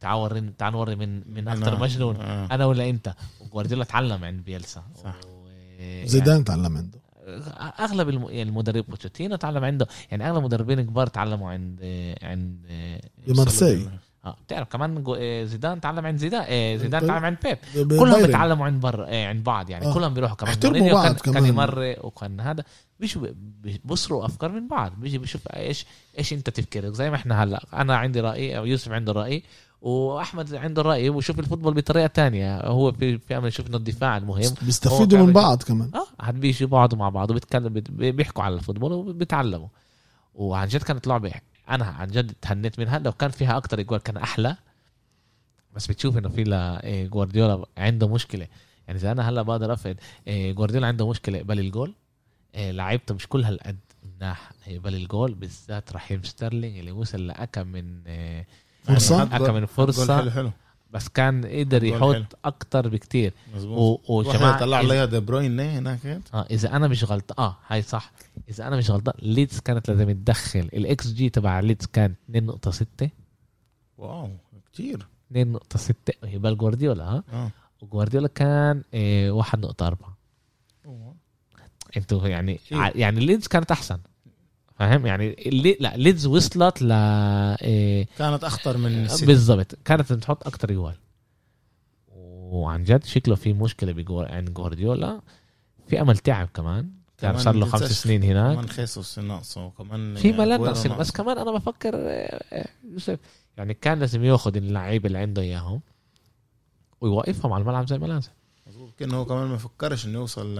Speaker 1: تعورين تعال نوري من من اكثر مجنون
Speaker 3: آه.
Speaker 1: انا ولا انت وجوارديولا تعلم عند بيلسا
Speaker 3: صح.
Speaker 1: و- اه، يعني
Speaker 2: زيدان تعلم عنده
Speaker 1: اغلب الم- يعني المدرب بوتشيتينو تعلم عنده يعني اغلب مدربين كبار تعلموا عند اه، عند اه،
Speaker 2: بمارسي
Speaker 1: اه بتعرف كمان جو- اه، زيدان تعلم عند زيدان اه، زيدان
Speaker 2: بيب.
Speaker 1: تعلم عند بيب
Speaker 2: ب-
Speaker 1: كلهم
Speaker 2: بايرن.
Speaker 1: بيتعلموا عند بر آه، عند بعض يعني
Speaker 2: آه.
Speaker 1: آه. كلهم بيروحوا كمان
Speaker 2: احترموا
Speaker 1: مورينيو
Speaker 2: بعض
Speaker 1: كان كان
Speaker 2: كمان.
Speaker 1: يمر وكان هذا مش بيصروا افكار من بعض بيجي بيشوف ايش ايش انت تفكيرك زي ما احنا هلا انا عندي رايي او يوسف عنده راي واحمد عنده راي وشوف الفوتبول بطريقه تانية هو في في عمل شفنا الدفاع المهم هو
Speaker 2: بيستفيدوا
Speaker 1: بيعمل-
Speaker 2: من بعض كمان
Speaker 1: اه عاد بيجوا بيقعدوا مع بعض وبيتكلموا بيت- بيحكوا على الفوتبول وبيتعلموا وعن جد كانت لعبه انا عن جد تهنيت منها لو كان فيها اكتر اجوال كان احلى بس بتشوف انه في لا- إيه، جوارديولا عنده مشكله يعني اذا انا هلا بقدر افقد إيه، جوارديولا عنده مشكله قبل الجول إيه، لعيبته مش كلها هالقد مناح قبل الجول بالذات رحيم ستيرلينج اللي وصل لاكم من إيه،
Speaker 2: فرصة؟
Speaker 1: يعني اكم من
Speaker 3: فرصه حلو
Speaker 1: فرصه
Speaker 3: حلو
Speaker 1: بس كان قدر
Speaker 3: جول
Speaker 1: يحط
Speaker 3: حلو.
Speaker 1: اكتر بكتير
Speaker 3: مظبوط
Speaker 1: و- وجماعه
Speaker 3: واحد طلع عليها دي بروين إيه، هناك هيك.
Speaker 1: اه اذا انا مش غلطان اه هاي صح اذا انا مش غلطان ليدز كانت لازم تدخل الاكس جي تبع ليدز كان 2.6
Speaker 3: واو كتير
Speaker 1: 2.6 هي بال جوارديولا ها
Speaker 3: اه
Speaker 1: وجوارديولا كان آه 1.4 انتوا يعني ع- يعني ليدز كانت احسن فاهم يعني اللي لا ليدز وصلت ل آه
Speaker 3: كانت اخطر من السيتي
Speaker 1: بالضبط كانت بتحط اكتر جوال وعن جد شكله في مشكله بجوار عند جوارديولا في امل تعب كمان كان
Speaker 3: كمان
Speaker 1: صار له
Speaker 3: ما
Speaker 1: خمس
Speaker 3: تنساش
Speaker 1: سنين هناك
Speaker 3: كمان خيسوس ناقصه وكمان
Speaker 1: في ملل
Speaker 3: أجويرو
Speaker 1: ناقصين بس
Speaker 3: ناقصه
Speaker 1: كمان انا بفكر آه، آه، يوسف يعني كان لازم ياخذ اللعيبه اللي عنده اياهم ويوقفهم على الملعب زي ما لازم
Speaker 3: مظبوط كان هو كمان ما فكرش انه يوصل ل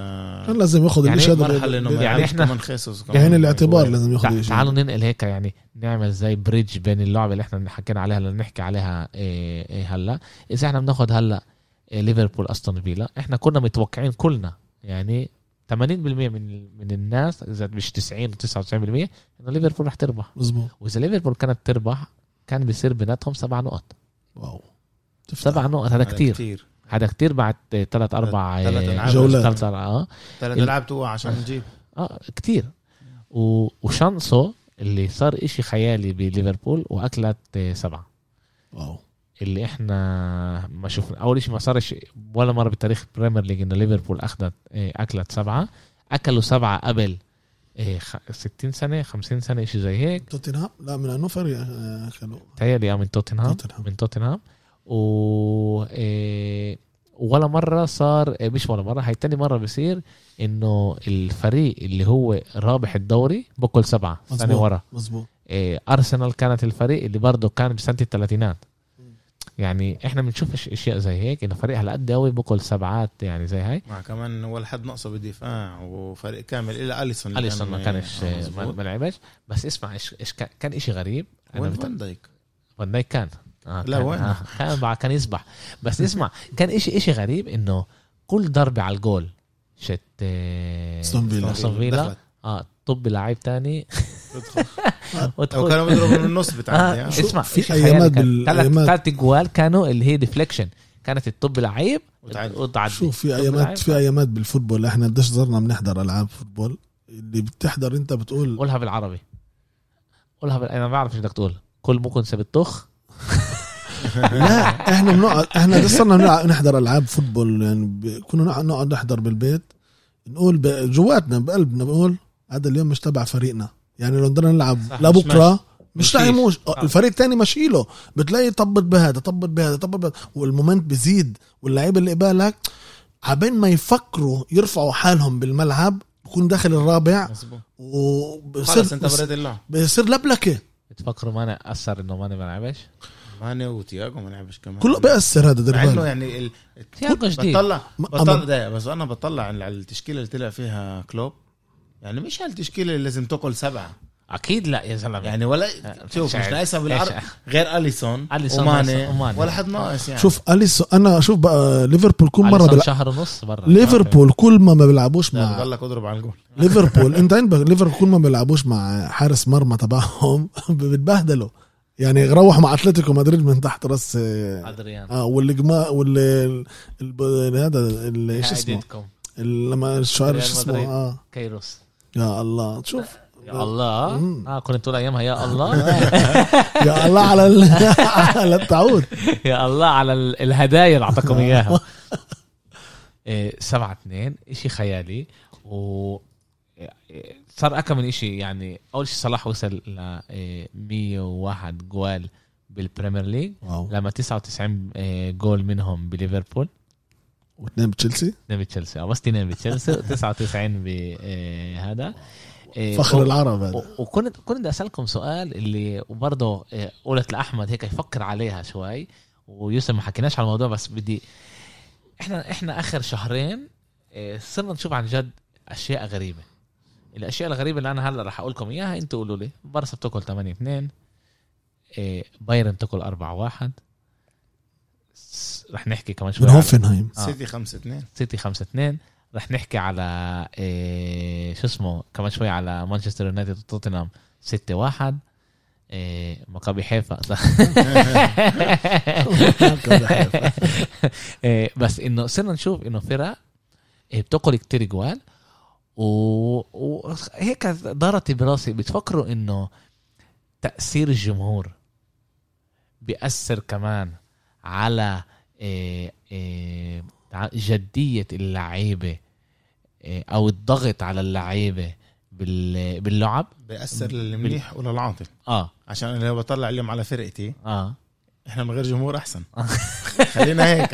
Speaker 2: كان لازم ياخذ
Speaker 1: يعني
Speaker 2: الاشاده
Speaker 3: مرحله انه ما
Speaker 2: بال-
Speaker 1: يعني
Speaker 3: يعرفش
Speaker 1: إحنا-
Speaker 3: كمان خيسوس كمان
Speaker 2: بعين الاعتبار
Speaker 3: هو-
Speaker 2: لازم ياخذ
Speaker 1: تع-
Speaker 2: الاشاده
Speaker 1: تعالوا ننقل هيك يعني نعمل زي بريدج بين اللعبه اللي احنا حكينا عليها اللي نحكي عليها إيه إيه هلا اذا احنا بناخد هلا إيه ليفربول استون فيلا احنا كنا متوقعين كلنا يعني 80% من من الناس اذا مش 90 و99% انه ليفربول رح تربح
Speaker 2: مزبوط
Speaker 1: واذا ليفربول كانت تربح كان بيصير بيناتهم سبع نقط
Speaker 2: واو
Speaker 1: سبع نقط هذا كتير هذا كتير بعد ثلاث اربع
Speaker 3: تلات
Speaker 1: إيه،
Speaker 3: ألعاب.
Speaker 2: جولات.
Speaker 1: تلات ألعاب. اه
Speaker 3: ثلاث
Speaker 1: ال-
Speaker 3: العاب توقع عشان نجيب
Speaker 1: اه كتير و... وشانسو اللي صار إشي خيالي بليفربول واكلت آه، سبعه
Speaker 2: واو
Speaker 1: اللي احنا ما شفنا اول شيء ما صارش ولا مره بتاريخ بريمير ليج انه ليفربول اخذت آه، اكلت سبعه اكلوا سبعه قبل آه، خ- 60 سنه 50 سنه شيء زي هيك
Speaker 2: توتنهام لا من انه فريق آه، كانوا
Speaker 1: تهيألي آه، من توتنهام
Speaker 2: توتنهام.
Speaker 1: من توتنهام و آه، ولا مره صار آه، مش ولا مره هي تاني مره بصير انه الفريق اللي هو رابح الدوري بكل سبعه
Speaker 2: مظبوط.
Speaker 1: سنه ورا
Speaker 2: مظبوط
Speaker 1: إيه، ارسنال كانت الفريق اللي برضه كان بسنه الثلاثينات يعني احنا بنشوف إش- اشياء زي هيك انه فريق هالقد قوي بكل سبعات يعني زي هاي
Speaker 3: مع كمان ولا حد ناقصه بالدفاع وفريق كامل الا اليسون اللي
Speaker 1: اليسون ما
Speaker 3: كان-
Speaker 1: كانش
Speaker 3: آه،
Speaker 1: آه، ما
Speaker 3: يعني مظبوط.
Speaker 1: ما لعبش بس اسمع ايش ايش كان- كان شيء غريب انا
Speaker 3: وين
Speaker 1: بت-
Speaker 3: فان دايك
Speaker 1: فان دايك كان آه
Speaker 3: لا
Speaker 1: كان-
Speaker 3: وين؟
Speaker 1: آه كان بع- كان يسبح بس اسمع كان إشي إشي غريب انه كل ضربه على الجول شت آه،
Speaker 2: استون فيلا.
Speaker 1: استون فيلا
Speaker 3: دخلت.
Speaker 1: اه طب لعيب تاني
Speaker 3: او كانوا بيضربوا من النص بتاعتي
Speaker 1: آه
Speaker 3: آه.
Speaker 1: اسمع
Speaker 2: في
Speaker 1: في
Speaker 2: أيامات
Speaker 1: خيال كان
Speaker 2: بال-
Speaker 1: ثلاث
Speaker 2: أيامات-
Speaker 1: ثلاث جوال كانوا اللي هي ديفليكشن كانت الطب لعيب
Speaker 3: وتعدي.
Speaker 1: وتعدي
Speaker 2: شوف في
Speaker 1: طب لعيب.
Speaker 2: ايامات في ايامات بالفوتبول احنا قديش صرنا بنحضر العاب فوتبول اللي بتحضر انت بتقول
Speaker 1: قولها بالعربي قولها بال... انا ما بعرف ايش بدك تقول كل ممكن سبتخ
Speaker 2: لا احنا بنقعد احنا قديش صرنا بنلعب- نحضر العاب فوتبول يعني ب... كنا نقعد- نقعد نحضر بالبيت نقول ب... جواتنا بقلبنا بنقول هذا اليوم مش تبع فريقنا يعني لو بدنا نلعب
Speaker 3: صح، مش
Speaker 2: لبكره مش
Speaker 3: مش
Speaker 2: رح
Speaker 3: فيش.
Speaker 2: يموش آه،
Speaker 1: آه.
Speaker 2: الفريق الثاني مشيله بتلاقي طبط بهذا طبط بهذا طبط بهذا والمومنت بزيد واللعيب اللي قبالك عبين ما يفكروا يرفعوا حالهم بالملعب بكون داخل الرابع
Speaker 3: مظبوط خلص انت
Speaker 2: وبصير
Speaker 3: بريت اللعب
Speaker 2: بصير لبلكه
Speaker 1: بتفكروا ما انا اثر انه ما انا بلعبش
Speaker 3: ماني وتياجو ما لعبش كمان
Speaker 2: كله بيأثر هذا
Speaker 3: مع انه
Speaker 2: دربان
Speaker 3: يعني ال...
Speaker 1: تياجو جديد
Speaker 3: بطلع
Speaker 2: ما-
Speaker 3: بطلع
Speaker 2: أما-
Speaker 3: دقيقة بس انا بطلع على التشكيله اللي طلع فيها كلوب يعني مش هالتشكيله اللي لازم تاكل سبعه
Speaker 1: اكيد لا يا زلمه
Speaker 3: يعني ولا شوف
Speaker 1: آه،
Speaker 3: مش
Speaker 1: عارف.
Speaker 3: ناقصها بالعرض
Speaker 1: إيش-
Speaker 3: غير اليسون
Speaker 1: أليسون،
Speaker 3: وماني
Speaker 1: أليسون، وماني.
Speaker 3: ولا حد ناقص يعني
Speaker 2: شوف اليسون انا شوف بقى ليفربول كل مره
Speaker 1: أليسون
Speaker 2: بلع...
Speaker 1: شهر ونص برا
Speaker 2: ليفربول كل ما ما بيلعبوش
Speaker 3: لا
Speaker 2: مع
Speaker 3: بضلك اضرب على الجول
Speaker 2: ليفربول انت عندك ليفربول كل ما بيلعبوش مع حارس مرمى تبعهم بتبهدلوا يعني روح مع اتلتيكو مدريد من تحت راس اه
Speaker 1: ادريان
Speaker 2: والجماع وال الب- هذا ال- ايش اسمه
Speaker 1: هايديتكم.
Speaker 2: ال- لما الشعار
Speaker 1: ريال
Speaker 2: ايش اسمه
Speaker 1: مدريد.
Speaker 2: اه
Speaker 1: كيروس
Speaker 2: يا الله تشوف
Speaker 1: يا الله
Speaker 2: مم.
Speaker 1: اه كنت طول ايامها يا الله
Speaker 2: يا الله على ال- على التعود
Speaker 1: يا الله على ال- الهدايا اللي اعطاكم اياها إيه، سبعة اثنين اشي خيالي و إيه، صار اكم من اشي يعني اول شيء صلاح وصل ل إيه، 101 جوال بالبريمير ليج
Speaker 2: واو
Speaker 1: لما 99 إيه، جول منهم بليفربول
Speaker 2: واثنين بتشيلسي
Speaker 1: اثنين بتشيلسي اه بس اثنين بتشيلسي 99 بهذا
Speaker 3: إيه،
Speaker 1: إيه،
Speaker 2: فخر العرب هذا
Speaker 1: و- وكنت كنت بدي اسالكم سؤال اللي وبرضه آه، قلت لاحمد هيك يفكر عليها شوي ويوسف ما حكيناش على الموضوع بس بدي احنا احنا اخر شهرين آه، صرنا نشوف عن جد اشياء غريبه الاشياء الغريبه اللي انا هلا رح اقول لكم اياها انتوا قولوا لي بارسا بتاكل 8 2 آه، بايرن بتاكل 4 1 س- رح نحكي كمان شوي
Speaker 2: من
Speaker 1: عن
Speaker 2: هوفنهايم
Speaker 1: آه.
Speaker 3: سيتي 5 2
Speaker 1: سيتي 5 2 رح نحكي على إيه شو اسمه كمان شوي على مانشستر يونايتد وتوتنهام 6 1 إيه مكابي حيفا إيه بس انه صرنا نشوف انه فرق إيه، بتقل كتير جوال و- وهيك دارت براسي بتفكروا انه تاثير الجمهور بيأثر كمان على إيه، إيه، ع- جدية اللعيبة إيه، أو الضغط على اللعيبة بال- باللعب
Speaker 3: بياثر للمنيح وللعاطل
Speaker 1: آه
Speaker 3: عشان انا لو بطلع اليوم على فرقتي
Speaker 1: آه
Speaker 3: احنا من غير جمهور احسن خلينا هيك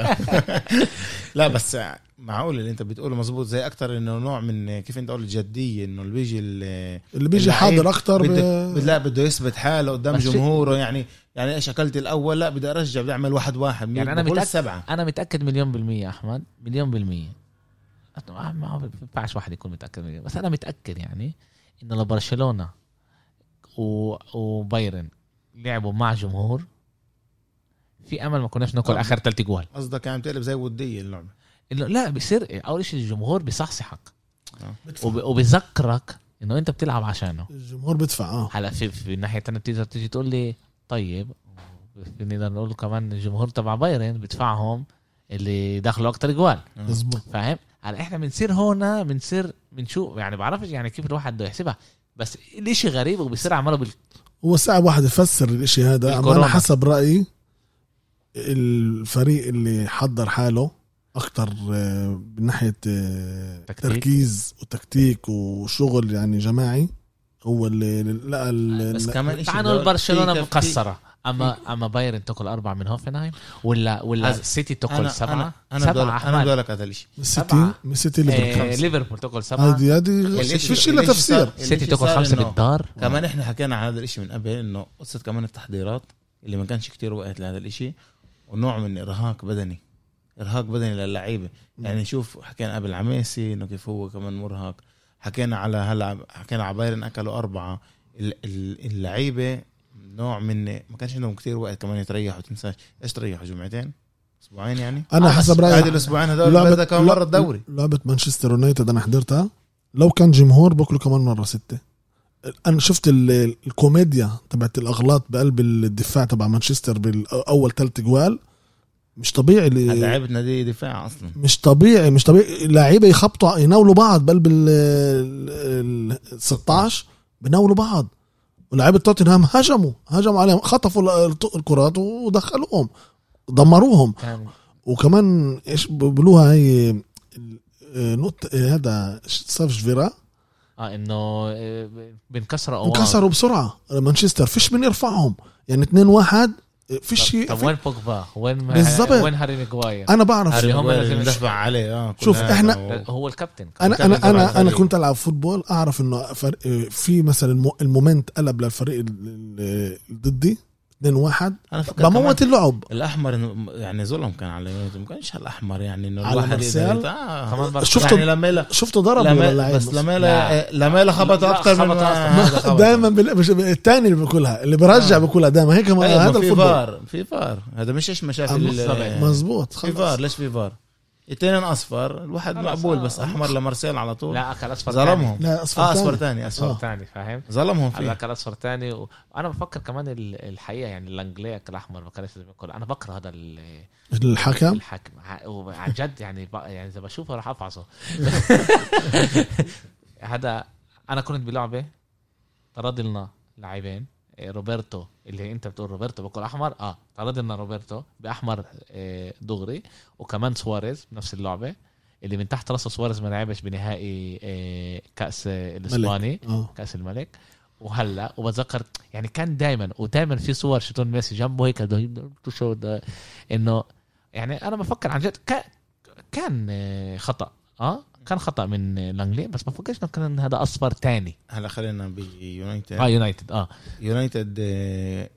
Speaker 3: لا بس معقول اللي انت بتقوله مزبوط زي اكتر انه نوع من كيف انت قلت الجديه انه اللي بيجي ال-
Speaker 2: اللي بيجي
Speaker 3: اللعيب
Speaker 2: حاضر اكتر
Speaker 3: بده
Speaker 2: ب...
Speaker 3: لا بده يثبت حاله قدام
Speaker 1: بس شو-
Speaker 3: جمهوره يعني يعني ايش اكلت الاول لا بدي ارجع بدي اعمل واحد واحد
Speaker 1: يعني أنا
Speaker 3: بقول
Speaker 1: متأكد-
Speaker 3: السبعه
Speaker 1: انا متاكد مليون بالميه يا احمد مليون بالميه أت- ما ما بينفعش واحد يكون متاكد مليون بس انا متاكد يعني انه لو برشلونه و... وبايرن لعبوا مع جمهور في امل ما كناش ناكل
Speaker 3: طب.
Speaker 1: اخر ثلاث جوال
Speaker 3: قصدك يعني بتقلب زي وديه اللعبه
Speaker 1: انه لا بصير اول شيء الجمهور بصحصحك
Speaker 2: بدفع.
Speaker 1: وب... وبذكرك انه انت بتلعب عشانه
Speaker 2: الجمهور بدفع اه
Speaker 1: على في, في الناحيه الثانيه بتقدر تيجي تقول لي طيب نقدر نقول كمان الجمهور تبع بايرن بدفعهم اللي دخلوا اكتر جوال
Speaker 3: آه.
Speaker 2: مزبوط
Speaker 1: فاهم هلا احنا بنصير هنا بنصير بنشوف يعني بعرفش يعني كيف الواحد بده يحسبها بس الاشي غريب وبصير عماله بال...
Speaker 2: هو صعب واحد يفسر الاشي هذا اما
Speaker 1: الكورونا.
Speaker 2: انا حسب رايي الفريق اللي حضر حاله اكتر آه، من ناحيه آه،
Speaker 1: تكتيك.
Speaker 2: تركيز وتكتيك وشغل يعني جماعي هو اللي اللي لقى ال-
Speaker 1: آه، بس
Speaker 2: ال-
Speaker 1: كمان
Speaker 3: إشي
Speaker 1: تعالوا
Speaker 3: ده-
Speaker 1: برشلونه
Speaker 3: في تفكير.
Speaker 1: مكسره اما اما بايرن تاكل اربعه من هوفنهايم ولا ولا
Speaker 3: هذا-
Speaker 1: سيتي
Speaker 3: انا
Speaker 1: تاكل
Speaker 3: انا
Speaker 1: سبعه
Speaker 3: انا بدي
Speaker 1: سبعه
Speaker 3: أقول- انا بدي
Speaker 1: احمد
Speaker 3: أقول لك هذا الشيء
Speaker 2: السيتي
Speaker 1: سبعة.
Speaker 2: السيتي
Speaker 1: آه،
Speaker 2: ليفربول
Speaker 1: ليفربول تاكل سبعه
Speaker 2: هذه هذه
Speaker 3: الإشي-
Speaker 2: فيش الا
Speaker 3: الإشي صار-
Speaker 2: تفسير
Speaker 1: سيتي
Speaker 3: الإشي
Speaker 1: تاكل
Speaker 3: صار
Speaker 1: خمسه
Speaker 3: إنه
Speaker 1: بالدار
Speaker 2: نعم.
Speaker 3: كمان احنا حكينا عن هذا الشيء من قبل انه قصه كمان التحضيرات اللي ما كانش كتير وقت لهذا الشيء ونوع من ارهاق بدني ارهاق بدني للعيبه
Speaker 2: نعم.
Speaker 3: يعني شوف حكينا قبل عميسي انه كيف هو كمان مرهق حكينا على هلا حكينا على بايرن اكلوا اربعه ال- ال- اللعيبه نوع من ما كانش عندهم كتير وقت كمان يتريحوا تنساش ايش تريحوا جمعتين اسبوعين يعني
Speaker 2: انا
Speaker 1: آه، بس
Speaker 2: حسب رايي
Speaker 3: هذه الاسبوعين هذول بدها كمان مره الدوري
Speaker 2: لعبة مانشستر يونايتد انا حضرتها لو كان جمهور باكلوا كمان مرة ستة انا شفت ال- الكوميديا تبعت الاغلاط بقلب الدفاع تبع مانشستر بالاول ثلاث جوال مش طبيعي
Speaker 3: هاد
Speaker 2: اللي-
Speaker 3: لعيبه نادي دفاع اصلا
Speaker 2: مش طبيعي مش طبيعي لعيبه يخبطوا يناولوا بعض بقلب ال- ال ال 16 بناولوا بعض ولاعيبه توتنهام هجموا هجموا عليهم خطفوا ال- الكرات ودخلوهم دمروهم
Speaker 1: كان
Speaker 2: وكمان ايش بقولوها هي ال- آه، نقطة آه، هذا ش- صف فيرا
Speaker 1: اه انه آه، بنكسروا أواضع.
Speaker 2: انكسروا بسرعة مانشستر فيش من يرفعهم يعني 2-1 آه، فيش
Speaker 1: طب, طب
Speaker 2: في-
Speaker 1: وين بوجبا؟ وين
Speaker 2: بالظبط.
Speaker 1: وين هاري ماجواير؟
Speaker 2: انا بعرف
Speaker 1: هاري هم
Speaker 3: اللي
Speaker 1: لازم
Speaker 3: مدفع عليه اه
Speaker 2: شوف،
Speaker 3: كلها
Speaker 2: إحنا-
Speaker 3: و-
Speaker 1: هو الكابتن
Speaker 2: انا انا انا انا
Speaker 3: الفريق.
Speaker 2: كنت العب فوتبول اعرف انه فرق آه، في مثلا المو- المومنت قلب للفريق ال- ال- ضدي 2-1
Speaker 3: انا فكرت كمان
Speaker 2: بموت اللعب
Speaker 3: الاحمر إنه- يعني ظلم كان على يونايتد ما كانش الاحمر يعني انه
Speaker 2: على
Speaker 3: الواحد
Speaker 2: مارسيال؟
Speaker 3: يقدر- آه.
Speaker 1: كمان برشا-
Speaker 2: شفت-
Speaker 3: يعني لاميلا
Speaker 2: شفته ضرب ولا
Speaker 3: لاميلا
Speaker 2: لعيب
Speaker 3: بس آه،
Speaker 2: بس
Speaker 3: لاميلا لاميلا خبط
Speaker 1: لا،
Speaker 3: اكثر من
Speaker 1: خبط أكتر.
Speaker 2: دائما الثاني اللي بياكلها اللي برجع
Speaker 3: آه.
Speaker 2: بياكلها دائما هيك ما-
Speaker 3: هذا
Speaker 2: هذا
Speaker 3: في
Speaker 2: الفوتبول
Speaker 3: فار في فار هذا مش ايش مشاكل
Speaker 2: آه،
Speaker 3: ال-
Speaker 2: مزبوط
Speaker 3: في
Speaker 2: خلص
Speaker 3: فار ليش في فار؟ اثنين اصفر الواحد
Speaker 1: خلص،
Speaker 3: مقبول
Speaker 1: آه.
Speaker 3: بس احمر لمارسيال على طول آه،
Speaker 1: لا اكل اصفر تاني.
Speaker 3: أيوه. ظلمهم
Speaker 2: لا
Speaker 3: اه
Speaker 2: اصفر
Speaker 3: اصفر
Speaker 2: ثاني
Speaker 3: ثاني
Speaker 1: اصفر
Speaker 3: اصفر
Speaker 1: ثاني فاهم
Speaker 3: ظلمهم
Speaker 1: هلا
Speaker 3: فيه
Speaker 1: اكل اصفر ثاني وانا بفكر كمان ال- الحقيقه يعني الانجليه اكل احمر ما كانش لازم ياكل انا بكره هذا ال-
Speaker 2: الحكم
Speaker 1: الحكم ع- وعن جد يعني ب... يعني اذا بشوفه راح افعصه هذا انا كنت بلعبه طردلنا لاعبين إيه، روبرتو اللي انت بتقول روبرتو باكل احمر اه طردلنا روبرتو باحمر آه، دغري وكمان سواريز بنفس اللعبه اللي من تحت راسه سواريز ما لعبش بنهائي آه، كاس آه، الاسباني
Speaker 2: اه
Speaker 1: كاس الملك وهلا وبتذكر يعني كان دائما ودائما في صور شتون ميسي جنبه هيك بده شو ده انه يعني انا بفكر عن جد كان كان آه، خطا اه كان خطا من آه، لانجلي بس بفكرش انه كان هذا اصفر تاني
Speaker 3: هلا خلينا بيونايتد
Speaker 1: اه يونايتد اه
Speaker 3: يونايتد آه،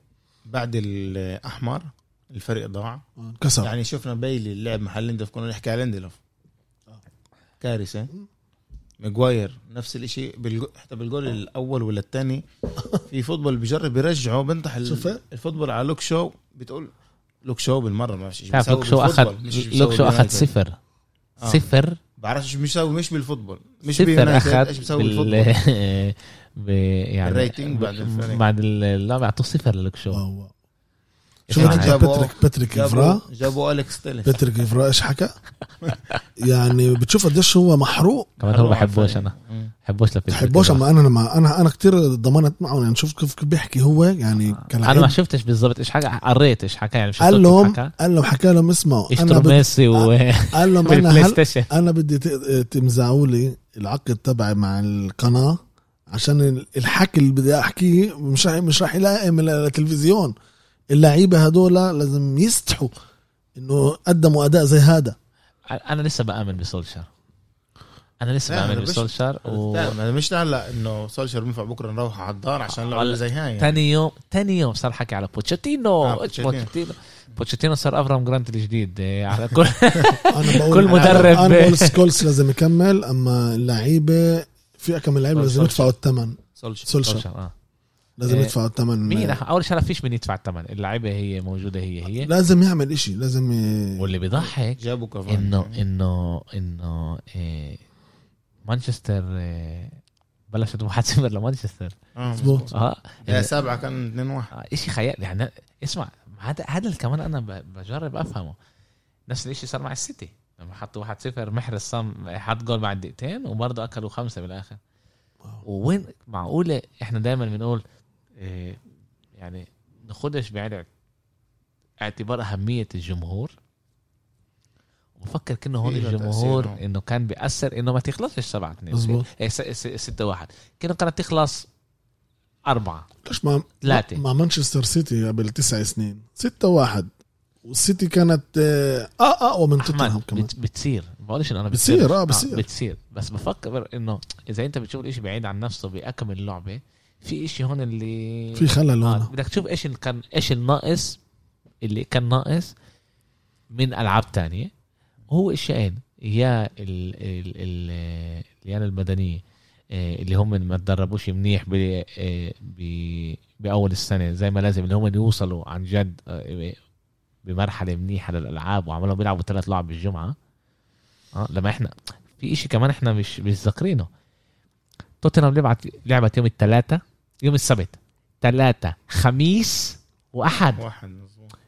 Speaker 3: بعد الاحمر الفريق ضاع
Speaker 2: آه، انكسر
Speaker 3: يعني شفنا بيلي اللعب محل ليندلوف كنا نحكي على ليندلوف كارثه ماجواير نفس الشيء بالجو... حتى بالجول الاول ولا الثاني في فوتبول بجرب يرجعه بنطح ال-
Speaker 2: شفت؟
Speaker 3: الفوتبول على لوك شو بتقول لوك شو بالمره ما بعرفش إيش
Speaker 1: بتعرف
Speaker 3: بيسوي
Speaker 1: لوك شو
Speaker 3: بالفوتبول،
Speaker 1: اخذ
Speaker 3: مش إيش بيسوي
Speaker 1: لوك شو اخذ
Speaker 3: باليونايتد.
Speaker 1: صفر
Speaker 3: آه.
Speaker 1: صفر
Speaker 3: بعرفش ايش بيسوي مش بالفوتبول مش
Speaker 1: صفر
Speaker 3: باليونايتد، ايش
Speaker 1: اخذ
Speaker 3: بيسوي
Speaker 1: بال
Speaker 3: بالفوتبول
Speaker 1: ب- يعني
Speaker 3: بالريتنج بعد الفريق. آه.
Speaker 1: بعد ال- لا بيعطوه صفر لوك شو
Speaker 2: واو واو. شو
Speaker 3: يعني
Speaker 2: بدك
Speaker 3: جابوا-
Speaker 2: باتريك باتريك
Speaker 3: جابوا
Speaker 2: افرا
Speaker 3: جابوا اليكس تيلس
Speaker 2: باتريك افرا ايش حكى؟ يعني بتشوف قديش هو محروق
Speaker 1: كمان هو بحبوش انا
Speaker 3: مم.
Speaker 1: بحبوش لفيت
Speaker 2: بحبوش اما انا لما انا انا كثير ضمنت معه يعني شوف كيف كيف بيحكي هو يعني
Speaker 1: انا آه. ما
Speaker 2: كلاعب
Speaker 1: شفتش بالضبط ايش حكى قريت ايش حكى يعني مش
Speaker 2: قال
Speaker 1: شفت
Speaker 2: لهم
Speaker 1: كيف حكى.
Speaker 2: قال لهم حكى لهم اسمعوا انا
Speaker 1: اشتروا
Speaker 2: بد...
Speaker 1: ميسي و
Speaker 2: قال لهم انا
Speaker 1: بالبلاي
Speaker 2: هل...
Speaker 1: ستيشن
Speaker 2: انا بدي ت- تمزعوا لي العقد تبعي مع القناه عشان ال- الحكي اللي بدي احكيه مش راح مش راح يلائم ال- التلفزيون اللعيبه هدول لازم يستحوا انه قدموا اداء زي هذا
Speaker 1: انا لسه بامن بسولشر انا لسه
Speaker 3: لا،
Speaker 1: بامن
Speaker 3: أنا بش-
Speaker 1: بسولشر و
Speaker 3: لا، ما مش هلا انه سولشر بينفع بكره نروح على الدار عشان لعبه
Speaker 1: على-
Speaker 3: زي هاي يعني.
Speaker 1: تاني يوم تاني يوم صار حكي على بوتشيتينو
Speaker 3: آه، بوتشيتينو.
Speaker 1: بوتشيتينو بوتشيتينو صار افرام جرانت الجديد إيه، على كل
Speaker 2: انا بقول
Speaker 1: كل مدرب.
Speaker 2: انا بقول سكولز لازم يكمل اما اللعيبه في كم لعيب لازم
Speaker 1: سولشر.
Speaker 2: يدفعوا الثمن
Speaker 3: سولشر
Speaker 2: سولشر
Speaker 1: آه.
Speaker 2: لازم
Speaker 1: إيه.
Speaker 2: يدفعوا الثمن
Speaker 1: مين أح- اول شيء لا فيش من يدفع الثمن اللعيبه هي موجوده هي هي
Speaker 2: لازم يعمل إشي لازم ي-
Speaker 1: واللي بيضحك
Speaker 3: جابوا كافاني آه،
Speaker 1: انه انه انه إيه، مانشستر إيه، بلشت 1 0 لمانشستر
Speaker 3: آه،
Speaker 2: مظبوط.
Speaker 3: مظبوط.
Speaker 1: اه
Speaker 3: يا سبعه كان 2 1
Speaker 1: آه، اشي خيال يعني اسمع هذا هذا اللي كمان انا ب- بجرب افهمه نفس الاشي صار مع السيتي لما حطوا 1 0 محرز صام حط جول بعد دقيقتين وبرضه اكلوا خمسه بالاخر وين معقوله احنا دايما بنقول إيه، يعني ناخدش بعين اعتبار اهميه الجمهور وبفكر كأنه هون
Speaker 3: إله
Speaker 1: الجمهور
Speaker 3: تأثير، آه.
Speaker 1: انه كان بيأثر انه ما تخلصش إيه، 7 2
Speaker 2: مظبوط.
Speaker 1: 6 1 كأنه كانت تخلص أربعة
Speaker 2: ليش ما
Speaker 1: ثلاثة
Speaker 2: مع مانشستر سيتي قبل تسع سنين 6 واحد والسيتي كانت آه آه، اقوى من توتنهام
Speaker 1: احمد
Speaker 2: كمان
Speaker 1: بت- بتصير ما بقولش إن انا
Speaker 2: بتصير،
Speaker 1: بتصير
Speaker 2: آه، بتصير.
Speaker 1: بتصير بس بفكر انه اذا انت بتشوف الاشي بعيد عن نفسه باكمل لعبه في اشي هون اللي
Speaker 2: في خلل
Speaker 1: آه،
Speaker 2: هون
Speaker 1: بدك تشوف ايش اللي كان ايش الناقص اللي كان ناقص من العاب تانية هو اشيائين يا ال ال ال الليانة المدنية آه، اللي هم ما تدربوش منيح ب- آه، ب- بأول السنة زي ما لازم اللي هم يوصلوا عن جد آه، بمرحلة منيحة للألعاب وعملوا بيلعبوا ثلاث لعب بالجمعة اه لما احنا في اشي كمان احنا مش مش ذاكرينه توتنهام لعبت لعبت يوم الثلاثة يوم السبت ثلاثة خميس وأحد
Speaker 3: واحد مظبوط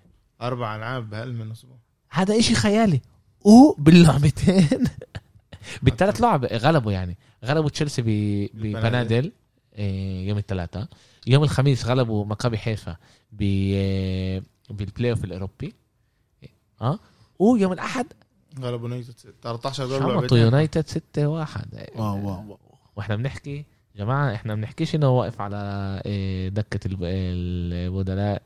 Speaker 3: اربع العاب بأقل من اسبوع
Speaker 1: هذا إشي خيالي وباللعبتين بالثلاث لعب غلبوا يعني غلبوا تشيلسي ب- ببنادل إيه، يوم الثلاثاء يوم الخميس غلبوا مكابي حيفا ب بالبلاي اوف الأوروبي اه ويوم الأحد
Speaker 3: غلبوا يونايتد 13 جول
Speaker 1: شمطوا
Speaker 3: لعبتين.
Speaker 1: يونايتد 6 1
Speaker 2: واو واو واو
Speaker 1: واحنا بنحكي جماعه احنا بنحكيش انه واقف على إيه، دكه الب- البدلاء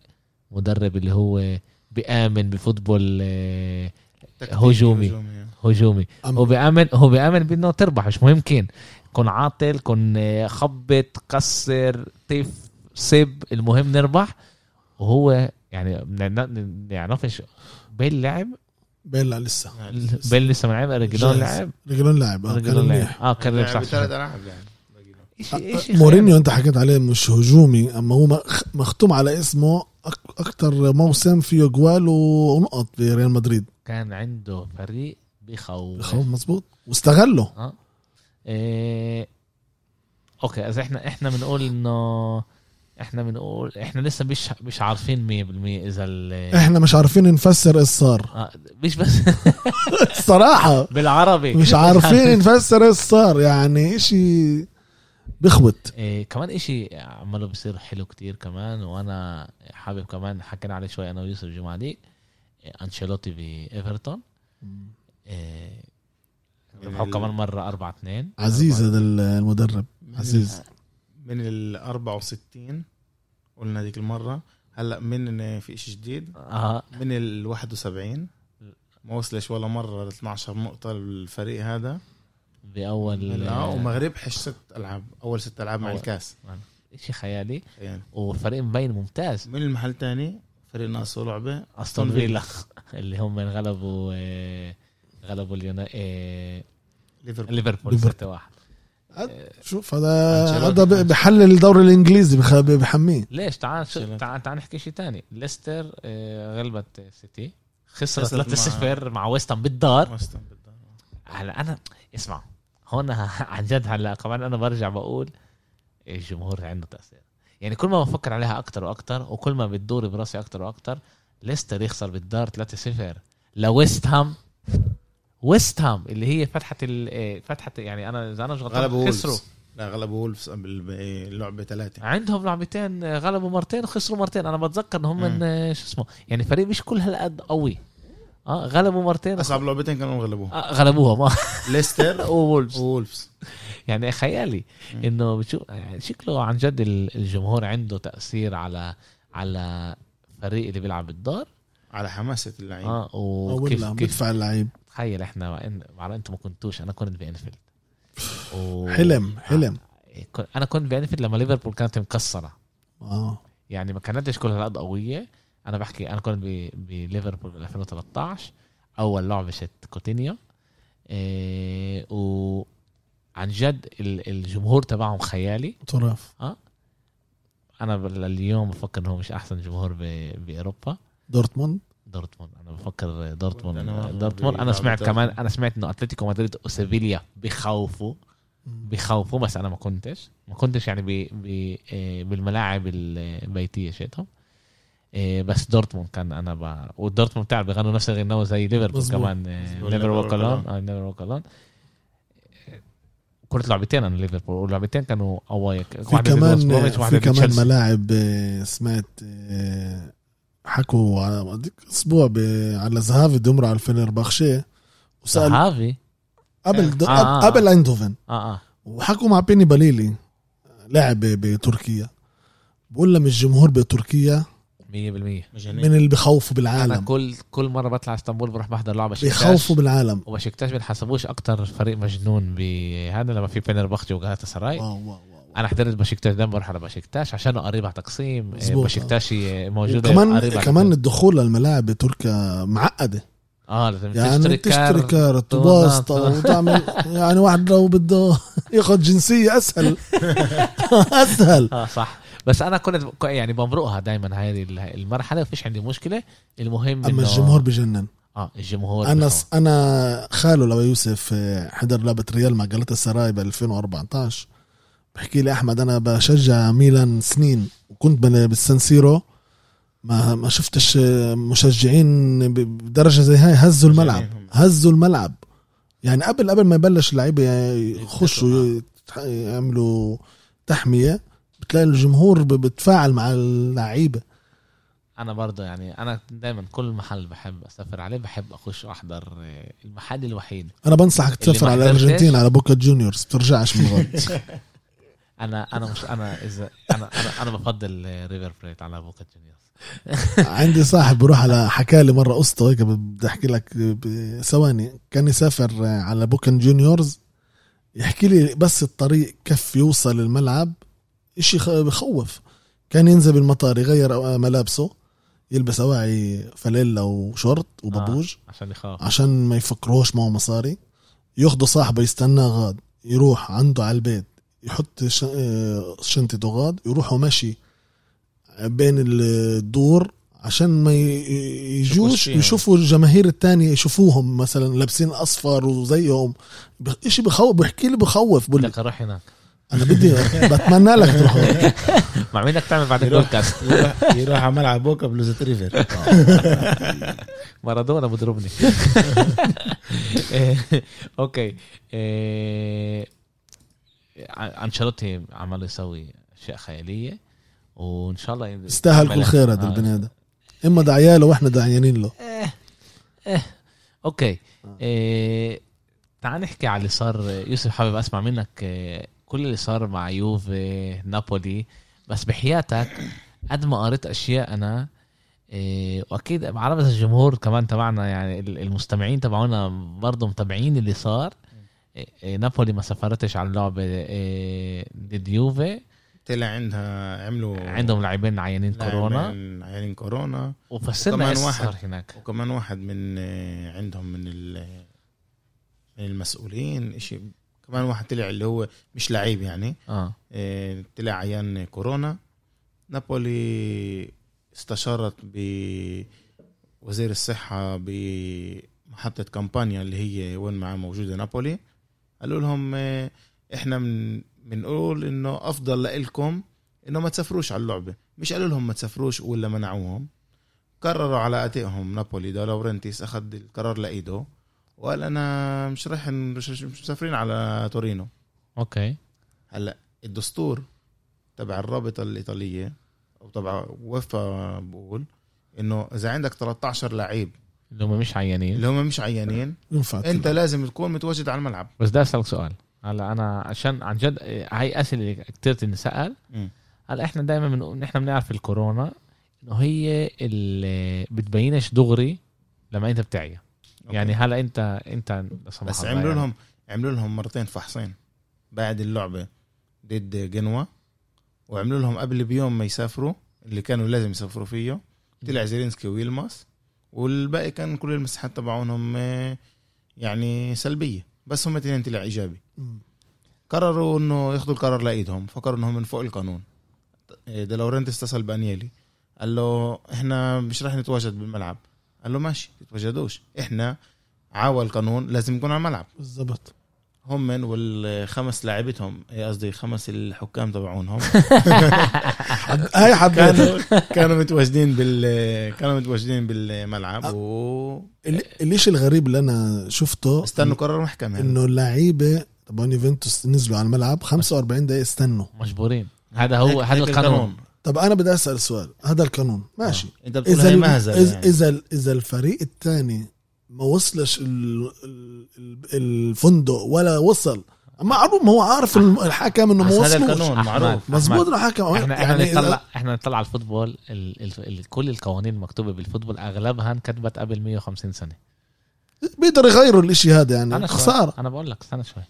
Speaker 1: مدرب اللي هو بيامن بفوتبول إيه،
Speaker 3: تكتيكي
Speaker 1: هجومي.
Speaker 3: هجومي يعني.
Speaker 1: هجومي
Speaker 2: أم-
Speaker 1: هو بيامن هو بيامن بانه تربح مش مهم كين كن عاطل كن إيه، خبط كسر طيف سب المهم نربح وهو يعني بن- ن- نعرفش بيل لعب
Speaker 2: بيلا لسه
Speaker 1: بيل لسه ما لعب رجلون
Speaker 2: جاهز.
Speaker 1: لعب
Speaker 2: رجلون لاعب اه كان
Speaker 1: رجلون لعب
Speaker 2: منيح
Speaker 1: اه كان
Speaker 3: لعب
Speaker 1: صح
Speaker 3: بثلاث العاب يعني باقي له.
Speaker 1: إشي-
Speaker 2: آه،
Speaker 1: إشي
Speaker 2: مورينيو انت حكيت عليه مش هجومي اما هو مخ- مختوم على اسمه اكثر موسم فيه جوال ونقط بريال مدريد
Speaker 1: كان عنده فريق بخوف
Speaker 2: خوف مزبوط واستغله
Speaker 1: اه إيه... اوكي اذا احنا احنا بنقول انه احنا بنقول احنا لسه مش مش عارفين 100% اذا ال...
Speaker 2: احنا مش عارفين نفسر ايش صار
Speaker 1: آه، مش بس
Speaker 2: الصراحه
Speaker 1: بالعربي
Speaker 2: مش
Speaker 1: يعني
Speaker 2: عارفين نفسر ايش صار يعني اشي بخبط
Speaker 1: إيه كمان اشي عماله بصير حلو كتير كمان وانا حابب كمان حكينا عليه شوي انا ويوسف جمعدي إيه، انشيلوتي بايفرتون إيه ربحوا
Speaker 3: ال-
Speaker 1: كمان مره 4 2
Speaker 2: عزيز هذا المدرب
Speaker 3: من
Speaker 2: عزيز
Speaker 3: من ال 64 قلنا ديك المره هلا من إن في شيء جديد
Speaker 1: اه
Speaker 3: من ال 71 ما وصلش ولا مره ل 12 نقطه الفريق هذا
Speaker 1: باول
Speaker 3: لا وما ربحش ست العاب اول ست العاب مع
Speaker 1: أول.
Speaker 3: الكاس
Speaker 1: اشي خيالي
Speaker 3: يعني
Speaker 1: وفريق مبين ممتاز
Speaker 3: من المحل الثاني فريق ناقصه لعبه
Speaker 1: استون فيلا اللي هم غلبوا آه، غلبوا اليونا... آه،
Speaker 3: ليفربول
Speaker 1: ليفربول
Speaker 2: ليفربول.
Speaker 1: 6 1
Speaker 2: شوف هذا
Speaker 3: أنشيلوتي.
Speaker 2: هذا ب- بحلل الدوري الانجليزي بخ- بحميه
Speaker 1: ليش تعال شو...
Speaker 3: شيلات.
Speaker 1: تعال تعال نحكي شيء تاني ليستر آه، غلبت سيتي خسرت
Speaker 3: خسرت
Speaker 1: 3
Speaker 3: مع-
Speaker 1: 0 مع ويستام بالدار
Speaker 3: وستن بالضبط.
Speaker 1: هلا انا اسمع هون عن جد هلا كمان انا برجع بقول الجمهور عنده تاثير يعني كل ما بفكر عليها اكتر واكتر وكل ما بتدور براسي اكتر واكتر ليستر يخسر بالدار 3-0 لويست هام ويست هام اللي هي فتحه ال- إيه، فتحه يعني انا اذا انا مش
Speaker 3: غلبوا
Speaker 1: غلطان خسروا
Speaker 3: وولفز لا غلبوا وولفز بال- باللعبه ثلاثه
Speaker 1: عندهم لعبتين آه، غلبوا مرتين وخسروا مرتين انا بتذكر ان هم
Speaker 3: مم.
Speaker 1: آه، شو اسمه يعني فريق مش كل هالقد قوي اه غلبوا مرتين
Speaker 3: اصعب لعبتين كانوا غلبوها
Speaker 1: آه، غلبوهم آه.
Speaker 3: ليستر
Speaker 1: وولفز
Speaker 3: وولفز
Speaker 1: يعني خيالي
Speaker 3: مم.
Speaker 1: انه بتشوف يعني شكله عن جد ال- الجمهور عنده تاثير على على فريق اللي بيلعب بالدار
Speaker 3: على حماسه اللعيبه
Speaker 1: اه وكيف
Speaker 2: ولا
Speaker 1: كيف
Speaker 2: بدفع اللعيب
Speaker 1: تخيل احنا مع إن- مع إن انتم ما كنتوش انا كنت بانفيلد و...
Speaker 2: حلم حلم
Speaker 1: آه، انا كنت بانفيلد لما ليفربول كانت مكسره
Speaker 2: اه
Speaker 1: يعني ما كانتش كل هالقد قويه انا بحكي انا كنت ب- بليفربول بال 2013 اول لعبه شت كوتينيو إيه وعن جد ال- الجمهور تبعهم خيالي
Speaker 2: ترف
Speaker 1: انا بال- اليوم بفكر انه هو مش احسن جمهور ب- باوروبا
Speaker 2: دورتموند دورتموند
Speaker 1: انا بفكر دورتموند
Speaker 3: أنا مرة
Speaker 1: دورتموند انا
Speaker 3: بلعب
Speaker 1: سمعت
Speaker 3: دورتموند.
Speaker 1: كمان انا سمعت انه اتلتيكو مدريد وسيفيليا بخوفوا بخوفوا بس انا ما كنتش ما كنتش يعني ب... ب... آه، بالملاعب البيتيه شفتهم آه، بس دورتموند كان انا ب... ودورتموند بتعرف بيغنوا نفس الغناوه زي ليفربول
Speaker 2: مظبوط.
Speaker 1: كمان آه،
Speaker 3: مظبوط.
Speaker 1: نيفر
Speaker 3: Never
Speaker 1: ووك
Speaker 3: Walk
Speaker 1: الون
Speaker 3: Alone.
Speaker 1: نيفر ووك الون كرة لعبتين انا ليفربول واللعبتين كانوا قوايا
Speaker 2: في
Speaker 1: ضد وست
Speaker 2: كمان
Speaker 1: بروميتش،
Speaker 2: في
Speaker 1: واحدة ضد
Speaker 2: كمان
Speaker 1: تشيلسي.
Speaker 2: ملاعب آه، سمعت آه، حكوا على هديك اسبوع ب- على زهافي دمر على الفنربخشي وسال
Speaker 1: صحافي
Speaker 2: قبل د-
Speaker 1: آه.
Speaker 2: قبل ايندوفن
Speaker 1: اه اه
Speaker 2: وحكوا مع بيني بليلي لاعب ب- بتركيا بقول لهم الجمهور بتركيا
Speaker 1: 100%
Speaker 3: مجانين
Speaker 2: من اللي بخوفوا
Speaker 1: انا
Speaker 2: بالعالم
Speaker 1: كل كل مره بطلع اسطنبول بروح بحضر لعبه شكاش.
Speaker 2: بخوفوا بالعالم
Speaker 1: وبشكتاش بنحسبوش اكتر فريق مجنون بهذا لما في فنربخشي وجالاتا سراي
Speaker 2: واو واو واو
Speaker 1: انا حضرت بشكتاش دايما بروح على بشكتاش عشانه قريب على تقسيم إيه،
Speaker 2: مظبوط،
Speaker 1: بشكتاش موجوده
Speaker 2: كمان
Speaker 1: قريب على
Speaker 2: كمان
Speaker 1: تقسيم.
Speaker 2: الدخول للملاعب بتركيا معقده
Speaker 1: اه لازم
Speaker 2: يعني
Speaker 1: تشتري
Speaker 2: تشتري
Speaker 1: كار
Speaker 2: كارت
Speaker 1: تمام،
Speaker 2: وباسطة
Speaker 1: تمام.
Speaker 2: وتعمل يعني واحد لو بده ياخذ جنسية أسهل أسهل
Speaker 1: اه صح بس انا كنت ك- يعني بمرقها دائما هاي ال- المرحله وفيش عندي مشكله المهم
Speaker 2: أما
Speaker 1: إنه-
Speaker 2: الجمهور بجنن
Speaker 1: اه الجمهور
Speaker 2: أنا
Speaker 1: بخوف.
Speaker 2: أنا خاله لو يوسف آه، حضر لعبة ريال مع جلطة سراي ب 2014 بحكي لي أحمد أنا بشجع ميلان سنين وكنت بال- بالسانسيرو ما ما شفتش آه، مشجعين ب- بدرجة زي هاي هزوا الملعب
Speaker 3: مجانين هم.
Speaker 2: هزوا الملعب يعني قبل قبل ما يبلش اللعيبه يخشوا يتح- يعملوا تحميه بتلاقي الجمهور ب- بتفاعل مع اللعيبه
Speaker 1: انا برضه يعني انا دائما كل محل بحب اسافر عليه بحب اخش واحضر آه، المحل الوحيد
Speaker 2: انا بنصحك
Speaker 1: اللي
Speaker 2: تسافر
Speaker 1: ما
Speaker 2: على
Speaker 1: حضرتش.
Speaker 2: الارجنتين على بوكا جونيورز بترجعش من غلط
Speaker 1: انا انا مش انا اذا انا انا, أنا بفضل آه، ريفر بليت على بوكا جونيورز
Speaker 2: عندي صاحب بروح على حكى لي مره قصه هيك بدي احكي لك ب- ثواني كان يسافر على بوكا جونيورز يحكي لي بس الطريق كف يوصل الملعب اشي خ- بخوف كان ينزل بالمطار يغير ملابسه يلبس اواعي فانيلا وشورت وبابوج
Speaker 1: عشان يخاف
Speaker 2: عشان ما يفكروش معه مصاري ياخده صاحبه يستناه غاد يروح عنده على البيت يحط ش- آه، شنطته غاد يروحوا مشي بين الدور عشان ما ي- ي- يجوش
Speaker 3: فيهم.
Speaker 2: يشوفوا الجماهير التانية يشوفوهم مثلا لابسين اصفر وزيهم بخ- اشي بخوف بحكي لي بخوف بقول لي
Speaker 1: بدك اروح هناك
Speaker 2: انا بدي بتمنى لك تروح هون.
Speaker 1: مع مين بدك تعمل بعدين
Speaker 3: يروح.
Speaker 1: بودكاست
Speaker 3: يروح يروح على ملعب بوكا بلوزة ريفر
Speaker 1: آه. مارادونا بضربني إيه، اوكي إيه، ع- انشيلوتي عمال آه، يسوي اشياء خياليه وان شاء الله يد-
Speaker 2: استاهل كل
Speaker 1: يعملها.
Speaker 2: خير هذا
Speaker 1: آه،
Speaker 2: البني ادم اما دعيا له واحنا دعيانين له
Speaker 1: اوكي إيه تعال نحكي على اللي صار يوسف حابب اسمع منك إيه، كل اللي صار مع يوفي نابولي بس بحياتك قد ما قريت اشياء انا إيه واكيد بعرف الجمهور كمان تبعنا يعني ال- المستمعين تبعونا برضه متابعين اللي صار إيه، إيه، نابولي ما سافرتش على اللعبه إيه، ضد يوفي
Speaker 3: طلع عندها عملوا
Speaker 1: عندهم لاعبين عيانين
Speaker 3: لاعب
Speaker 1: كورونا
Speaker 3: من عيانين كورونا
Speaker 1: وفسرنا
Speaker 3: وكمان
Speaker 1: ايش
Speaker 3: واحد.
Speaker 1: صار هناك
Speaker 3: وكمان واحد من آه، عندهم من ال- من المسؤولين اشي كمان واحد طلع اللي هو مش لعيب يعني
Speaker 1: اه
Speaker 3: آه، طلع عيان كورونا نابولي استشارت بوزير الصحة بمحطة كامبانيا اللي هي وين معاه موجودة نابولي قالوا لهم آه، احنا من بنقول انه افضل لإلكم انه ما تسافروش على اللعبة مش قالوا لهم ما تسافروش ولا منعوهم قرروا على اتائهم نابولي ده لورنتيس اخذ القرار لايده وقال انا مش رايح مش مش مسافرين على تورينو
Speaker 1: اوكي
Speaker 3: هلا الدستور تبع الرابطه الايطاليه او تبع وفا بقول انه اذا عندك 13 لعيب
Speaker 1: اللي هم مش عيانين
Speaker 3: اللي هم مش عيانين
Speaker 2: ينفع
Speaker 3: انت لازم تكون متواجد على الملعب
Speaker 1: بس بدي اسالك سؤال هلا انا عشان عن جد إيه، هاي اسئله اللي كتير تنسال
Speaker 3: مم.
Speaker 1: هلا احنا دائما بنقول احنا بنعرف الكورونا انه هي اللي بتبينش دغري لما انت بتعيا يعني هلا انت انت لا سمح
Speaker 3: بس
Speaker 1: الله
Speaker 3: عملوا
Speaker 1: يعني.
Speaker 3: لهم عملوا لهم مرتين فحصين بعد اللعبه ضد جنوا وعملوا لهم قبل بيوم ما يسافروا اللي كانوا لازم يسافروا فيه طلع زيلينسكي ويلماس والباقي كان كل المساحات تبعونهم آه، يعني سلبيه بس هم اثنين طلع ايجابي
Speaker 2: مم.
Speaker 3: قرروا انه ياخذوا القرار لايدهم فكروا انهم من فوق القانون دلورنت اتصل بانيلي قال له احنا مش رح نتواجد بالملعب قال له ماشي تتواجدوش احنا عاوى القانون لازم نكون على الملعب
Speaker 2: بالضبط
Speaker 3: هم من والخمس لاعبتهم إيه قصدي خمس الحكام تبعونهم
Speaker 2: هاي حبيت
Speaker 3: كانوا كانوا متواجدين بال كانوا متواجدين بالملعب واستنوا
Speaker 2: ال- الاشي الغريب اللي انا شفته
Speaker 3: قرار محكمه
Speaker 2: انه اللعيبه طبعا يوفنتوس نزلوا على الملعب 45 دقيقه استنوا
Speaker 1: مجبورين هذا هو هذا
Speaker 3: هيك
Speaker 1: القانون
Speaker 2: طب انا بدي اسال سؤال هذا القانون ماشي
Speaker 3: انت بتقول
Speaker 2: اذا
Speaker 3: هي
Speaker 2: ال-
Speaker 3: مهزله
Speaker 2: إذ-
Speaker 3: يعني.
Speaker 2: اذا ال- اذا الفريق الثاني ما وصلش ال- ال- الفندق ولا وصل معروف ما هو عارف الم- الحكم انه ما
Speaker 3: بس هذا
Speaker 2: وصلوش
Speaker 3: القانون معروف
Speaker 1: أحمد.
Speaker 2: مزبوط الحكم يعني
Speaker 1: احنا
Speaker 3: يعني
Speaker 1: احنا
Speaker 2: إذا-
Speaker 1: نطلع احنا نطلع على الفوتبول ال... ال... ال... كل القوانين المكتوبه بالفوتبول اغلبها انكتبت قبل 150 سنه
Speaker 2: بيقدروا يغيروا الاشي هذا
Speaker 1: انا
Speaker 2: يعني
Speaker 1: شوي.
Speaker 2: خساره
Speaker 1: انا بقول لك استنى شوي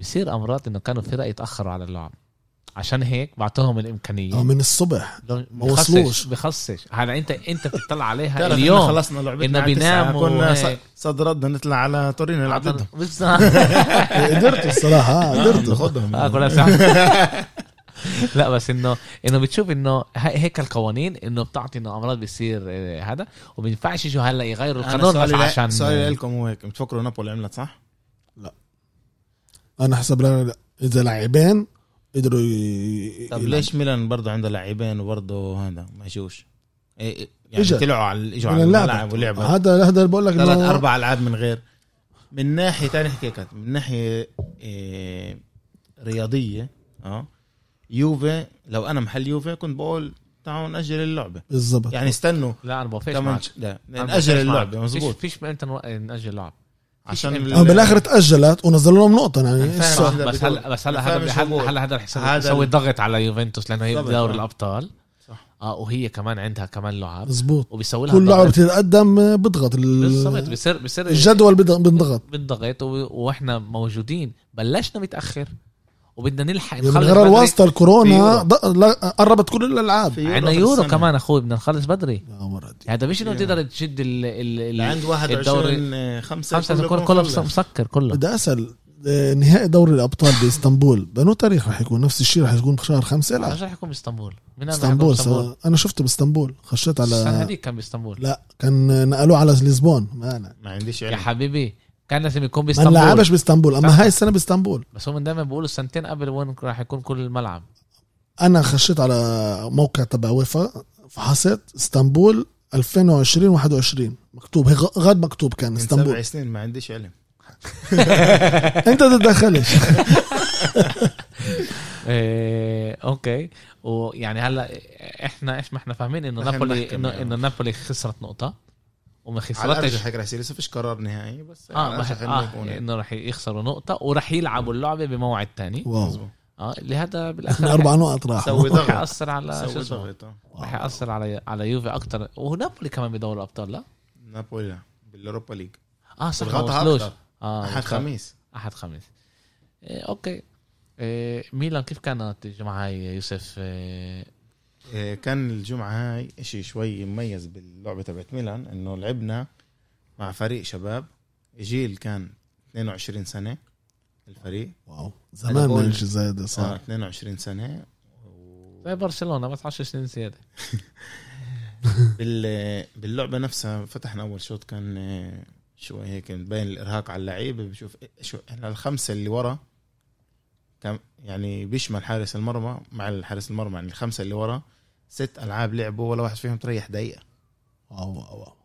Speaker 1: بصير امرات انه كانوا فرق يتاخروا على اللعب عشان هيك بعطوهم
Speaker 2: أو
Speaker 1: الامكانيه
Speaker 2: من الصبح
Speaker 1: لو-
Speaker 2: ما وصلوش.
Speaker 1: بخصش بخصش هلا انت انت بتطلع عليها
Speaker 3: تعرف إن
Speaker 1: اليوم
Speaker 3: خلصنا لعبتنا
Speaker 1: إنه
Speaker 3: على تسعة،
Speaker 1: بيناموا
Speaker 3: كنا
Speaker 1: هيك.
Speaker 3: ص- صد ردنا نطلع على تورينو نلعب ضدهم
Speaker 1: بالظبط
Speaker 2: إيه، قدرت الصراحه آه، قدرت
Speaker 3: ناخذهم
Speaker 1: اه كلها ساعة. لا بس انه انه بتشوف انه هاي- هيك القوانين انه بتعطي انه امراض بيصير آه، هذا وما ينفعش يجوا هلا يغيروا القانون بس عشان
Speaker 3: سؤالي لكم هو هيك بتفكروا نابولي عملت صح؟
Speaker 2: انا حسب لا- لا- اذا لاعبين قدروا ي-
Speaker 3: طب
Speaker 2: يلعبوا.
Speaker 3: ليش ميلان برضه عنده لاعبين وبرضه هذا ما يجوش؟ إيه إيه، يعني
Speaker 2: إجا.
Speaker 3: طلعوا على اجوا على
Speaker 2: إلى
Speaker 3: الملعب
Speaker 2: اللعبة.
Speaker 3: ولعبوا
Speaker 2: هذا هذا بقول لك
Speaker 3: ثلاث
Speaker 2: إنه-
Speaker 3: اربع العاب من غير من ناحيه تاني حكيت من ناحيه إيه رياضيه اه يوفي لو انا محل يوفي كنت بقول تعالوا ناجل اللعبه
Speaker 2: بالضبط
Speaker 3: يعني استنوا
Speaker 1: لا انا بوافقش
Speaker 3: كمان
Speaker 1: معك
Speaker 3: لا
Speaker 1: أنا
Speaker 3: ناجل
Speaker 1: بوافقش معك.
Speaker 3: اللعبه مزبوط
Speaker 1: فيش فيش امتى نو- ناجل لعب
Speaker 3: عشان
Speaker 1: فيش-
Speaker 3: ال-
Speaker 2: آه، بالاخر تاجلت ونزلوا لهم نقطه يعني
Speaker 3: أنا فاهم
Speaker 2: السؤال.
Speaker 1: صح
Speaker 3: هذا
Speaker 1: بس
Speaker 3: بدور.
Speaker 1: هلا بس هلا
Speaker 3: أنا
Speaker 1: هذا
Speaker 3: فاهم
Speaker 1: بي-
Speaker 3: إيش
Speaker 1: هلا
Speaker 3: بقول.
Speaker 1: هلا هذا رح يسوي-
Speaker 3: هذا
Speaker 1: يسوي
Speaker 3: ال-
Speaker 1: ضغط على يوفنتوس لانه هي
Speaker 3: بالضبط،
Speaker 1: بدوري
Speaker 3: آه.
Speaker 1: الابطال
Speaker 3: صح.
Speaker 1: اه وهي كمان عندها كمان لعب
Speaker 2: مزبوط
Speaker 1: وبيسوي لها
Speaker 2: كل
Speaker 1: ضغط.
Speaker 2: لعبه بتتقدم بضغط ال-
Speaker 1: بالضبط بصير بصير
Speaker 2: الجدول بض- بنضغط
Speaker 1: بالضغط و- واحنا موجودين بلشنا متاخر وبدنا نلحق
Speaker 3: يعني
Speaker 2: يعني من
Speaker 1: نخلص
Speaker 2: غير
Speaker 1: بدري.
Speaker 2: الواسطه الكورونا
Speaker 3: يورو.
Speaker 2: ض- لا- قربت كل الالعاب
Speaker 3: في
Speaker 1: عندنا
Speaker 3: آخر
Speaker 1: يورو
Speaker 3: السنة.
Speaker 1: كمان اخوي بدنا نخلص بدري
Speaker 2: يا مرضي
Speaker 1: هذا مش انه
Speaker 3: يا.
Speaker 1: بتقدر تشد ال ال ال
Speaker 3: عند 21 5
Speaker 1: خمسة كله كله مسكر كله
Speaker 2: بدي اسال آه، نهائي دوري الابطال باسطنبول بأنه تاريخ رح يكون نفس الشيء رح يكون بشهر خمسة
Speaker 1: مش
Speaker 2: لا
Speaker 1: رح يكون باسطنبول من
Speaker 2: اسطنبول
Speaker 1: اسطنبول
Speaker 2: سواء. انا شفته باسطنبول خشيت
Speaker 1: السنه
Speaker 2: على
Speaker 1: هذيك كان باسطنبول
Speaker 2: لا كان نقلوه على لشبون ما أنا.
Speaker 3: ما عنديش
Speaker 1: يا
Speaker 3: علم
Speaker 1: حبيبي كان لازم يكون
Speaker 2: ما
Speaker 1: باسطنبول
Speaker 2: نلعبش باسطنبول اما هاي السنه باسطنبول
Speaker 1: بس هم دايما بيقولوا سنتين قبل وين راح يكون كل الملعب
Speaker 2: انا خشيت على موقع تبع ويفا فحصت اسطنبول 2020 21 مكتوب هي غ- غاد مكتوب كان
Speaker 3: من
Speaker 2: اسطنبول
Speaker 3: سبع سنين ما عنديش علم
Speaker 2: انت تتدخلش
Speaker 1: إيه اوكي ويعني هلا احنا ايش ما احنا فاهمين انه
Speaker 3: نحن
Speaker 1: نابولي
Speaker 3: نحكم
Speaker 1: انه
Speaker 3: يعني.
Speaker 1: انه نابولي خسرت نقطه وما
Speaker 3: على الارجح
Speaker 1: خسرتش
Speaker 3: هيك رح يصير لسه فيش قرار نهائي بس على
Speaker 1: اه, ما-
Speaker 3: الأرجح إنه يكون يعني.
Speaker 1: آه
Speaker 3: هيك.
Speaker 1: انه رح يخسروا نقطه ورح يلعبوا اللعبه بموعد تاني
Speaker 2: واو
Speaker 3: مظبوط.
Speaker 1: اه لهذا
Speaker 2: احنا
Speaker 1: بالاخر
Speaker 2: اربع نقط راحوا
Speaker 3: سوي
Speaker 1: رح
Speaker 3: ضغط
Speaker 1: ياثر على شو
Speaker 3: سوي
Speaker 1: اسمه
Speaker 3: ضغط آه.
Speaker 1: رح ياثر على على يوفي اكثر ونابولي كمان بدور الابطال لا
Speaker 3: نابولي لا. بالاوروبا ليج
Speaker 1: اه صح ما
Speaker 3: ضغطها
Speaker 1: وصلوش
Speaker 3: أكتر.
Speaker 1: اه
Speaker 3: احد
Speaker 1: وصل-
Speaker 3: خميس
Speaker 1: احد خميس إيه اوكي إيه ميلان كيف كانت الجمعه هاي يا يوسف إيه
Speaker 3: آه، كان الجمعة هاي اشي شوي مميز باللعبة تبعت ميلان انه لعبنا مع فريق شباب جيل كان 22 سنة الفريق
Speaker 2: واو زمان ما
Speaker 3: بقول-
Speaker 2: نمشي زي هذا
Speaker 3: صار
Speaker 2: صار
Speaker 3: 22 سنة و-
Speaker 1: زي برشلونه بس 10 سنين زياده
Speaker 3: بال- باللعبة نفسها فتحنا أول شوط كان آه، شوي هيك مبين الإرهاق على اللعيبة بشوف إيه- شو إحنا الخمسة اللي ورا كان يعني بيشمل حارس المرمى مع الحارس المرمى يعني الخمسة اللي ورا ست ألعاب لعبوا ولا واحد فيهم تريح دقيقة
Speaker 2: واو واو واو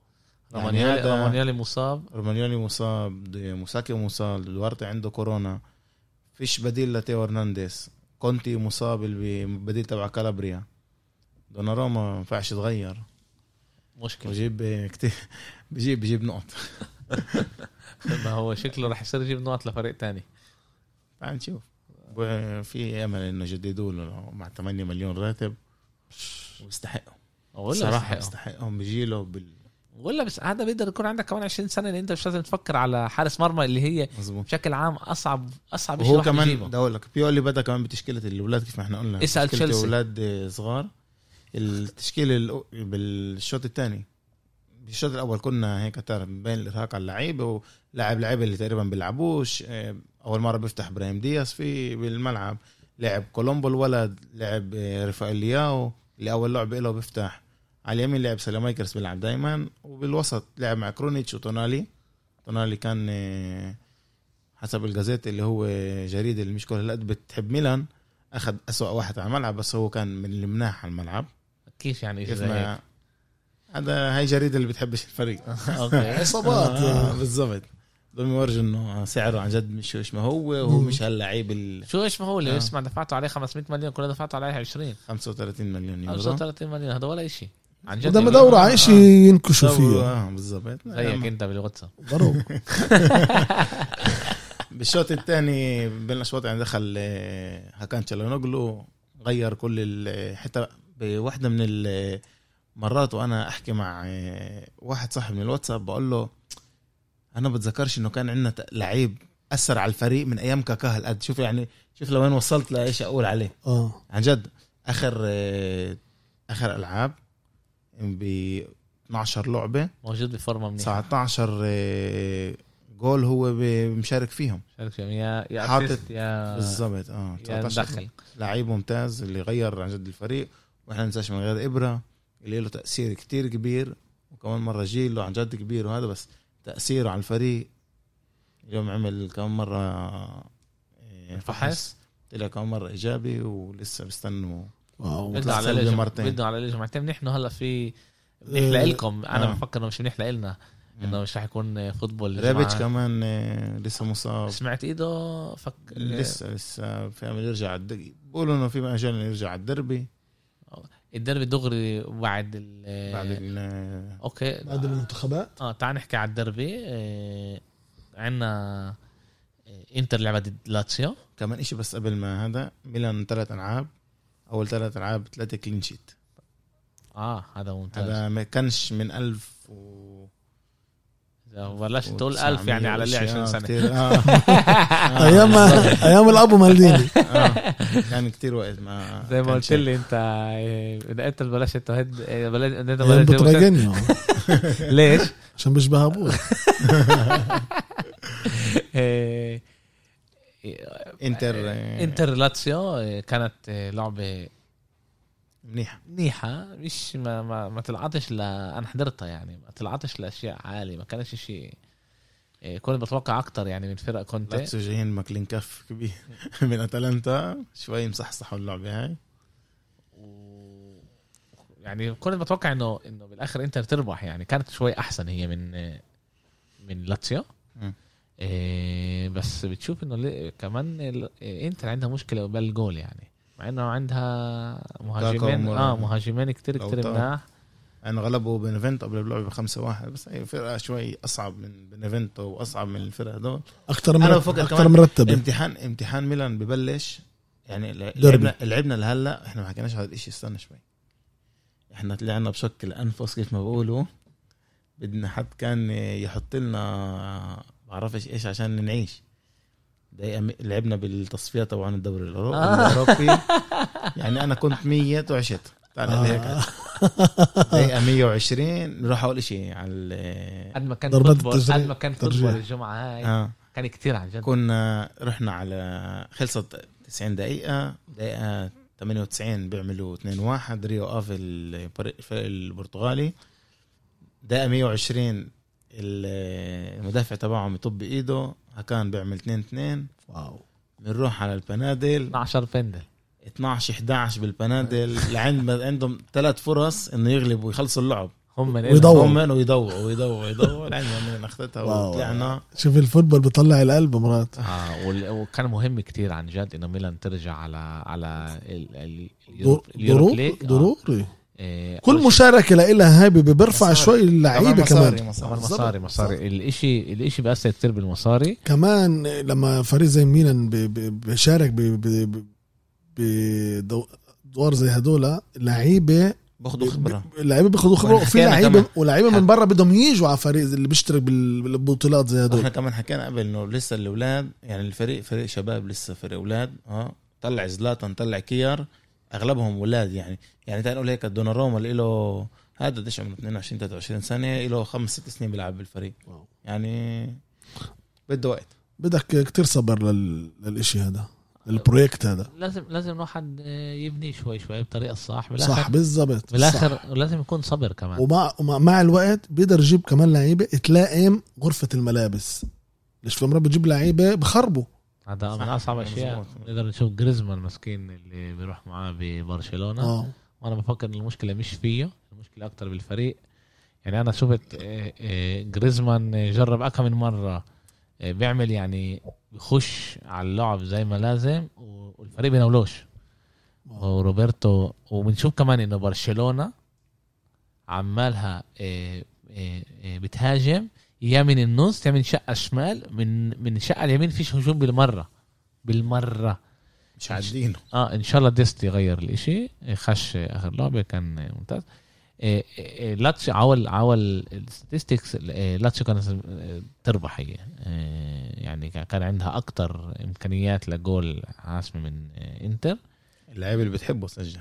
Speaker 3: يعني
Speaker 1: رومانيالي
Speaker 3: هذا-
Speaker 1: رومانيالي مصاب
Speaker 3: رومانيولي مصاب د- موساكي مصاب دوارتي عنده كورونا فيش بديل لتيو هرنانديز كونتي مصاب اللي بي- بديل تبع كالابريا دوناروما ما ينفعش يتغير
Speaker 1: مشكله
Speaker 3: بجيب آه، كتير بجيب بجيب نقط
Speaker 1: ما هو شكله رح يصير يجيب نقط لفريق تاني
Speaker 3: تعال نشوف و- في امل انه يجددوا له مع 8 مليون راتب ويستحقهم
Speaker 1: أقول له
Speaker 3: صراحه
Speaker 1: صراحه
Speaker 3: يستحقهم بجيله بال...
Speaker 1: ولا بس هذا بيقدر يكون عندك كمان 20 سنه اللي انت مش لازم تفكر على حارس مرمى اللي هي
Speaker 3: مظبوط
Speaker 1: بشكل عام اصعب اصعب شيء
Speaker 3: وهو
Speaker 1: الواحد
Speaker 3: كمان
Speaker 1: يجيبه
Speaker 3: ده اقول لك بيولي بدا كمان بتشكيله الاولاد كيف ما احنا قلنا
Speaker 1: اسأل
Speaker 3: تشكيلة
Speaker 1: تشيلسي.
Speaker 3: اولاد صغار التشكيل الأو- بالشوط الثاني بالشوط الاول كنا هيك تعرف بين الارهاق على اللعيبه ولاعب لعيبه اللي تقريبا بيلعبوش آه، اول مره بيفتح ابراهيم دياس في بالملعب لعب كولومبو الولد لعب آه، رفائيل لياو اللي اول لعبه له بيفتح على اليمين لعب سلامايكرز بيلعب دايما وبالوسط لعب مع كرونيتش وتونالي تونالي كان آه، حسب الجازيت اللي هو جريدة اللي مش كل هالقد بتحب ميلان اخذ أسوأ واحد على الملعب بس هو كان من المناح على الملعب
Speaker 1: كيف يعني إيش
Speaker 3: كيف
Speaker 1: زي هيك؟ آه.
Speaker 3: ما هذا هاي جريدة اللي بتحبش الفريق
Speaker 1: اوكي
Speaker 2: اصابات
Speaker 3: آه، بالضبط بدهم يورجوا انه سعره عن جد مش ايش ما هو وهو
Speaker 2: مم.
Speaker 3: مش هاللعيب ال
Speaker 1: شو ايش ما هو
Speaker 3: آه.
Speaker 1: اللي اسمع دفعتوا عليه 500 مليون كلنا دفعتوا عليه 20
Speaker 3: 35 مليون
Speaker 1: او
Speaker 3: يورو
Speaker 1: 30 مليون هذا ولا شيء عن يعني
Speaker 2: بدنا
Speaker 1: يقول-
Speaker 2: بدور على
Speaker 3: آه.
Speaker 2: شيء ينكشوا فيه
Speaker 3: دوروا، اه بالضبط
Speaker 1: زيك انت بالواتساب
Speaker 2: ضرب
Speaker 3: بالشوط الثاني بالاشواط يعني دخل آه، هاكان تشالانوغلو غير كل ال- حتى بوحده من آه، المرات وانا احكي مع آه، واحد صاحب من الواتساب بقول له انا بتذكرش انه كان عندنا لعيب اثر على الفريق من ايام كاكا هالقد شوف يعني شوف لوين وصلت لايش اقول عليه
Speaker 2: اه
Speaker 3: عن جد اخر آه، اخر العاب ب 12 لعبه
Speaker 1: موجود بفورمه منيحه
Speaker 3: 19 آه، جول هو ب- مشارك فيهم
Speaker 1: شارك فيهم يا يا
Speaker 3: حاطط
Speaker 1: assist، يا
Speaker 3: بالضبط اه
Speaker 1: يا
Speaker 3: 19
Speaker 1: مدخل
Speaker 3: لعيب ممتاز اللي غير عن جد الفريق واحنا ننساش من غير ابره اللي له تاثير كتير كبير وكمان مره جيل له عن جد كبير وهذا بس تاثيره على الفريق اليوم عمل كم مره آه،
Speaker 1: فحص.
Speaker 3: طلع كم مره ايجابي ولسه بستنوا
Speaker 2: واو
Speaker 1: بده على
Speaker 3: سلبي
Speaker 1: ليش
Speaker 3: مرتين.
Speaker 1: بده على ليش مرتين نحن هلا في
Speaker 2: آه.
Speaker 1: بنحلق لكم انا
Speaker 3: آه.
Speaker 1: بفكر انه مش بنحلق لنا انه مش رح يكون فوتبول
Speaker 3: رابيتش
Speaker 1: جماعة.
Speaker 3: كمان آه، لسه مصاب
Speaker 1: سمعت ايده فك
Speaker 3: لسه لسه في امل يرجع على الدربي بيقولوا انه في مجال إنه يرجع على الدربي
Speaker 1: الدربي دغري بعد ال
Speaker 3: بعد ال-
Speaker 1: اوكي
Speaker 2: بعد المنتخبات
Speaker 1: اه تعال نحكي على الدربي آه، عنا آه، انتر لعبه ضد لاتسيو
Speaker 3: كمان اشي بس قبل ما هذا ميلان ثلاث العاب اول ثلاث العاب ثلاثه كلين شيت
Speaker 1: اه هذا ممتاز
Speaker 3: هذا ما كانش من ألف و
Speaker 1: إذا بلشت تقول ألف يعني على اللي 20
Speaker 3: وتسعمية
Speaker 1: سنه
Speaker 3: وإشي، آه، كتير. آه.
Speaker 2: ايام ايام الابو مالديني
Speaker 3: آه. كان كتير وقت ما
Speaker 1: زي ما
Speaker 3: كان
Speaker 1: قلت
Speaker 3: شيء.
Speaker 1: لي انت آه، اذا انت بلشت تهد آه، بلش- إذا انت
Speaker 2: ايام
Speaker 1: بلشت تهد-
Speaker 2: بتراجنيو
Speaker 1: ليش؟
Speaker 2: عشان بيشبه ابوه
Speaker 1: آه،
Speaker 3: انتر
Speaker 1: إيه.
Speaker 3: آه،
Speaker 1: انتر لاتسيو آه، كانت آه، لعبه
Speaker 3: منيحه
Speaker 1: منيحه مش ما ما, ما طلعتش ل انا حضرتها يعني ما طلعتش لاشياء عاليه ما كانش شيء إيه، كنت بتوقع اكتر يعني من فرق كنت
Speaker 3: لاتسيو جايين ماكلين كف كبير من اتلانتا شوي مصحصحوا اللعبه هاي
Speaker 1: و... يعني كنت بتوقع انه انه بالاخر انتر تربح يعني كانت شوي احسن هي من آه، من لاتسيو
Speaker 3: م.
Speaker 1: إيه بس بتشوف انه لي- كمان ال- إيه، انتر عندها مشكله بالجول يعني مع انه عندها مهاجمين
Speaker 3: ومورا.
Speaker 1: اه مهاجمين كتير كتير
Speaker 3: لوتارو.
Speaker 1: مناح
Speaker 3: انا يعني غلبوا بنفنت قبل اللعبه بخمسة واحد بس هي فرقه شوي اصعب من بنفنت واصعب من الفرقه دول
Speaker 2: اكثر
Speaker 3: أنا
Speaker 2: مرتب
Speaker 3: بفكر
Speaker 2: اكثر
Speaker 3: كمان
Speaker 2: مرتبه
Speaker 3: امتحان امتحان ميلان ببلش يعني ل-
Speaker 2: ديربي.
Speaker 3: لعبنا لعبنا لهلا احنا ما حكيناش على الشيء استنى شوي احنا طلعنا بشق الانفس كيف ما بقولوا بدنا حد كان يحط لنا بعرفش ايش عشان نعيش دقيقة م- لعبنا بالتصفية طبعا الدوري الأورو-
Speaker 1: آه.
Speaker 3: الاوروبي يعني انا كنت 100 وعشت تعال
Speaker 2: آه.
Speaker 3: هيك دقيقة 120 نروح اول شيء على ال-
Speaker 1: قد ما كان
Speaker 2: ضربات
Speaker 1: فوتبول
Speaker 2: التسجيل.
Speaker 1: قد ما كان
Speaker 2: ترجيح.
Speaker 1: فوتبول الجمعه هاي
Speaker 3: آه.
Speaker 1: كان كتير عن جد
Speaker 3: كنا رحنا على خلصت 90 دقيقة دقيقة 98 بيعملوا 2 1 ريو اف الفريق الفريق البرتغالي دقيقة 120 ال- المدافع تبعهم يطب ايده هكان بيعمل 2 2
Speaker 2: واو
Speaker 3: بنروح على البنادل
Speaker 1: 12 بندل
Speaker 3: 12 11 بالبنادل لعند ما عندهم ثلاث فرص انه يغلبوا ويخلصوا اللعب
Speaker 1: هم من
Speaker 2: ويدور. يدوروا.
Speaker 3: هم انه يدوروا ويدوروا يدوروا لعند ما أنا اخذتها
Speaker 2: واو.
Speaker 3: وطلعنا
Speaker 2: شوف الفوتبول بيطلع القلب مرات
Speaker 1: اه وال- وكان مهم كتير عن جد انه ميلان ترجع على على ال- ال- اليورو- اليورو
Speaker 2: ضروري
Speaker 1: ليج. آه.
Speaker 2: ضروري
Speaker 1: إيه، أول
Speaker 2: كل
Speaker 1: شيء
Speaker 2: مشاركه لها هاي بيرفع
Speaker 3: مصاري.
Speaker 2: شوي اللعيبه كمان
Speaker 1: طبعاً
Speaker 3: مصاري
Speaker 1: مصاري مصاري الاشي الاشي بيأثر كتير بالمصاري
Speaker 2: كمان لما فريق زي ميلان بي- بي- بيشارك ب- ب- ب- بدوار زي هدول لعيبه
Speaker 3: باخذوا خبره
Speaker 2: اللعيبه بياخذوا خبره
Speaker 3: وإحنا
Speaker 2: وفي
Speaker 3: حكينا
Speaker 2: لعيبه
Speaker 3: كمان.
Speaker 2: ولعيبه من برا بدهم يجوا على فريق اللي بيشترك بال- بالبطولات زي
Speaker 3: احنا
Speaker 2: هدول
Speaker 3: كمان حكينا قبل انه لسه الاولاد يعني الفريق فريق شباب لسه فريق اولاد اه طلع زلاتان طلع كيار اغلبهم ولاد يعني يعني تعال نقول هيك دوناروما اللي له هذا قديش عمره 22 23 سنه له خمس ست سنين بيلعب بالفريق
Speaker 2: واو.
Speaker 3: يعني بده وقت
Speaker 2: بدك كتير صبر لل... للإشي هذا للبروجكت هذا
Speaker 1: لازم لازم الواحد آه، يبني شوي شوي بالطريقه الصح بالاخر
Speaker 2: صح بالضبط صح.
Speaker 1: بالاخر ولازم يكون صبر كمان
Speaker 2: ومع ومع مع الوقت بيقدر يجيب كمان لعيبه تلائم غرفه الملابس ليش في مرات بتجيب لعيبه بخربوا
Speaker 1: هذا من
Speaker 3: صح.
Speaker 1: اصعب الاشياء
Speaker 3: مظبوط.
Speaker 1: نقدر نشوف جريزمان مسكين اللي بيروح معاه ببرشلونه
Speaker 2: اه
Speaker 1: وانا بفكر ان المشكله مش فيه المشكله اكتر بالفريق يعني انا شفت آه، آه، جريزمان آه، جرب اكم من مره آه، بيعمل يعني بخش على اللعب زي ما لازم و- والفريق بيناولوش وروبرتو وبنشوف كمان انه برشلونه عمالها آه، آه، آه، بتهاجم يا من النص تعمل شقه شمال من من شقه اليمين فيش هجوم بالمره بالمره
Speaker 3: مش عادينه
Speaker 1: اه ان شاء الله ديست يغير الاشي خش اخر لعبه كان ممتاز إيه إيه لاتش عاول عاول الستاتستكس لاتش كانت آه، تربح هي آه، يعني كان- كان عندها اكتر امكانيات لجول عاصمه من آه، انتر
Speaker 3: اللعيب اللي بتحبه سجل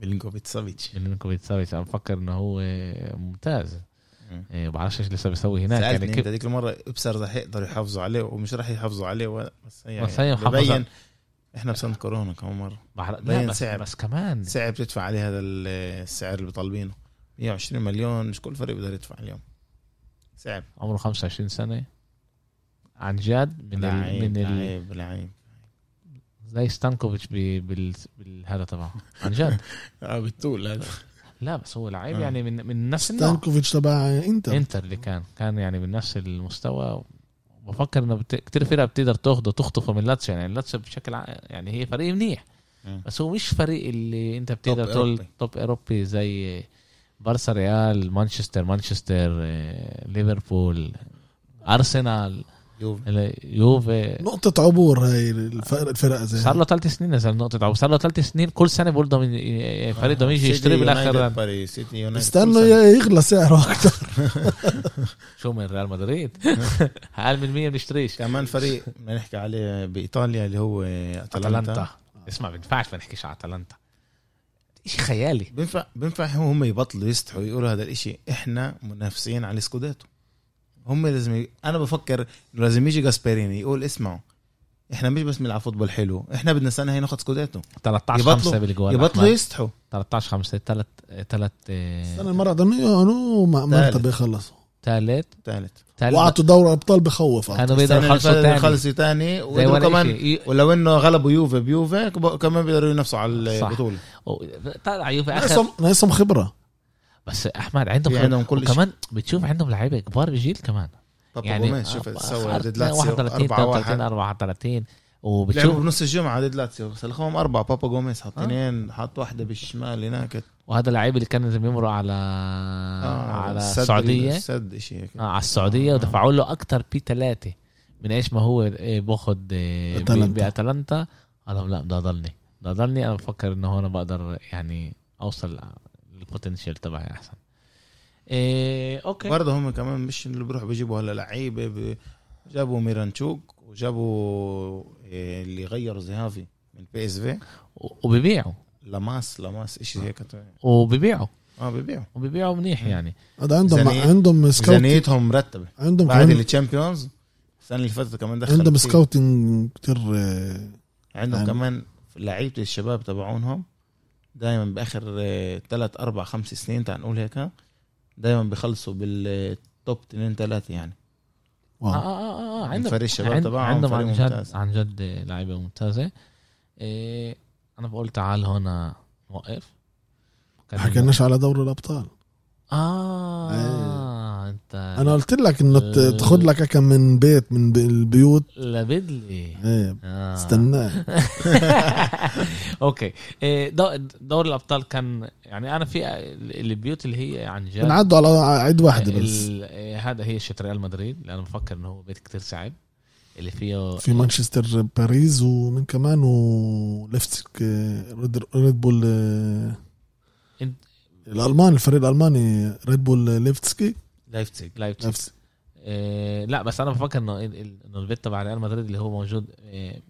Speaker 3: ميلينكوفيتش سافيتش
Speaker 1: من انكم سافيس انا بفكر انه هو آه، ممتاز
Speaker 3: مم.
Speaker 1: آه، بعرفش ايش لسه بيسوي هناك
Speaker 3: سالتني
Speaker 1: يعني
Speaker 3: انت
Speaker 1: كيف
Speaker 3: هذيك المره ابصر رح يقدروا يحافظوا عليه ومش رح يحافظوا عليه ولا بس هي يعني
Speaker 1: بس هي محافظة.
Speaker 3: ببين احنا بسنه كورونا كمان مره
Speaker 1: بعرف- لا،
Speaker 3: بين
Speaker 1: بس,
Speaker 3: صعب.
Speaker 1: بس كمان
Speaker 3: صعب تدفع عليه هذا ال- السعر اللي بطالبينه 120 مليون مش كل فريق بيقدر يدفع اليوم صعب
Speaker 1: عمره 25 سنه عن جد من ال...
Speaker 3: لعيب
Speaker 1: من ال...
Speaker 3: لعيب لعيب
Speaker 1: زي ستانكوفيتش ب- بال... بالهذا تبعه عن جد
Speaker 3: اه بالطول هذا
Speaker 1: لا بس هو لعيب
Speaker 3: آه.
Speaker 1: يعني من من نفس النوع
Speaker 2: ستانكوفيتش تبع انتر
Speaker 1: انتر اللي كان كان يعني من نفس المستوى بفكر انه بت... كتير فرقه بتقدر تاخده تخطفه من لاتسيو يعني لاتسيو بشكل ع- يعني هي فريق منيح
Speaker 3: مم.
Speaker 1: بس هو مش فريق اللي انت بتقدر
Speaker 3: آه. توب
Speaker 1: تقول
Speaker 3: أوروبي.
Speaker 1: توب اوروبي زي بارسا ريال مانشستر مانشستر آه، ليفربول ارسنال
Speaker 3: يوفي
Speaker 1: ال- يوفي
Speaker 2: نقطة عبور هاي الفرق الفرقة زي
Speaker 1: صار
Speaker 2: هاي.
Speaker 1: له ثلاث سنين نزل نقطة عبور صار له ثلاث سنين كل سنة بقول ده من- آه، فريق ده يجي
Speaker 3: سيتي
Speaker 1: يشتري
Speaker 3: يونايتد،
Speaker 1: بالاخر
Speaker 3: باريس سيتي يونايتد
Speaker 2: استنوا
Speaker 3: كل سنة.
Speaker 2: ي- يغلى سعره اكثر
Speaker 1: شو من ريال مدريد اقل من 100 بنشتريش
Speaker 3: كمان فريق بدنا نحكي عليه بايطاليا اللي هو اتلانتا
Speaker 1: اتلانتا اسمع بينفعش ما نحكيش على اتلانتا شيء خيالي
Speaker 3: بينفع بينفع هو هم يبطلوا يستحوا يقولوا هذا الاشي احنا منافسين على سكوداتو هم لازم ي... انا بفكر انه لازم يجي جاسبريني يقول اسمعوا احنا مش بس بنلعب فوتبول حلو احنا بدنا السنه هي ناخذ سكوداتو
Speaker 1: 13
Speaker 3: يبطلوا-
Speaker 1: 5 بالجوال
Speaker 3: يبطلوا
Speaker 1: يبطلوا
Speaker 3: يستحوا
Speaker 1: 13 5 ثلاث ثلاث
Speaker 3: آه،
Speaker 2: السنة المرة دانيو ما مرتبة يخلصوا
Speaker 1: ثالث
Speaker 3: ثالث
Speaker 1: ثالث
Speaker 2: وقعدوا دوري ابطال بخوف أعتقد.
Speaker 1: كانوا بيقدروا يخلصوا ثاني
Speaker 3: خلصوا ثاني
Speaker 1: زي
Speaker 3: وقدروا
Speaker 1: ولا
Speaker 3: كمان
Speaker 1: شيء إيه.
Speaker 3: ولو انه غلبوا يوفي بيوفي كب- كمان بيقدروا ينافسوا على
Speaker 1: صح.
Speaker 3: البطوله
Speaker 1: طلع يوفي اخر
Speaker 2: ناقصهم ناقصهم خبرة
Speaker 1: بس احمد عندهم
Speaker 3: في عندهم
Speaker 1: خبرة.
Speaker 3: كل شيء.
Speaker 1: وكمان بتشوف عندهم لعيبه كبار بجيل كمان
Speaker 3: بابا يعني
Speaker 1: يعني
Speaker 3: جوميز شوف
Speaker 1: آه،
Speaker 3: سوى
Speaker 1: آه،
Speaker 3: ضد لاتسيو
Speaker 1: 31
Speaker 3: 4
Speaker 1: 33
Speaker 3: 1
Speaker 1: 34
Speaker 3: لعبوا
Speaker 1: وبتشوف
Speaker 3: بنص الجمعه ضد لاتسيو سلخوهم اربعه بابا جوميز حط
Speaker 1: أه؟
Speaker 3: اثنين حط واحده بالشمال
Speaker 1: آه،
Speaker 3: هناك آه،
Speaker 1: وهذا اللعيب اللي كان لازم يمرق على على السعوديه
Speaker 3: سد شيء هيك
Speaker 1: آه على السعوديه
Speaker 3: آه.
Speaker 1: ودفعوا له اكتر بي 3 من ايش ما هو إيه، باخد إيه، ب-
Speaker 2: أتلانتا.
Speaker 1: باتلانتا قال لهم لا ده ضلني ده ضلني انا بفكر ان هو انا بقدر يعني اوصل للبوتنشال تبعي احسن إيه اوكي
Speaker 3: برضه هم كمان مش اللي بيروحوا بيجيبوا هلا لعيبه ب- جابوا ميرانشوك وجابوا إيه، اللي غيروا زهافي من بي اس في
Speaker 1: و- وبيبيعوا
Speaker 3: لماس لماس شيء هيك
Speaker 1: وبيبيعوا
Speaker 3: اه بيبيعوا
Speaker 1: وبيبيعوا منيح يعني
Speaker 2: هذا عندهم
Speaker 3: ميزانية-
Speaker 2: عندهم سكاوتينج
Speaker 3: ميزانيتهم مرتبه
Speaker 2: عندهم
Speaker 3: بعد
Speaker 2: كمان
Speaker 3: الشامبيونز السنه اللي فاتت كمان دخل
Speaker 2: عندهم
Speaker 3: كتير.
Speaker 2: سكاوتينج كثير آه،
Speaker 3: عندهم
Speaker 2: عن-
Speaker 3: كمان لعيبه الشباب تبعونهم دائما باخر آه، تلات اربع خمس سنين تعال نقول هيك دائما بيخلصوا بالتوب 2 3 يعني
Speaker 1: اه
Speaker 2: واو.
Speaker 1: اه اه, آه عندهم
Speaker 3: فريق الشباب
Speaker 1: عند-
Speaker 3: تبعهم
Speaker 1: عندهم
Speaker 3: فريق
Speaker 1: عن جد
Speaker 3: ممتاز
Speaker 1: عن جد لعيبه ممتازه إيه انا بقول تعال هنا نوقف
Speaker 2: ما حكيناش على دوري الابطال
Speaker 1: اه انت
Speaker 2: انا قلت لك انه ت-
Speaker 1: آه.
Speaker 2: تاخذ لك كم من بيت من ب- البيوت
Speaker 1: لبدلي
Speaker 2: ايه
Speaker 1: آه.
Speaker 2: استناه
Speaker 1: اوكي إيه، دو- دور الابطال كان يعني انا في البيوت اللي هي عن جد
Speaker 2: بنعدوا على عيد واحدة بس
Speaker 1: ال- إيه، هذا هي شت ريال مدريد لانه بفكر انه هو بيت كتير صعب اللي فيه
Speaker 2: في مانشستر باريس ومن كمان وليفتسك ريد ريد بول آه،
Speaker 1: إنت-
Speaker 2: الالمان الفريق الالماني ريد بول آه، ليفتسكي
Speaker 3: لايفتسيج
Speaker 1: لايبتسيج
Speaker 2: ليفتسكي.
Speaker 1: إيه لا بس انا بفكر انه ال- ال- انه البيت تبع ريال مدريد اللي هو موجود إيه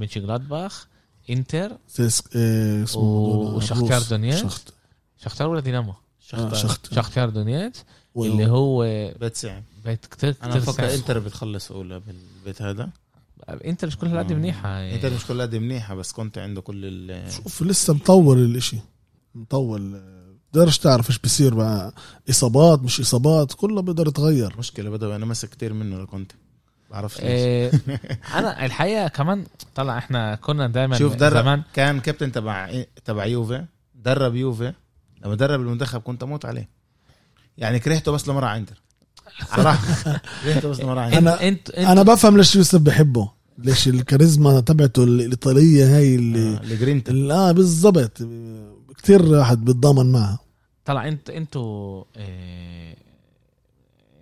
Speaker 1: بنشنجلادباخ انتر
Speaker 2: سيسك إيه
Speaker 1: و-
Speaker 2: اسمه
Speaker 1: وشختيار دونيتسك.
Speaker 2: شخت آه،
Speaker 1: شختار ولا دينامو
Speaker 3: شختار.
Speaker 2: شخت آه،
Speaker 1: شختار دونيتس
Speaker 2: و-
Speaker 1: اللي هو
Speaker 3: بيت سعي
Speaker 1: بيت كتير
Speaker 3: انا بفكر انتر بتخلص اولى بالبيت هذا
Speaker 1: انتر مش كلها قد منيحه إيه.
Speaker 3: انتر مش كلها دي منيحه بس كنت عنده كل ال
Speaker 2: شوف لسه مطول الاشي مطول آه، بقدرش تعرف ايش بصير بقى اصابات مش اصابات كله بيقدر يتغير
Speaker 3: مشكله بدأ انا ماسك كتير منه لكنت بعرفش ليش
Speaker 1: إيه انا الحقيقه كمان طلع احنا كنا دايما
Speaker 3: شوف درب
Speaker 1: زمان
Speaker 3: كان كابتن تبع إيه؟ تبع يوفي درب يوفي لما درب المنتخب كنت اموت عليه يعني كرهته بس لما راح انتر صراحه كرهته بس لما راح انتر
Speaker 2: أنا-
Speaker 1: انت انت
Speaker 2: انا بفهم ليش يوسف بحبه ليش الكاريزما تبعته ال- الايطاليه هاي اللي
Speaker 3: آه، لجرينتا
Speaker 2: ال- اه بالضبط كثير واحد بيتضامن معها
Speaker 1: طلع انت انتوا إيه،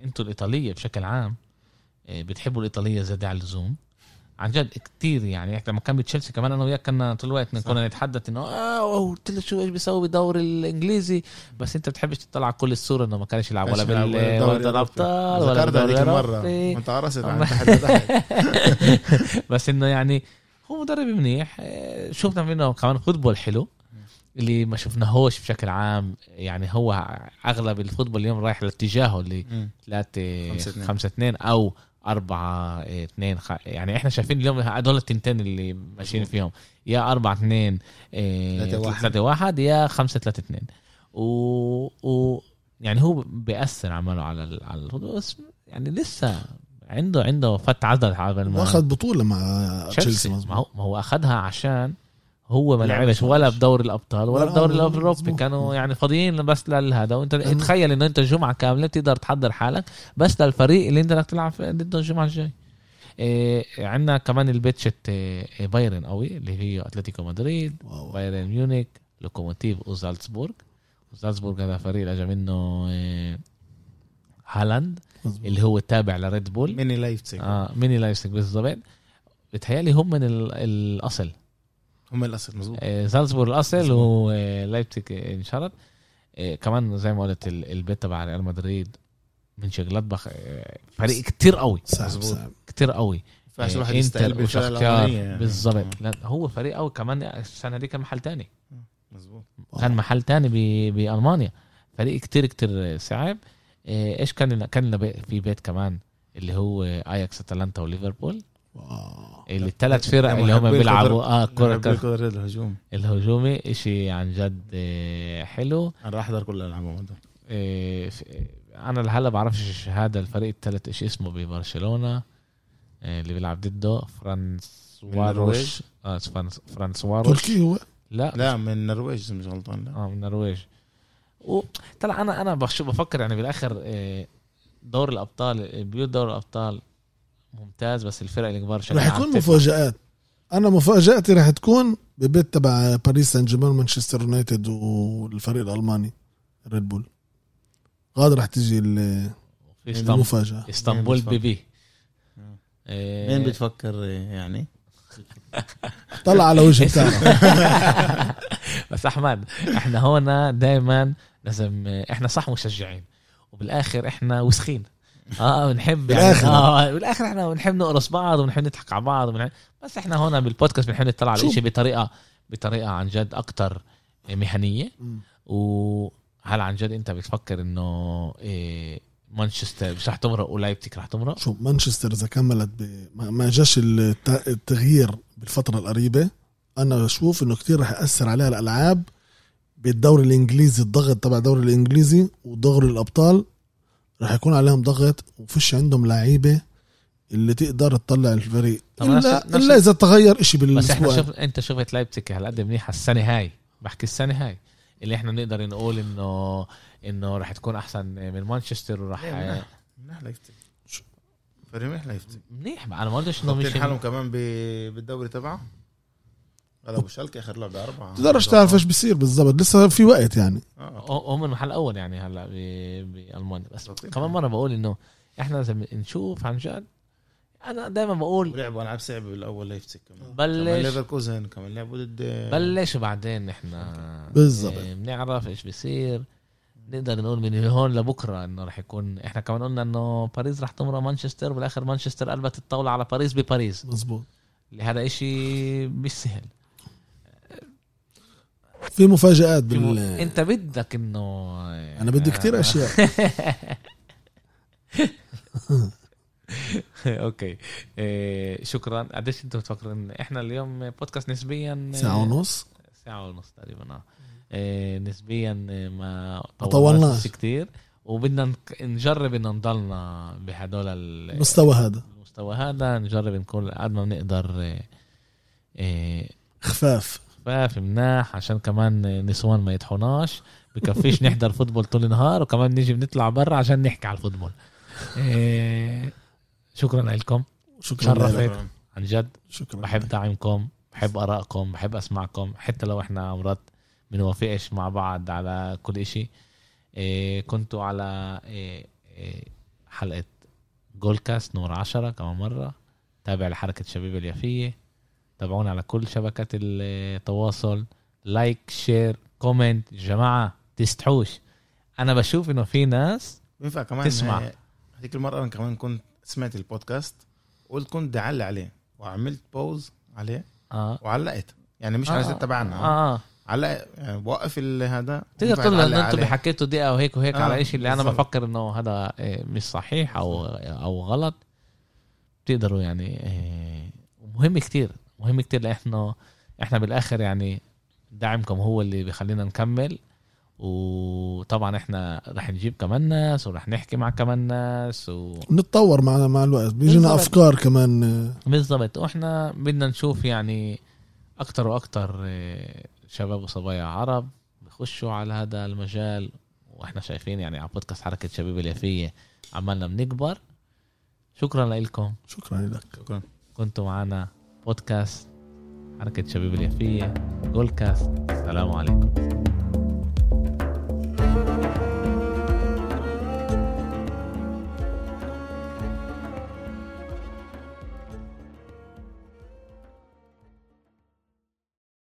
Speaker 1: انتوا الايطاليه بشكل عام إيه، بتحبوا الايطاليه زياده على اللزوم عن جد كتير يعني إحنا لما كان بتشيلسي كمان انا وياك كنا طول الوقت
Speaker 3: صح.
Speaker 1: كنا نتحدث انه اه أوه، قلت له شو ايش بيسوي بالدوري الانجليزي بس انت بتحبش تطلع على كل الصوره انه ما كانش يلعب ولا
Speaker 3: كانش يلعب
Speaker 1: بال
Speaker 3: ولا
Speaker 1: ولا
Speaker 3: دوري
Speaker 1: بالابطال ولا
Speaker 3: ذكرت هذيك
Speaker 1: بالدوري
Speaker 3: المره
Speaker 1: الأوروبي. آه.
Speaker 3: وانت عرست عن
Speaker 1: الله.
Speaker 3: تحت لتحت.
Speaker 1: بس انه يعني هو مدرب منيح آه، شفنا منه كمان فوتبول حلو اللي ما شفناهوش بشكل عام يعني هو اغلب الفوتبول اليوم رايح لاتجاهه اللي
Speaker 3: مم.
Speaker 1: 3
Speaker 3: خمسة اتنين.
Speaker 1: 5 2 او 4 2 يعني احنا شايفين اليوم هدول التنتين اللي ماشيين فيهم يا 4 2
Speaker 3: تلاتة واحد.
Speaker 1: 3 1 يا 5 3 2 و... و يعني هو بيأثر عمله على ال- على الفوتبول بس يعني لسه عنده عنده فت عضل على ما-
Speaker 2: واخذ بطوله مع تشيلسي
Speaker 1: تشيلسي ما
Speaker 2: مظبوط
Speaker 1: هو ما هو اخذها عشان هو ما
Speaker 3: لعب
Speaker 1: لعبش
Speaker 3: مش
Speaker 1: ولا
Speaker 3: ماتش.
Speaker 1: بدوري الابطال ولا
Speaker 2: ولا
Speaker 1: بدوري
Speaker 2: أول
Speaker 1: الاوروبي
Speaker 2: مظبوط.
Speaker 1: كانوا يعني فاضيين بس لهذا وانت
Speaker 2: أنا-
Speaker 1: تخيل انه انت جمعه كامله بتقدر تحضر حالك بس للفريق اللي انت بدك تلعب في- ضده الجمعه الجاي إيه عندنا كمان البيتشت إيه بايرن قوي اللي هي اتلتيكو مدريد
Speaker 3: طيب.
Speaker 1: بايرن ميونخ لوكوموتيف وزالزبورغ وزالزبورغ هذا فريق اللي اجى منه إيه هالاند اللي هو تابع لريد بول
Speaker 3: ميني لايفتسيج
Speaker 1: اه ميني لايبسك بالضبط بتهيألي هم من ال- الاصل
Speaker 3: هم الاصل مظبوط
Speaker 1: آه، زالزبورغ الاصل آه، ولايبسك انشرت آه، كمان زي ما قلت ال- البيت تبع ريال مدريد من شغلتبخ فريق كتير قوي
Speaker 2: صعب
Speaker 3: مظبوط.
Speaker 2: صعب
Speaker 1: كتير قوي
Speaker 3: فعش
Speaker 1: آه،
Speaker 3: الواحد يستقل
Speaker 1: انتر
Speaker 3: بالفرقه
Speaker 1: وشختيار
Speaker 3: الالمانيه يعني.
Speaker 1: بالضبط لا، هو فريق قوي كمان السنه دي كان محل تاني
Speaker 3: مظبوط
Speaker 2: آه.
Speaker 1: كان محل تاني ب- بالمانيا فريق كتير كتير صعب آه، ايش كان لنا- كان لنا بي- في بيت كمان اللي هو اياكس اتلانتا وليفربول
Speaker 2: آه.
Speaker 1: الثلاث فرق
Speaker 3: لا،
Speaker 1: اللي هم
Speaker 3: محبي القدر-
Speaker 1: بيلعبوا اه كرة
Speaker 3: كره
Speaker 1: كرة
Speaker 3: القدر الهجوم
Speaker 1: الهجومي اشي عن جد آه، حلو
Speaker 3: انا راح احضر كل العابهم هذول
Speaker 1: آه، ف- آه، انا لهلا بعرفش إيش هذا الفريق الثالث ايش اسمه ببرشلونة آه، اللي بيلعب ضده
Speaker 3: النرويج؟
Speaker 1: فرانسواروش اه فرانس- فرانسواروش
Speaker 2: تركي هو
Speaker 1: لا
Speaker 3: لا من النرويج إذا مش غلطان لا
Speaker 1: اه من النرويج وطلع انا انا بشوف بفكر يعني بالاخر آه، دور الابطال بيوت دور الابطال ممتاز بس الفرق الكبار شكلها
Speaker 2: رح
Speaker 1: عم
Speaker 2: يكون
Speaker 1: تطلع.
Speaker 2: مفاجات انا مفاجاتي رح تكون ببيت تبع باريس سان جيرمان مانشستر يونايتد والفريق الالماني ريد بول غاد رح تجي ال-
Speaker 1: في اسطنبول
Speaker 2: المفاجاه
Speaker 1: اسطنبول
Speaker 3: مين
Speaker 1: بي بي
Speaker 3: مم.
Speaker 1: آه،
Speaker 3: مين بتفكر يعني
Speaker 2: طلع على وجه بتاعنا
Speaker 1: بس احمد احنا هنا دائما لازم احنا صح مشجعين وبالاخر احنا وسخين اه بنحب يعني
Speaker 2: بالآخر.
Speaker 1: اه بالاخر احنا بنحب نقرص بعض وبنحب نضحك على بعض وبنحب بس احنا هنا بالبودكاست بنحب نطلع على
Speaker 2: شو؟
Speaker 1: الشيء بطريقه بطريقه عن جد اكتر مهنيه وهل عن جد انت بتفكر انه إيه مانشستر مش رح تمرق ولايبتك رح تمرق
Speaker 2: شوف مانشستر اذا كملت ب... ما ما جاش الت- التغيير بالفتره القريبه انا بشوف انه كتير رح ياثر عليها الالعاب بالدوري الانجليزي الضغط تبع الدوري الانجليزي ودوري الابطال رح يكون عليهم ضغط وفيش عندهم لعيبه اللي تقدر تطلع الفريق
Speaker 1: طب
Speaker 2: الا
Speaker 1: نفس- نفس-
Speaker 2: الا اذا تغير إشي
Speaker 1: بس احنا
Speaker 2: بالاسبوع
Speaker 1: شف... انت شفت لايبتك هالقد منيحه السنه هاي بحكي السنه هاي اللي احنا نقدر نقول انه انه راح تكون احسن من مانشستر وراح
Speaker 3: ليه منيح منيح لايفتي
Speaker 2: شو؟
Speaker 3: فريق منيح لايفتي
Speaker 1: منيح انا ما قلتش انه نعم، مش
Speaker 3: ضابطين حالهم كمان ب- بالدوري تبعه غلبوا شالكة اخر لعبه اربعه
Speaker 2: تقدرش تعرف ايش بصير بالضبط لسه في وقت يعني
Speaker 3: اه
Speaker 1: هو من المحل الاول يعني هلا ب- بالمانيا بس
Speaker 3: ضابطين
Speaker 1: كمان
Speaker 3: حالهم.
Speaker 1: مره بقول انه احنا لازم نشوف عن جد انا دائما بقول
Speaker 3: لعبوا العاب صعبه بالاول لايفتي كمان كمان
Speaker 1: بلش
Speaker 3: ليفركوزن كمان لعبوا ضد
Speaker 1: بلش وبعدين احنا
Speaker 2: بالضبط.
Speaker 1: إيه، بنعرف ايش بيصير نقدر نقول من هون لبكره انه رح يكون احنا كمان قلنا انه باريس رح تمرق مانشستر بالاخر مانشستر قلبت الطاوله على باريس بباريس
Speaker 2: مزبوط
Speaker 1: اللي هذا إشي مش سهل
Speaker 2: في مفاجآت
Speaker 1: في م-
Speaker 2: بال
Speaker 1: انت بدك إيه، انه
Speaker 2: انا بدي كتير اشياء
Speaker 1: اوكي إيه، شكرا قديش انتم بتفكرين احنا اليوم بودكاست نسبيا
Speaker 2: ساعة ونص
Speaker 1: ساعة ونص تقريبا اه إيه، نسبيا إيه، ما
Speaker 2: ما
Speaker 1: طولناش
Speaker 2: طولناش.
Speaker 1: كثير وبدنا نك- نجرب ان نضلنا بهدول ال-
Speaker 2: مستوى هذا
Speaker 1: المستوى هذا نجرب نكون قد ما بنقدر إيه، إيه،
Speaker 2: خفاف
Speaker 1: خفاف مناح عشان كمان نسوان ما يطحناش بكفيش نحضر فوتبول طول النهار وكمان نيجي بنطلع برا عشان نحكي على الفوتبول إيه، شكرا لكم
Speaker 2: شكرا لك.
Speaker 1: شرفت. عن جد
Speaker 2: شكرا
Speaker 1: بحب دعمكم بحب ارائكم بحب اسمعكم حتى لو احنا مرات بنوافقش مع بعض على كل اشي إيه كنتوا على إيه إيه حلقة جول كاست نور عشرة كمان مرة تابع لحركة شبيب اليافية تابعونا على كل شبكات التواصل لايك شير كومنت جماعة تستحوش انا بشوف انه في ناس
Speaker 3: بينفع كمان
Speaker 1: تسمع.
Speaker 3: آه، هذيك المره انا كمان كنت سمعت البودكاست وقلت كنت بدي اعلق عليه وعملت بوز عليه
Speaker 1: اه
Speaker 3: وعلقت يعني مش
Speaker 1: آه،
Speaker 3: على الست تبعنا
Speaker 1: اه, آه.
Speaker 3: علق يعني بوقف ال- هذا
Speaker 1: تقدر
Speaker 3: بينفع
Speaker 1: تقول ان
Speaker 3: تعلق
Speaker 1: انتم
Speaker 3: عليه.
Speaker 1: حكيتوا دقيقه وهيك وهيك
Speaker 3: آه،
Speaker 1: على شيء اللي انا
Speaker 3: بالظبط.
Speaker 1: بفكر انه هذا إيه، مش صحيح او او غلط بتقدروا يعني إيه، مهم كتير مهم كتير لانه احنا بالاخر يعني دعمكم هو اللي بيخلينا نكمل وطبعا احنا رح نجيب كمان ناس ورح نحكي مع كمان ناس و...
Speaker 2: نتطور مع مع الوقت بيجينا
Speaker 1: بالضبط.
Speaker 2: افكار كمان آه،
Speaker 1: بالضبط واحنا بدنا نشوف يعني اكتر واكتر آه، شباب وصبايا عرب بخشوا على هذا المجال واحنا شايفين يعني على بودكاست حركه شباب اليافيه عمالنا بنكبر شكرا لكم
Speaker 2: شكرا لك
Speaker 3: شكرا
Speaker 1: كنتوا معنا بودكاست حركه شباب اليافيه جول كاست السلام عليكم